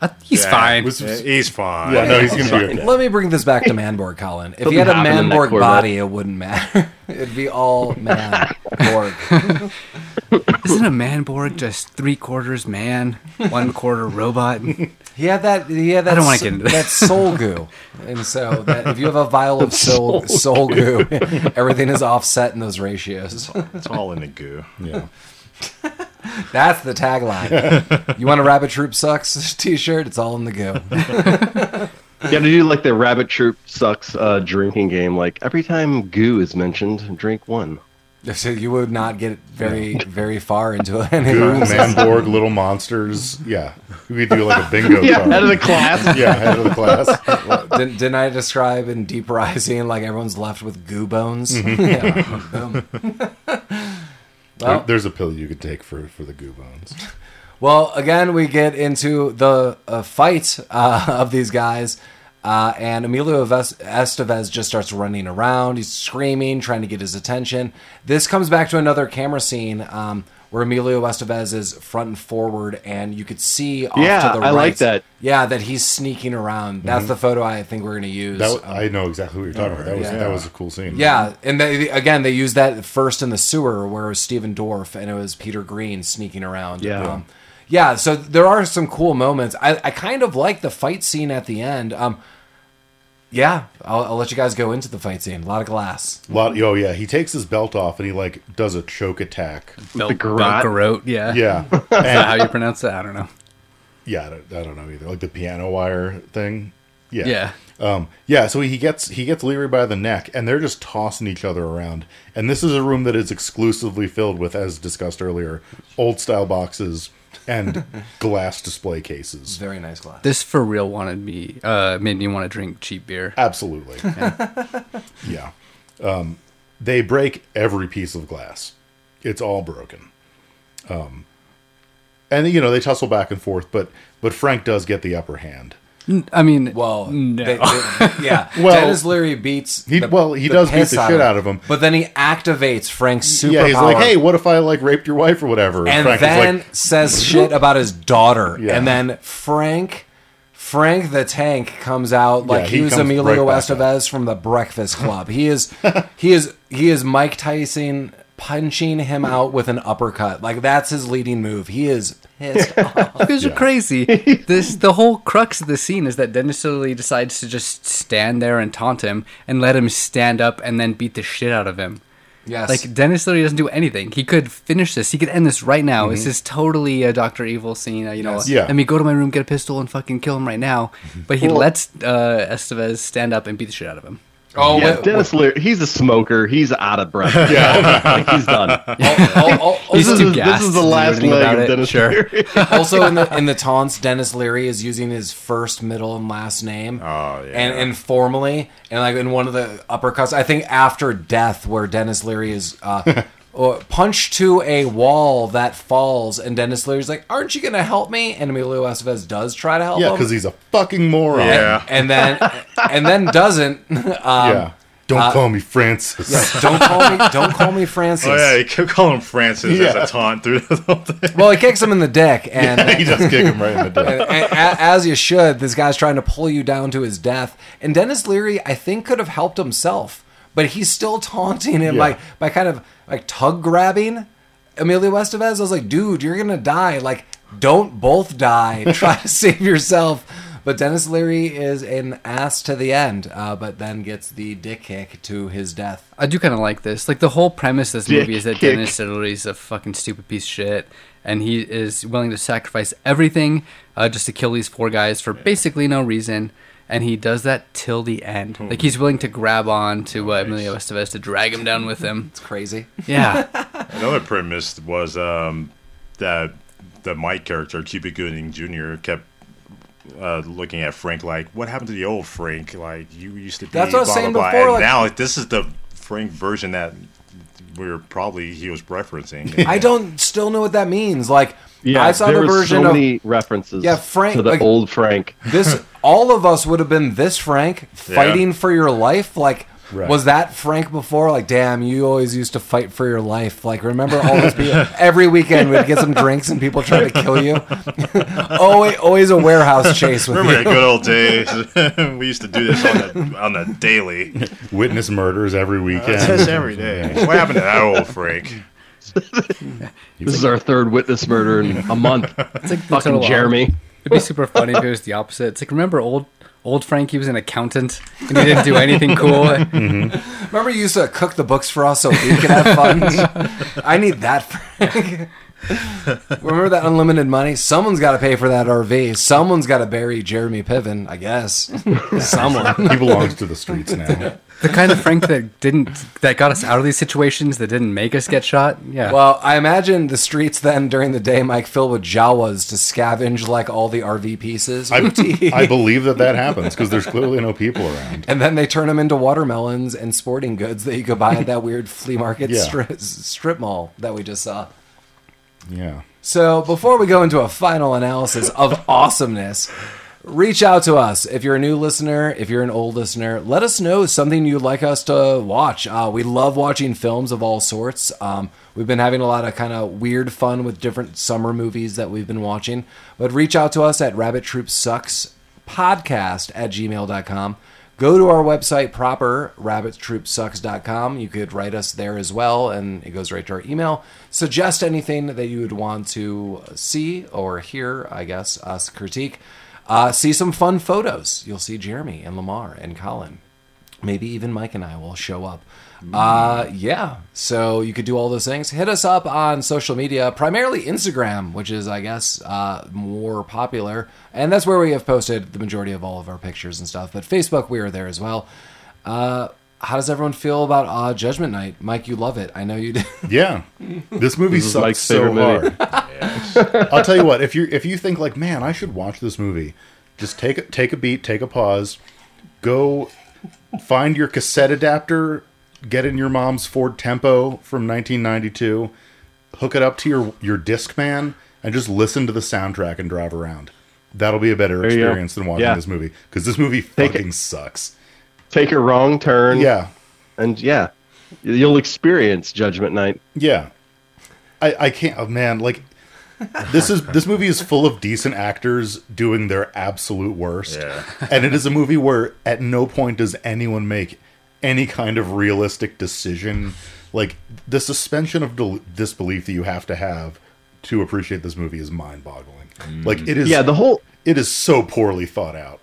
Speaker 4: I, Uh, he's
Speaker 2: Yeah,
Speaker 4: fine.
Speaker 5: Was-
Speaker 2: Yeah, he's fine.
Speaker 5: Yeah, no, he's gonna be okay.
Speaker 1: Let me bring this back to Manborg, Colin. If he
Speaker 3: Something
Speaker 1: had a
Speaker 3: happened in that
Speaker 1: Manborg
Speaker 3: Corvette.
Speaker 1: body, it wouldn't matter. *laughs* It'd be
Speaker 4: *laughs*
Speaker 1: all Manborg.
Speaker 4: *laughs* Isn't a man Borg just three quarters man, one quarter robot?
Speaker 1: he had that. He had that.
Speaker 4: I don't wanna
Speaker 1: s-
Speaker 4: get into that.
Speaker 1: that soul goo. And so, that, if you have a vial
Speaker 4: *laughs*
Speaker 1: of soul soul goo, *laughs* everything is offset in those ratios. *laughs*
Speaker 2: It's all in the goo.
Speaker 5: Yeah.
Speaker 1: That's the tagline. You
Speaker 4: *laughs*
Speaker 1: want a Rabbit Troop sucks *laughs* T-shirt? It's all in the goo. *laughs*
Speaker 3: You got to do like the rabbit troop sucks uh, drinking game. Like every time goo is mentioned, drink one.
Speaker 1: So you would not get very very far into any
Speaker 5: Goo,
Speaker 1: of those.
Speaker 5: *laughs* Manborg, Little Monsters. Yeah. We could do like a bingo
Speaker 3: Yeah,
Speaker 5: card.
Speaker 3: out of the
Speaker 5: *laughs*
Speaker 3: class.
Speaker 5: yeah, head of the class.
Speaker 1: Didn't, didn't I describe in Deep Rising like everyone's left with goo bones? Yeah, boom.
Speaker 3: Mm-hmm.
Speaker 1: *laughs*
Speaker 3: *laughs*
Speaker 5: There-
Speaker 1: well,
Speaker 5: There's a pill you could take for, for the goo bones.
Speaker 1: well, again, we get into the uh, fight uh, *laughs* of these guys, uh, and Emilio Ves- Estevez just starts running around. He's screaming, trying to get his attention. This comes back to another camera scene um, where Emilio Estevez is front and forward, and you could see off
Speaker 3: Yeah,
Speaker 1: to the
Speaker 3: I
Speaker 1: right.
Speaker 3: like that. Mm-hmm.
Speaker 1: Yeah, that he's sneaking around. That's the photo I think we're going to use.
Speaker 5: That,
Speaker 1: um,
Speaker 5: I know exactly what you're talking about. That was that was a cool scene.
Speaker 1: Yeah, and they, again, they used that first in the sewer where it was Stephen Dorff and it was Peter Green sneaking around. Um,
Speaker 3: Yeah.
Speaker 1: yeah, so there are some cool moments. I, I kind of like the fight scene at the end. Um, yeah, I'll, I'll let you guys go into the fight scene. A lot of glass.
Speaker 5: Lot, oh yeah, he takes his belt off and he like does a choke attack.
Speaker 4: Bel-
Speaker 3: The garrote.
Speaker 4: Belgarot, yeah.
Speaker 5: Yeah,
Speaker 4: Is that how you pronounce that? I don't know.
Speaker 5: yeah, I don't, I don't know either. Like the piano wire thing. Yeah,
Speaker 4: Yeah.
Speaker 5: um, yeah. So he gets he gets Leary by the neck, and they're just tossing each other around. And this is a room that is exclusively filled with, as discussed earlier, old style boxes and glass display cases.
Speaker 1: Very nice glass.
Speaker 4: This for real wanted me, uh, made me want to drink cheap beer.
Speaker 5: Absolutely. Yeah. Um, they break every piece of glass. It's all broken. Um, and you know they tussle back and forth, but but Frank does get the upper hand.
Speaker 4: I mean,
Speaker 1: well,
Speaker 4: no. *laughs*
Speaker 1: they-
Speaker 5: *laughs*
Speaker 1: they- yeah.
Speaker 5: Well-
Speaker 1: Dennis Leary beats.
Speaker 5: He- well, he does beat
Speaker 1: piss
Speaker 5: the shit out of him.
Speaker 1: but then he activates Frank's superpower.
Speaker 5: yeah, he's like, "Hey, what if I like raped your wife or whatever?"
Speaker 1: and
Speaker 5: Frank
Speaker 1: then
Speaker 5: is like,
Speaker 1: says shit about his daughter.
Speaker 5: Yeah.
Speaker 1: And then Frank, Frank the Tank comes out like
Speaker 5: Yeah,
Speaker 1: he,
Speaker 5: he
Speaker 1: was
Speaker 5: comes
Speaker 1: Emilio
Speaker 5: right back
Speaker 1: Estevez from the Breakfast Club. he
Speaker 5: *laughs*
Speaker 1: is, he is, he is Mike Tyson punching him out with an uppercut. Like that's his leading move. He is *laughs* pissed off.
Speaker 4: You guys are
Speaker 3: *laughs*
Speaker 4: crazy. This the whole crux of the scene is that Dennis Lilly decides to just stand there and taunt him and let him stand up and then beat the shit out of him.
Speaker 1: Yes.
Speaker 4: Like Dennis Lilly doesn't do anything. He could finish this. He could end this right now.
Speaker 3: Mm-hmm.
Speaker 4: This is totally a Doctor Evil scene. uh, You know,
Speaker 1: Yes.
Speaker 5: Yeah.
Speaker 4: let me go to my room, get a pistol, and fucking kill him right now. But he
Speaker 3: Mm-hmm. Well-
Speaker 4: lets uh, Estevez stand up and beat the shit out of him.
Speaker 1: oh,
Speaker 3: Yeah,
Speaker 1: wait,
Speaker 3: Dennis Leary, he's a smoker. He's out of breath. Yeah, *laughs* like, he's done.
Speaker 1: oh, oh, oh, *laughs* oh,
Speaker 4: He's
Speaker 3: this,
Speaker 4: too
Speaker 3: is, this
Speaker 4: gassed
Speaker 3: is
Speaker 4: to
Speaker 3: the
Speaker 4: do
Speaker 3: last
Speaker 4: anything
Speaker 3: leg
Speaker 4: about
Speaker 3: of
Speaker 4: it.
Speaker 3: Dennis
Speaker 4: Sure.
Speaker 3: Leary.
Speaker 1: *laughs* also in the in the taunts, Dennis Leary is using his first, middle, and last name.
Speaker 2: Oh, yeah.
Speaker 1: And and
Speaker 2: *laughs*
Speaker 1: formally, and like in one of the uppercuts, I think after death, where Dennis Leary is uh, or punch to a wall that falls, and Dennis Leary's like, "Aren't you gonna help me?" And Emilio Estevez does try to help
Speaker 5: Yeah,
Speaker 1: him,
Speaker 5: because he's a fucking moron.
Speaker 2: Yeah.
Speaker 1: and
Speaker 2: *laughs*
Speaker 1: then and then doesn't. *laughs* Um,
Speaker 5: Yeah. Don't call me Francis.
Speaker 1: Don't call me. Don't call me Francis.
Speaker 2: Oh yeah, he kept calling Francis as
Speaker 5: Yeah.
Speaker 2: a taunt through the
Speaker 1: *laughs*
Speaker 2: whole thing.
Speaker 1: Well, he kicks him in the dick,
Speaker 2: *laughs*
Speaker 1: and
Speaker 5: *laughs* he just kicked him right in the dick.
Speaker 1: and, and, a- as you should, this guy's trying to pull you down to his death. And Dennis Leary, I think, could have helped himself, but he's still *laughs* taunting him by
Speaker 5: Yeah.
Speaker 1: by kind of like tug grabbing Emilio Estevez. I was like, dude, you're gonna die. Like, don't both die.
Speaker 3: *laughs*
Speaker 1: Try to save yourself. But Dennis Leary is an ass to the end, uh, but then gets the dick kick to his death.
Speaker 4: I do kind of like this. Like the whole premise of this
Speaker 3: Dick
Speaker 4: movie is that
Speaker 3: kick.
Speaker 4: Dennis Leary's a fucking stupid piece of shit, and he is willing to sacrifice everything uh, just to kill these four guys for basically no reason. And he does that till the end. Like he's willing to grab on to uh, Emilio Estevez to drag him down
Speaker 3: *laughs*
Speaker 4: with him.
Speaker 1: It's crazy.
Speaker 4: Yeah,
Speaker 2: Another premise was um, that the Mike character, Cuba Gooding Jr., kept uh, looking at Frank like, "What happened to the old Frank? Like you used to be."
Speaker 1: That's what I was
Speaker 2: blah,
Speaker 1: saying
Speaker 2: blah, blah."
Speaker 1: before,
Speaker 2: And
Speaker 1: like-
Speaker 2: now like, this is the Frank version that we are probably he was referencing.
Speaker 1: I don't still know what that means. Like,
Speaker 3: Yeah,
Speaker 1: I saw
Speaker 3: there
Speaker 1: the
Speaker 3: were
Speaker 1: version
Speaker 3: so
Speaker 1: of
Speaker 3: many references.
Speaker 1: Yeah, Frank,
Speaker 3: to the
Speaker 1: like-
Speaker 3: old Frank.
Speaker 1: this all of us would have been this frank fighting for your life like
Speaker 5: Right.
Speaker 1: was that frank before like damn you always used to fight for your life like remember all those people every weekend we'd get some drinks and people trying to kill you *laughs* always, always a warehouse chase with
Speaker 2: Remember
Speaker 1: you
Speaker 2: the good old days? *laughs* we used to do this on the on the
Speaker 5: *laughs*
Speaker 2: daily.
Speaker 5: Witness murders every
Speaker 2: This
Speaker 5: weekend.
Speaker 2: every day. What happened to that old Frank?
Speaker 3: This is our third witness murder in
Speaker 1: *laughs*
Speaker 3: a month.
Speaker 4: it's like the
Speaker 3: Fucking
Speaker 1: um,
Speaker 4: total op-
Speaker 3: Jeremy.
Speaker 4: It'd be super funny if it was the opposite. It's like remember old old Frank? He was an accountant and he didn't do anything
Speaker 3: *laughs*
Speaker 4: cool.
Speaker 1: remember you used to cook the books for us so we could have fun i need that frank *laughs* remember that unlimited money someone's got to pay for that rv someone's got to bury jeremy piven i guess someone
Speaker 5: *laughs* he belongs to the streets now.
Speaker 4: The kind of Frank that didn't that got us out of these situations that didn't make us get shot. Yeah.
Speaker 1: Well, I imagine the streets then during the day might fill with Jawas to scavenge like all the RV pieces,
Speaker 5: I, I believe that that happens because there's clearly no people around.
Speaker 1: and then they turn them into watermelons and sporting goods that you could buy at that weird flea market
Speaker 5: Yeah.
Speaker 1: strip, strip mall that we just saw.
Speaker 5: Yeah.
Speaker 1: So, before we go into a final analysis of awesomeness, reach out to us. If you're a new listener, if you're an old listener, let us know something you'd like us to watch. Uh, we love watching films of all sorts. Um, we've been having a lot of kind of weird fun with different summer movies that we've been watching. But reach out to us at Rabbit Troop Sucks podcast at gmail.com. Go to our website proper, rabbittroopsucks.com. You could write us there as well, and it goes right to our email. Suggest anything that you would want to see or hear, I guess, us critique. Uh, see some fun photos. You'll see Jeremy and Lamar and Colin. Maybe even Mike and I will show up. Uh, yeah. So you could do all those things. Hit us up on social media, primarily Instagram, which is, I guess, uh, more popular. And that's where we have posted the majority of all of our pictures and stuff. But Facebook, we are there as well. Uh, how does everyone feel about uh, Judgment Night? Mike, you love it. I know you did.
Speaker 5: Yeah. This movie
Speaker 3: is
Speaker 5: sucks
Speaker 3: Mike's
Speaker 5: so
Speaker 3: favorite movie.
Speaker 5: hard.
Speaker 3: *laughs*
Speaker 5: I'll tell you what, if you if you think like, man, I should watch this movie, just take a take a beat, take a pause, go find your cassette adapter, get in your mom's Ford Tempo from 1992, hook it up to your your Discman, and just listen to the soundtrack and drive around. That'll be a better
Speaker 3: you go.
Speaker 5: experience than watching
Speaker 3: Yeah.
Speaker 5: this movie because this movie
Speaker 3: Take it.
Speaker 5: fucking sucks.
Speaker 3: Take a wrong turn.
Speaker 5: Yeah,
Speaker 3: and yeah, you'll experience Judgment Night.
Speaker 5: Yeah, I I can't. Oh man, like this is this movie is full of decent actors doing their absolute worst,
Speaker 2: Yeah.
Speaker 5: and it is a movie where at no point does anyone make any kind of realistic decision. Like the suspension of del- disbelief that you have to have to appreciate this movie is mind-boggling. Like it is.
Speaker 3: Yeah, the whole
Speaker 5: it is so poorly thought out.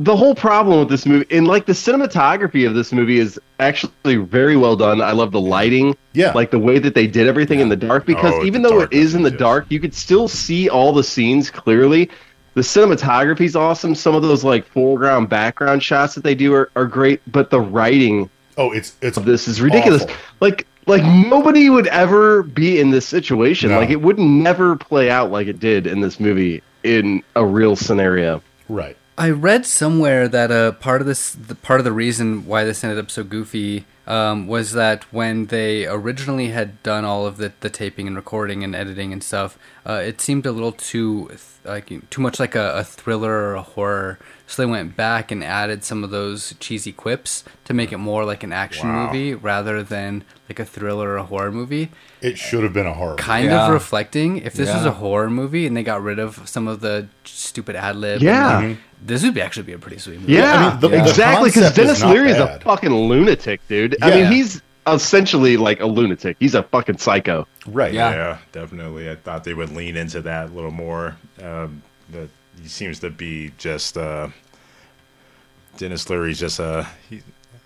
Speaker 3: the whole problem with this movie and like the cinematography of this movie is actually very well done. I love the lighting.
Speaker 5: Yeah.
Speaker 3: Like the way that they did everything in the dark because
Speaker 2: Oh,
Speaker 3: even
Speaker 2: the
Speaker 3: though
Speaker 2: dark
Speaker 3: it is in the
Speaker 2: is-
Speaker 3: dark, you could still see all the scenes clearly. The cinematography's awesome. Some of those like foreground background shots that they do are, are great, but the writing
Speaker 5: Oh, it's it's
Speaker 3: of this is ridiculous.
Speaker 5: awful.
Speaker 3: Like like nobody would ever be in this situation.
Speaker 5: No.
Speaker 3: Like it would never play out like it did in this movie in a real scenario.
Speaker 5: Right.
Speaker 4: I read somewhere that uh, part of this, the, part of the reason why this ended up so goofy um, was that when they originally had done all of the, the taping and recording and editing and stuff, uh, it seemed a little too th- like too much like a, a thriller or a horror. So they went back and added some of those cheesy quips to make it more like an action
Speaker 2: Wow.
Speaker 4: movie rather than like a thriller or a horror movie
Speaker 5: It should have been a horror.
Speaker 4: kind
Speaker 1: Yeah.
Speaker 4: of reflecting if this was
Speaker 1: Yeah.
Speaker 4: a horror movie and they got rid of some of the stupid ad lib.
Speaker 3: Yeah.
Speaker 4: and, like, this would be actually be a pretty sweet movie.
Speaker 3: Yeah,
Speaker 5: I mean, the- the
Speaker 3: exactly. Because
Speaker 5: concept is
Speaker 3: Dennis
Speaker 5: not
Speaker 3: Leary is a
Speaker 5: bad.
Speaker 3: fucking lunatic, dude. I mean,
Speaker 5: Yeah.
Speaker 3: he's essentially like a lunatic. He's a fucking psycho.
Speaker 5: Right.
Speaker 1: Yeah.
Speaker 2: Yeah, definitely. I thought they would lean into that a little more. Um, but he seems to be just uh, Dennis Leary's just uh, he,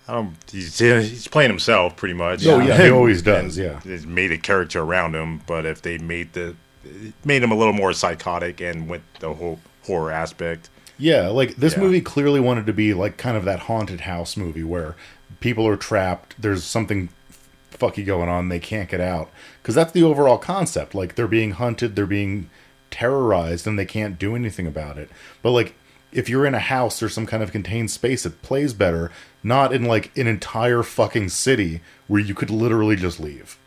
Speaker 2: I don't. He's he's playing himself pretty much.
Speaker 5: Oh yeah, he always does. Yeah.
Speaker 2: It's made a character around him, but if they made the it made him a little more psychotic and went the whole horror aspect.
Speaker 5: Yeah, like this
Speaker 2: Yeah.
Speaker 5: movie clearly wanted to be like kind of that haunted house movie where people are trapped, there's something fucky going on, they can't get out. Because that's the overall concept. Like they're being hunted, they're being terrorized, and they can't do anything about it. But like if you're in a house or some kind of contained space, it plays better, not in like an entire fucking city where you could literally just leave.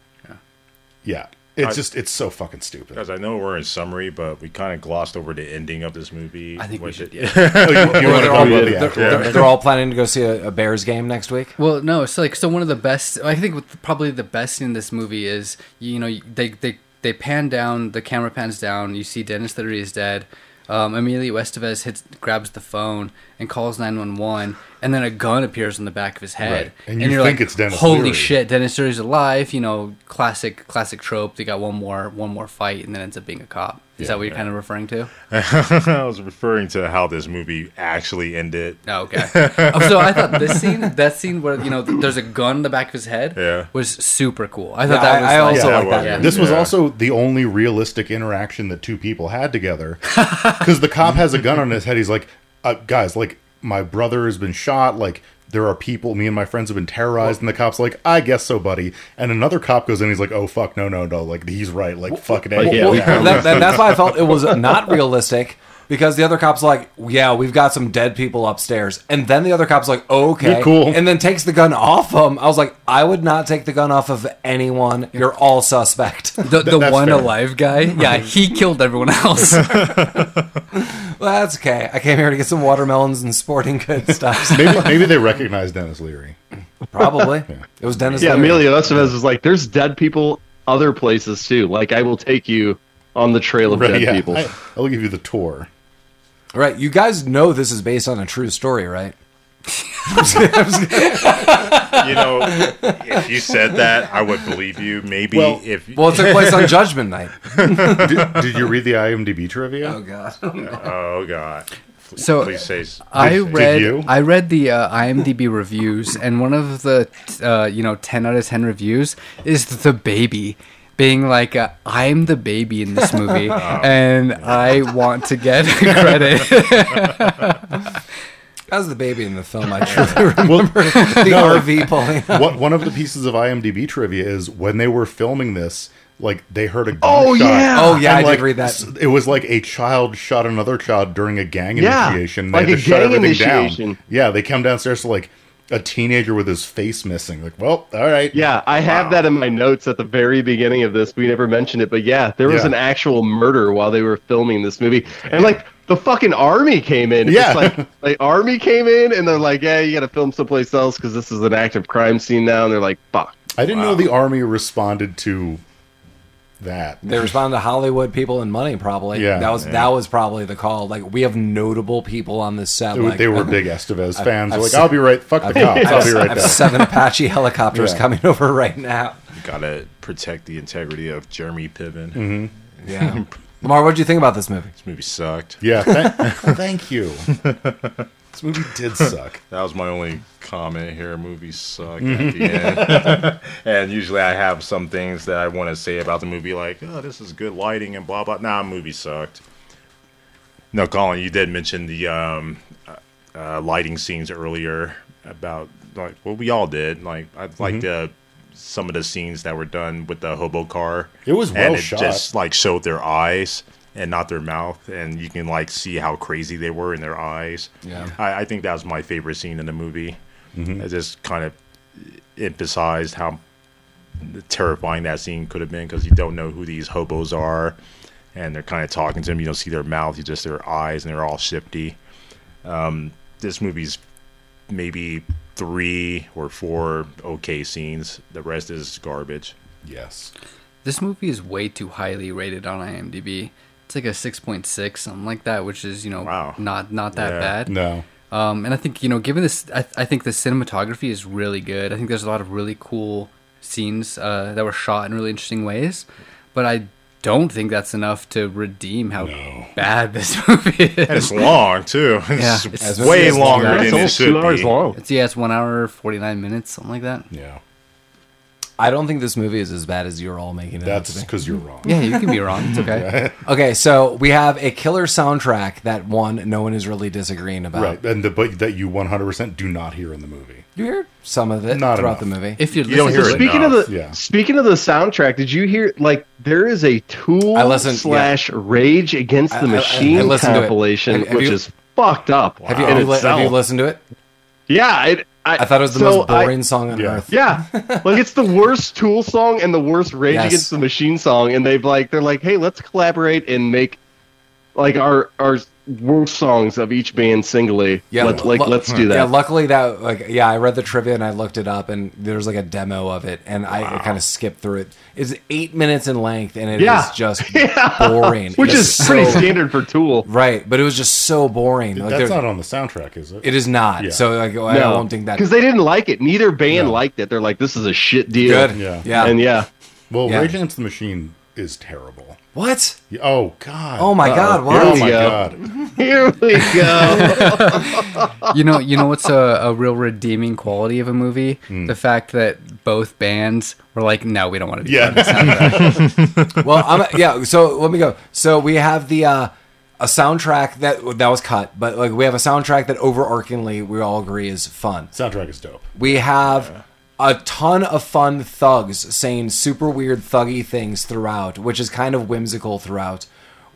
Speaker 5: Yeah. It's
Speaker 2: I-
Speaker 5: just, it's so fucking stupid.
Speaker 2: Guys, I know we're in summary, but we kind of glossed over the ending of this movie.
Speaker 4: I think we
Speaker 2: which
Speaker 4: should.
Speaker 2: it-
Speaker 5: Oh, you, you
Speaker 1: Well, they're,
Speaker 5: wanna talk
Speaker 1: all,
Speaker 5: about the
Speaker 1: they're-
Speaker 5: actual-
Speaker 1: they're- they're all planning to go see a, a Bears game next week.
Speaker 4: Well, no, it's like so one of the best. I think with- probably the best in this movie is you know they they they pan down the camera pans down. You see Dennis Leary is dead. Um, Emilio Estevez hits grabs the phone and calls nine one one, and then a gun appears on the back of his head.
Speaker 5: Right. And you think it's Dennis
Speaker 4: Holy
Speaker 5: Leary."
Speaker 4: shit, Dennis Leary's alive! You know, classic classic trope. They got one more one more fight, and then ends up being a cop. Is that what you're kind of referring to?
Speaker 2: *laughs* I was referring to how this movie actually ended.
Speaker 4: Oh, okay. Oh, so I thought this scene, that scene where you know there's a gun in the back of his head,
Speaker 2: Yeah.
Speaker 4: was super cool. I thought
Speaker 1: Yeah,
Speaker 4: that
Speaker 1: I- I
Speaker 4: was
Speaker 1: also
Speaker 4: like,
Speaker 1: like that.
Speaker 2: well,
Speaker 5: This was
Speaker 2: Yeah.
Speaker 5: also the only realistic interaction that two people had together *laughs* because the cop has a gun on his head. He's like, uh, guys, like, my brother has been shot. Like, there are people, me and my friends have been terrorized. And the cop's like, I guess so, buddy. And another cop goes in, he's like, oh, fuck, no, no, no. Like, he's right. Like, fucking A.
Speaker 3: yeah,
Speaker 5: Yeah.
Speaker 3: we-
Speaker 1: Well, that- that- that's why I felt it was not realistic because the other cop's like, "Yeah, we've got some dead people upstairs," and then the other cop's like, "Okay,
Speaker 5: You're cool.
Speaker 1: and then takes the gun off him. I was like, "I would not take the gun off of anyone. You're all suspect." *laughs*
Speaker 4: The, the
Speaker 5: that's
Speaker 4: one
Speaker 5: fair. *laughs*
Speaker 4: alive guy, yeah, he killed everyone else.
Speaker 1: well, that's okay. I came here to get some watermelons and sporting goods stuff. *laughs*
Speaker 5: *laughs* maybe, maybe they recognized Dennis Leary.
Speaker 1: Probably it was Dennis.
Speaker 3: Yeah,
Speaker 1: Leary.
Speaker 3: Emilio Estevez is like, there's dead people other places too. Like, I will take you on the trail of
Speaker 5: Right,
Speaker 3: dead
Speaker 5: yeah.
Speaker 3: people.
Speaker 5: I, I'll give you the tour.
Speaker 1: Right, you guys know this is based on a true story, right? *laughs*
Speaker 4: *laughs*
Speaker 2: You know, if you said that, I would believe you. Maybe
Speaker 5: Well-
Speaker 2: if
Speaker 1: Well, it took place on Judgment Night.
Speaker 5: did, did you read the IMDb trivia?
Speaker 1: Oh God.
Speaker 2: oh god, please,
Speaker 4: So,
Speaker 2: please say s-
Speaker 4: I
Speaker 2: please say-
Speaker 4: read,
Speaker 5: you?
Speaker 4: I read the uh, IMDb reviews, and one of the uh, you know ten out of ten reviews is the baby being like, uh, "I'm the baby in
Speaker 5: *laughs*
Speaker 4: this movie,
Speaker 5: Oh.
Speaker 4: and I want to get *laughs* credit."
Speaker 1: That was the baby in the
Speaker 3: *laughs*
Speaker 1: film. I truly remember
Speaker 5: Well,
Speaker 1: the RV pulling. up.
Speaker 5: what *laughs* one of the pieces of IMDb trivia is when they were filming this, like they heard a gunshot.
Speaker 3: Oh, yeah.
Speaker 1: Oh, yeah,
Speaker 5: And,
Speaker 1: I did
Speaker 5: like,
Speaker 1: read that.
Speaker 5: s- It was like a child shot another child during a gang
Speaker 3: Yeah,
Speaker 5: initiation.
Speaker 3: like
Speaker 5: had
Speaker 3: a
Speaker 5: to shut
Speaker 3: gang
Speaker 5: everything down.
Speaker 3: initiation.
Speaker 5: Yeah, they come downstairs to like a teenager with his face missing. Like, well, all right.
Speaker 3: Yeah, I have that in my notes at the very beginning of this. We never mentioned it, but yeah, there was
Speaker 5: Yeah.
Speaker 3: an actual murder while they were filming this movie, and like the fucking army came in. It's
Speaker 5: Yeah.
Speaker 3: like the army came in, and they're like, "Yeah, you got to film someplace else because this is an active crime scene now." And they're like, "Fuck."
Speaker 5: I didn't know the army responded to that.
Speaker 1: They responded to Hollywood people and money, probably.
Speaker 5: Yeah.
Speaker 1: that was that was probably the call. Like we have notable people on this set.
Speaker 5: *laughs* They were-
Speaker 1: like,
Speaker 5: they were big Estevez fans. They're
Speaker 1: I've
Speaker 5: like,
Speaker 1: seen-
Speaker 5: I'll be right. Fuck the cops.
Speaker 1: I
Speaker 5: *laughs* I'll
Speaker 1: have,
Speaker 5: be
Speaker 1: I
Speaker 5: right
Speaker 1: have
Speaker 5: there.
Speaker 1: seven Apache helicopters
Speaker 5: Yeah.
Speaker 1: coming *laughs* over right now.
Speaker 2: gotta protect the integrity of Jeremy Piven.
Speaker 4: Mm-hmm.
Speaker 1: Yeah, *laughs* Lamar, what would you think about this movie?
Speaker 2: This movie sucked.
Speaker 5: Yeah.
Speaker 1: *laughs*
Speaker 5: tha- thank *laughs* you. this movie did suck.
Speaker 2: That was my only comment here. Movies suck
Speaker 4: Mm-hmm.
Speaker 2: at the end. and usually I have some things that I want to say about the movie, like, oh, this is good lighting and blah, blah. Nah, movie sucked. No, Colin, you did mention the um, uh, lighting scenes earlier about, like, well, we all did. Like, I
Speaker 5: Mm-hmm.
Speaker 2: like the some of the scenes that were done with the hobo car.
Speaker 5: It was well
Speaker 2: and it
Speaker 5: shot.
Speaker 2: just like showed their eyes and not their mouth, and you can like see how crazy they were in their eyes.
Speaker 1: Yeah.
Speaker 5: Mm-hmm.
Speaker 2: I, I think that was my favorite scene in the movie. It just kind of emphasized how terrifying that scene could have been because you don't know who these hobos are, and they're kind of talking to them. You don't see their mouth, you just their eyes, and they're all shifty. Um, this movie's maybe three or four okay scenes. The rest is garbage.
Speaker 5: Yes.
Speaker 4: This movie is way too highly rated on IMDb. It's like a 6.6, something like that, which is, you know,
Speaker 2: Wow.
Speaker 4: not not that
Speaker 2: Yeah.
Speaker 4: bad.
Speaker 5: No.
Speaker 4: Um, and I think you know, given this, I, I think the cinematography is really good. I think there's a lot of really cool scenes uh, that were shot in really interesting ways, but I don't think that's enough to redeem how
Speaker 5: No.
Speaker 4: bad this *laughs* movie is.
Speaker 2: And it's long too. It's,
Speaker 4: Yeah, it's-
Speaker 2: way
Speaker 1: it's-
Speaker 2: longer
Speaker 1: yeah,
Speaker 2: than
Speaker 3: That's
Speaker 2: it
Speaker 3: almost
Speaker 2: should
Speaker 3: two hours
Speaker 2: be.
Speaker 3: long.
Speaker 4: It's yeah, it's one hour forty nine minutes, something like that.
Speaker 5: Yeah.
Speaker 1: I don't think this movie is as bad as you're all making it. out to
Speaker 5: That's
Speaker 1: be.
Speaker 5: because you're wrong.
Speaker 4: Yeah, you can be wrong. It's okay.
Speaker 2: *laughs*
Speaker 1: Okay, so we have a killer soundtrack that one no one is really disagreeing about.
Speaker 5: Right. And the, but that you 100% do not hear in the movie.
Speaker 1: You hear some of it
Speaker 5: Not
Speaker 1: throughout
Speaker 5: enough.
Speaker 1: the movie.
Speaker 4: If you're
Speaker 2: You don't
Speaker 4: listening
Speaker 2: hear
Speaker 4: to
Speaker 2: it
Speaker 3: Speaking
Speaker 4: it,
Speaker 2: enough,
Speaker 3: of the
Speaker 5: yeah.
Speaker 3: speaking of the soundtrack, did you hear like there is a Tool
Speaker 1: I listened-
Speaker 3: slash Rage Against
Speaker 1: I- I-
Speaker 3: the
Speaker 1: I- I
Speaker 3: Machine
Speaker 1: listened to it.
Speaker 3: compilation,
Speaker 1: Have- have
Speaker 3: which
Speaker 1: you-
Speaker 3: is fucked up.
Speaker 1: have, you,
Speaker 3: in
Speaker 1: have, you, li- have you
Speaker 3: itself.
Speaker 1: listened to it?
Speaker 3: Yeah, I, I,
Speaker 1: I thought it was the
Speaker 3: so
Speaker 1: most
Speaker 3: I-
Speaker 1: boring song on
Speaker 5: Yeah.
Speaker 1: earth.
Speaker 3: yeah, like it's the worst Tool song and the worst Rage
Speaker 1: Yes.
Speaker 3: Against the Machine song, and they've like they're like, hey, let's collaborate and make like our our worst songs of each band singly.
Speaker 1: Yeah,
Speaker 3: Yeah, Let, like
Speaker 1: lu-
Speaker 3: let's do
Speaker 1: Yeah,
Speaker 3: that.
Speaker 1: luckily that like yeah, I read the trivia and I looked it up and there's like a demo of it and I, kind of skipped through it. It's eight minutes in length and it is
Speaker 3: *laughs* Yeah.
Speaker 1: just boring.
Speaker 3: which
Speaker 1: It's
Speaker 3: is pretty
Speaker 1: so-
Speaker 3: standard for Tool.
Speaker 1: *laughs* right, but it was just so boring. Like,
Speaker 5: That's
Speaker 1: there-
Speaker 5: not on the soundtrack, is it?
Speaker 1: it is not.
Speaker 5: Yeah.
Speaker 1: So like, I don't think that
Speaker 3: because they didn't like it. Neither band liked it. They're like, this is a shit deal.
Speaker 1: *laughs* good.
Speaker 5: Yeah.
Speaker 1: yeah.
Speaker 3: And yeah, *laughs*
Speaker 5: well,
Speaker 1: yeah.
Speaker 5: Rage Against the Machine is terrible.
Speaker 1: What?
Speaker 5: Yeah, Oh, God.
Speaker 1: Oh my god! What?
Speaker 5: Oh,
Speaker 3: Here
Speaker 5: my
Speaker 3: we go. here
Speaker 5: God.
Speaker 3: we go.
Speaker 1: *laughs*
Speaker 4: you know, you know what's a, a real redeeming quality of a movie? The fact that both bands were like, "No, we don't want to do
Speaker 5: Yeah.
Speaker 1: well, I'm, yeah. So let me go. So we have the uh, a soundtrack that that was cut, but like we have a soundtrack that overarchingly we all agree is fun.
Speaker 5: soundtrack is dope.
Speaker 1: We have a ton of fun thugs saying super weird thuggy things throughout, which is kind of whimsical throughout.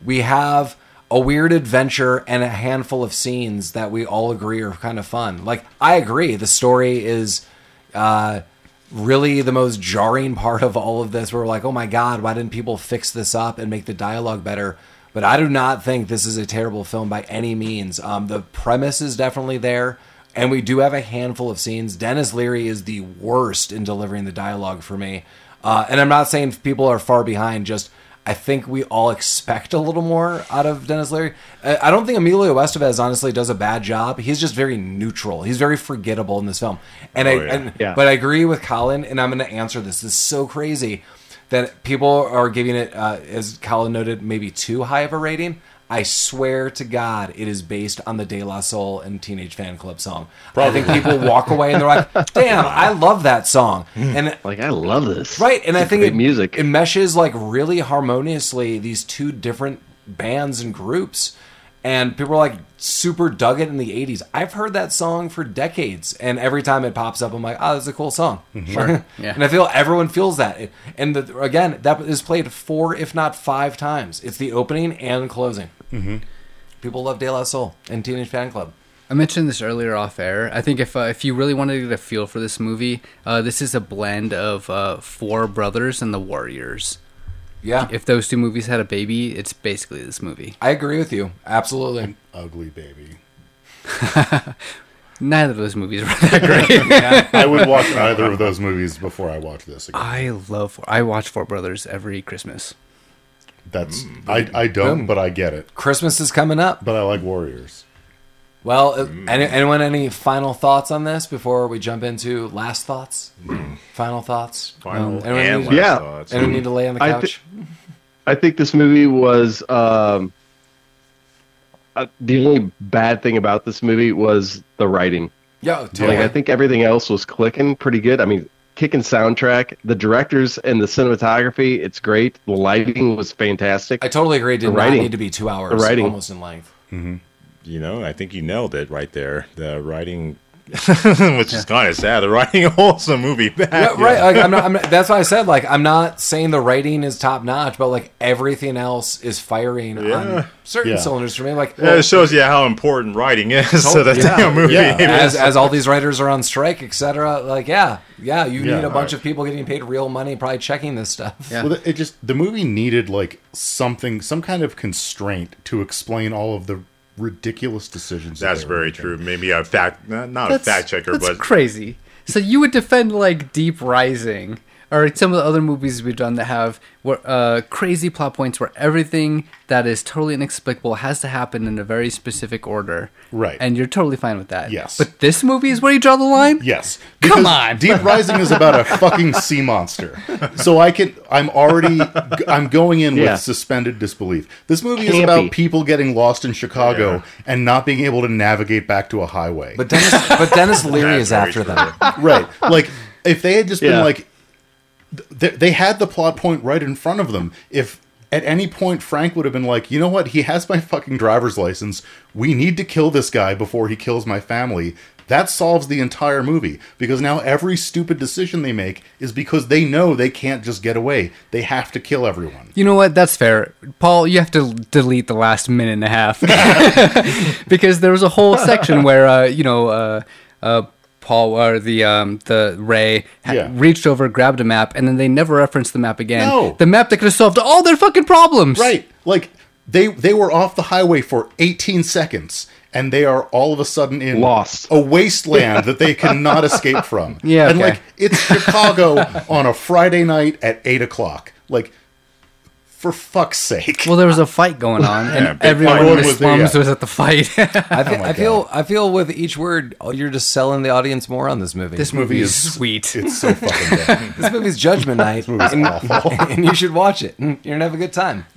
Speaker 1: We have a weird adventure and a handful of scenes that we all agree are kind of fun. Like I agree, the story is uh really the most jarring part of all of this. We're like, "Oh my god, why didn't people fix this up and make the dialogue better?" But I do not think this is a terrible film by any means. Um, the premise is definitely there. And we do have a handful of scenes. Dennis Leary is the worst in delivering the dialogue for me. Uh, and I'm not saying people are far behind, just I think we all expect a little more out of Dennis Leary. Uh, I I don't think Emilio Estevez honestly does a bad job. He's just very neutral. He's very forgettable in this film. And I,
Speaker 2: Oh, yeah.
Speaker 1: and,
Speaker 3: Yeah.
Speaker 1: but I agree with Colin, and I'm going to answer this. This is so crazy that people are giving it, uh, as Colin noted, maybe too high of a rating. I swear to God, it is based on the De La Soul and Teenage Fan Club song. I think people walk away and they're like, "Damn, I love that song," and
Speaker 3: like I love this.
Speaker 1: Right, and I think
Speaker 3: great
Speaker 1: it,
Speaker 3: music.
Speaker 1: it meshes like really harmoniously these two different bands and groups. And people are like super dug it in the '80s. I've heard that song for decades, and every time it pops up, I'm like, "Oh, that's a cool song." *laughs* Sure.
Speaker 4: Yeah.
Speaker 1: And I feel everyone feels that. It- And the, again, that is played four, if not five times. It's the opening and closing. Mm-hmm. People love De La Soul and Teenage Fan Club.
Speaker 4: I mentioned this earlier off air. I think if uh, if you really wanted to get a feel for this movie, uh, this is a blend of uh, Four Brothers and The Warriors.
Speaker 1: Yeah,
Speaker 4: If those two movies had a baby, it's basically this movie.
Speaker 1: I agree with you. Absolutely.
Speaker 5: Ugly baby.
Speaker 4: Neither of those movies were that great.
Speaker 5: I
Speaker 1: *laughs*
Speaker 5: would watch either of those movies before I watch this again.
Speaker 4: I love. Four, I watch Four Brothers every Christmas.
Speaker 5: That's
Speaker 1: Mm.
Speaker 5: I, I don't, but I get it.
Speaker 1: Christmas is coming up.
Speaker 5: But I like Warriors.
Speaker 1: Well, uh
Speaker 2: Mm.
Speaker 1: any, anyone any final thoughts on this before we jump into last thoughts? final thoughts?
Speaker 2: Final
Speaker 1: anyone,
Speaker 2: and
Speaker 1: need,
Speaker 2: last
Speaker 3: Yeah.
Speaker 2: Mm. thoughts.
Speaker 1: anyone need to lay on the
Speaker 3: I
Speaker 1: couch?
Speaker 3: I think this movie was um, uh, the only bad thing about this movie was the writing.
Speaker 1: Yeah, totally.
Speaker 3: Like I think everything else was clicking pretty good. I mean, kicking soundtrack, the directors and the cinematography, it's great. The lighting was fantastic.
Speaker 1: I totally agree. It did
Speaker 3: The
Speaker 1: not
Speaker 3: writing.
Speaker 1: need to be two hours,
Speaker 3: The writing.
Speaker 1: almost in length.
Speaker 2: You know, I think you nailed it right there. The writing *laughs* which is kind of sad. They're writing *laughs* a wholesome movie back.
Speaker 1: Yeah, right. Like, I'm not, I'm not- that's why I said like I'm not saying the writing is top notch, but like everything else is firing
Speaker 2: Yeah.
Speaker 1: on certain
Speaker 5: Yeah.
Speaker 1: cylinders for me. Like
Speaker 2: Yeah, it shows you how important writing is to the
Speaker 1: Yeah.
Speaker 2: damn movie.
Speaker 5: Yeah.
Speaker 1: as as all these writers are on strike, etc. Like yeah, yeah, you
Speaker 5: Yeah,
Speaker 1: need a bunch
Speaker 2: right.
Speaker 1: of people getting paid real money, probably checking this stuff.
Speaker 4: Yeah.
Speaker 5: Well, it just the movie needed like something, some kind of constraint to explain all of the ridiculous decisions. that
Speaker 2: That's
Speaker 5: they were
Speaker 2: very
Speaker 5: making.
Speaker 2: true. Maybe a fact, not, not a
Speaker 4: That's-
Speaker 2: fact checker,
Speaker 4: that's
Speaker 2: but
Speaker 4: crazy. So you would defend like Deep Rising or some of the other movies we've done that have where, uh, crazy plot points where everything that is totally inexplicable has to happen in a very specific order.
Speaker 5: Right.
Speaker 4: And you're totally fine with that.
Speaker 5: Yes.
Speaker 4: But this movie is where you draw the line?
Speaker 5: Yes.
Speaker 4: Come
Speaker 5: Because
Speaker 4: on.
Speaker 5: Deep Rising is about a fucking sea monster. So I can I'm already I'm going in
Speaker 3: Yeah.
Speaker 5: with suspended disbelief. This movie is
Speaker 3: Campy.
Speaker 5: about people getting lost in Chicago and not being able to navigate back to a highway.
Speaker 1: But Dennis, but
Speaker 2: *laughs*
Speaker 1: Dennis Leary
Speaker 2: That's
Speaker 1: is
Speaker 2: very
Speaker 1: after
Speaker 2: true.
Speaker 1: them.
Speaker 5: right. Like if they had just been
Speaker 3: Yeah.
Speaker 5: like th- they had the plot point right in front of them. If at any point Frank would have been like, "You know what? He has my fucking driver's license. We need to kill this guy before he kills my family." That solves the entire movie because now every stupid decision they make is because they know they can't just get away. They have to kill everyone.
Speaker 4: You know what? That's fair. Paul, you have to delete the last minute and a half *laughs* because there was a whole section where uh, you know uh, uh, Paul or the um, the Ray ha-
Speaker 5: Yeah.
Speaker 4: reached over, grabbed a map, and then they never referenced the map again.
Speaker 5: No.
Speaker 4: The map that could have solved all their fucking problems.
Speaker 5: Right. Like they they were off the highway for 18 seconds and they are all of a sudden in
Speaker 3: Lost.
Speaker 5: a wasteland that they cannot
Speaker 3: *laughs*
Speaker 5: escape from.
Speaker 4: Yeah,
Speaker 5: And
Speaker 4: okay.
Speaker 5: like it's Chicago on a Friday night at eight o'clock. Like for fuck's sake.
Speaker 3: *laughs*
Speaker 4: Well, there was a fight going on,
Speaker 2: Yeah,
Speaker 4: and
Speaker 2: big
Speaker 4: everyone
Speaker 2: fight.
Speaker 4: in the
Speaker 5: Was there,
Speaker 4: slums
Speaker 5: yeah.
Speaker 4: was at the fight.
Speaker 1: I
Speaker 3: Oh
Speaker 1: feel, I feel I feel with each word, oh, you're just selling the audience more on *laughs* this movie.
Speaker 4: this movie is sweet.
Speaker 5: it's so fucking bad.
Speaker 1: This movie's Judgment
Speaker 3: *laughs*
Speaker 1: Night, and, *laughs* and you should watch it. Mm, You're gonna have a good time.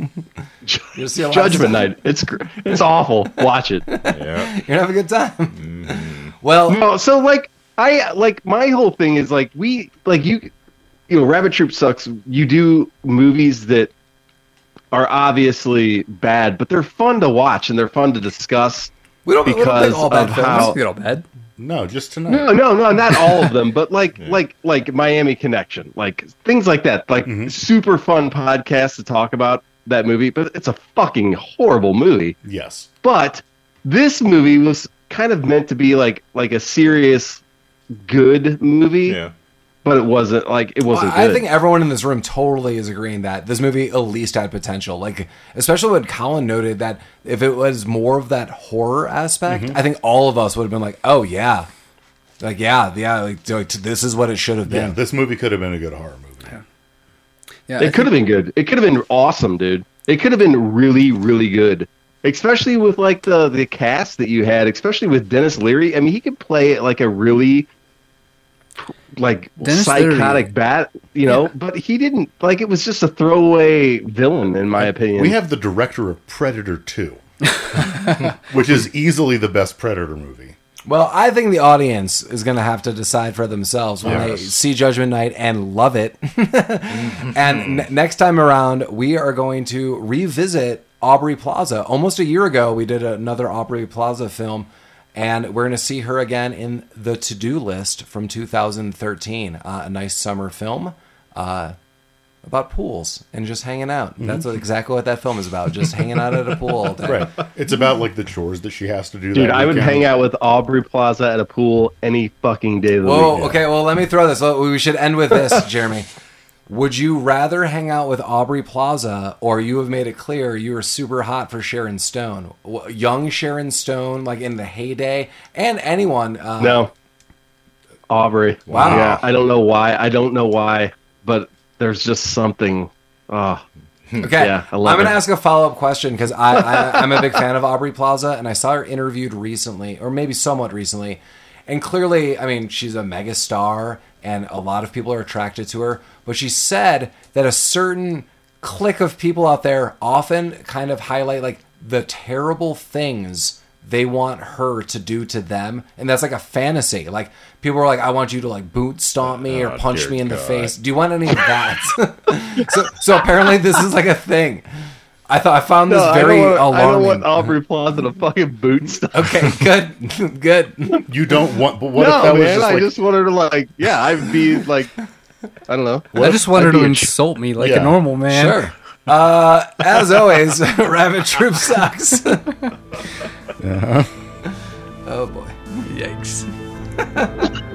Speaker 1: You'll see a lot of
Speaker 3: Judgment
Speaker 1: stuff.
Speaker 3: Night. It's gr- it's awful. Watch it.
Speaker 2: yeah.
Speaker 1: *laughs* You're gonna have a good time.
Speaker 3: Mm-hmm.
Speaker 1: Well,
Speaker 3: No, so like I like my whole thing is like we like you you know Rabbit Troop sucks. You do movies that are obviously bad, but they're fun to watch and they're fun to discuss.
Speaker 1: we don't we don't
Speaker 3: because
Speaker 1: pick all bad
Speaker 3: of
Speaker 1: films.
Speaker 3: how-
Speaker 4: You're all bad.
Speaker 5: No, just tonight.
Speaker 3: No, no, no, not all of them, but like like like Miami Connection, like things like that, like super fun podcast to talk about that movie, but it's a fucking horrible movie.
Speaker 5: Yes.
Speaker 3: But this movie was kind of meant to be like like a serious good movie,
Speaker 2: yeah.
Speaker 3: but it wasn't like it wasn't
Speaker 1: I I
Speaker 3: good.
Speaker 1: think everyone in this room totally is agreeing that this movie at least had potential. Like, especially when Colin noted that if it was more of that horror aspect,
Speaker 3: Mm-hmm.
Speaker 1: I think all of us would have been like, "Oh yeah, like yeah, yeah, like, like this is what it should have
Speaker 5: Yeah.
Speaker 1: been."
Speaker 5: This movie could have been a good horror movie.
Speaker 4: Yeah, I
Speaker 3: It could have been good. It could have been awesome, dude. It could have been really, really good. Especially with like the the cast that you had, especially with Dennis Leary. I mean, he could play like a really like
Speaker 4: Dennis
Speaker 3: psychotic
Speaker 4: Leary.
Speaker 3: bat, you know, but he didn't like it was just a throwaway villain in my opinion.
Speaker 5: We have the director of
Speaker 3: *laughs*
Speaker 5: Predator 2, which is easily the best Predator movie.
Speaker 1: Well, I think the audience is going to have to decide for themselves when they
Speaker 5: Yes.
Speaker 1: see Judgment Night and love it. *laughs*
Speaker 5: Mm-hmm.
Speaker 1: and n- next time around, we are going to revisit Aubrey Plaza. Almost a year ago, we did another Aubrey Plaza film, and we're going to see her again in The To Do List from 2013, uh, a nice summer film. Uh, about pools and just hanging out. That's what, exactly what that film is about. Just hanging out at a pool
Speaker 5: *laughs*
Speaker 1: all day.
Speaker 5: Mm-hmm. Right. It's about like the chores that she has to do.
Speaker 3: Dude,
Speaker 5: that
Speaker 3: I would
Speaker 5: weekend.
Speaker 3: hang out with Aubrey Plaza at a pool any fucking day of the
Speaker 1: Whoa,
Speaker 3: week.
Speaker 1: okay, well, let me throw this. We should end with this, Jeremy. Would you rather hang out with Aubrey Plaza or you have made it clear you were super hot for Sharon Stone? W- Young Sharon Stone, like in the heyday, and anyone. Uh,
Speaker 3: No. Aubrey.
Speaker 1: Wow.
Speaker 3: Yeah, I don't know why. I don't know why, but there's just something oh
Speaker 2: Hmm.
Speaker 1: Okay,
Speaker 3: Yeah, I
Speaker 1: I'm
Speaker 3: love
Speaker 1: going to
Speaker 3: her.
Speaker 1: ask a follow up question because I, I, I'm a big fan of Aubrey Plaza, and I saw her interviewed recently, or maybe somewhat recently, and clearly, I mean, she's a mega star, and a lot of people are attracted to her. But she said that a certain clique of people out there often kind of highlight like the terrible things they want her to do to them and that's like a fantasy like people are like i want you to like boot stomp me or
Speaker 2: Oh,
Speaker 1: punch
Speaker 2: dear
Speaker 1: me in the
Speaker 2: God. *laughs*
Speaker 1: face do you want any of that so, so apparently this is like a thing I thought I found
Speaker 3: No,
Speaker 1: this
Speaker 3: I don't
Speaker 1: very
Speaker 3: want- I don't
Speaker 1: alarming.
Speaker 3: want Aubrey Plaza to fucking boot
Speaker 1: *laughs*
Speaker 3: stuff.
Speaker 1: okay, good, *laughs* good.
Speaker 5: You don't want, but what
Speaker 3: *laughs* no,
Speaker 5: if that
Speaker 3: man,
Speaker 5: was just
Speaker 3: I
Speaker 5: like
Speaker 3: just wanted to like, yeah, I'd be like, I don't know.
Speaker 4: I just wanted
Speaker 3: I'd be
Speaker 4: to
Speaker 3: a ch-
Speaker 4: insult me like
Speaker 5: Yeah.
Speaker 4: a normal man.
Speaker 1: Sure. Uh, as always, *laughs* Rabbit Troop sucks. *laughs* Oh boy.
Speaker 4: Yikes.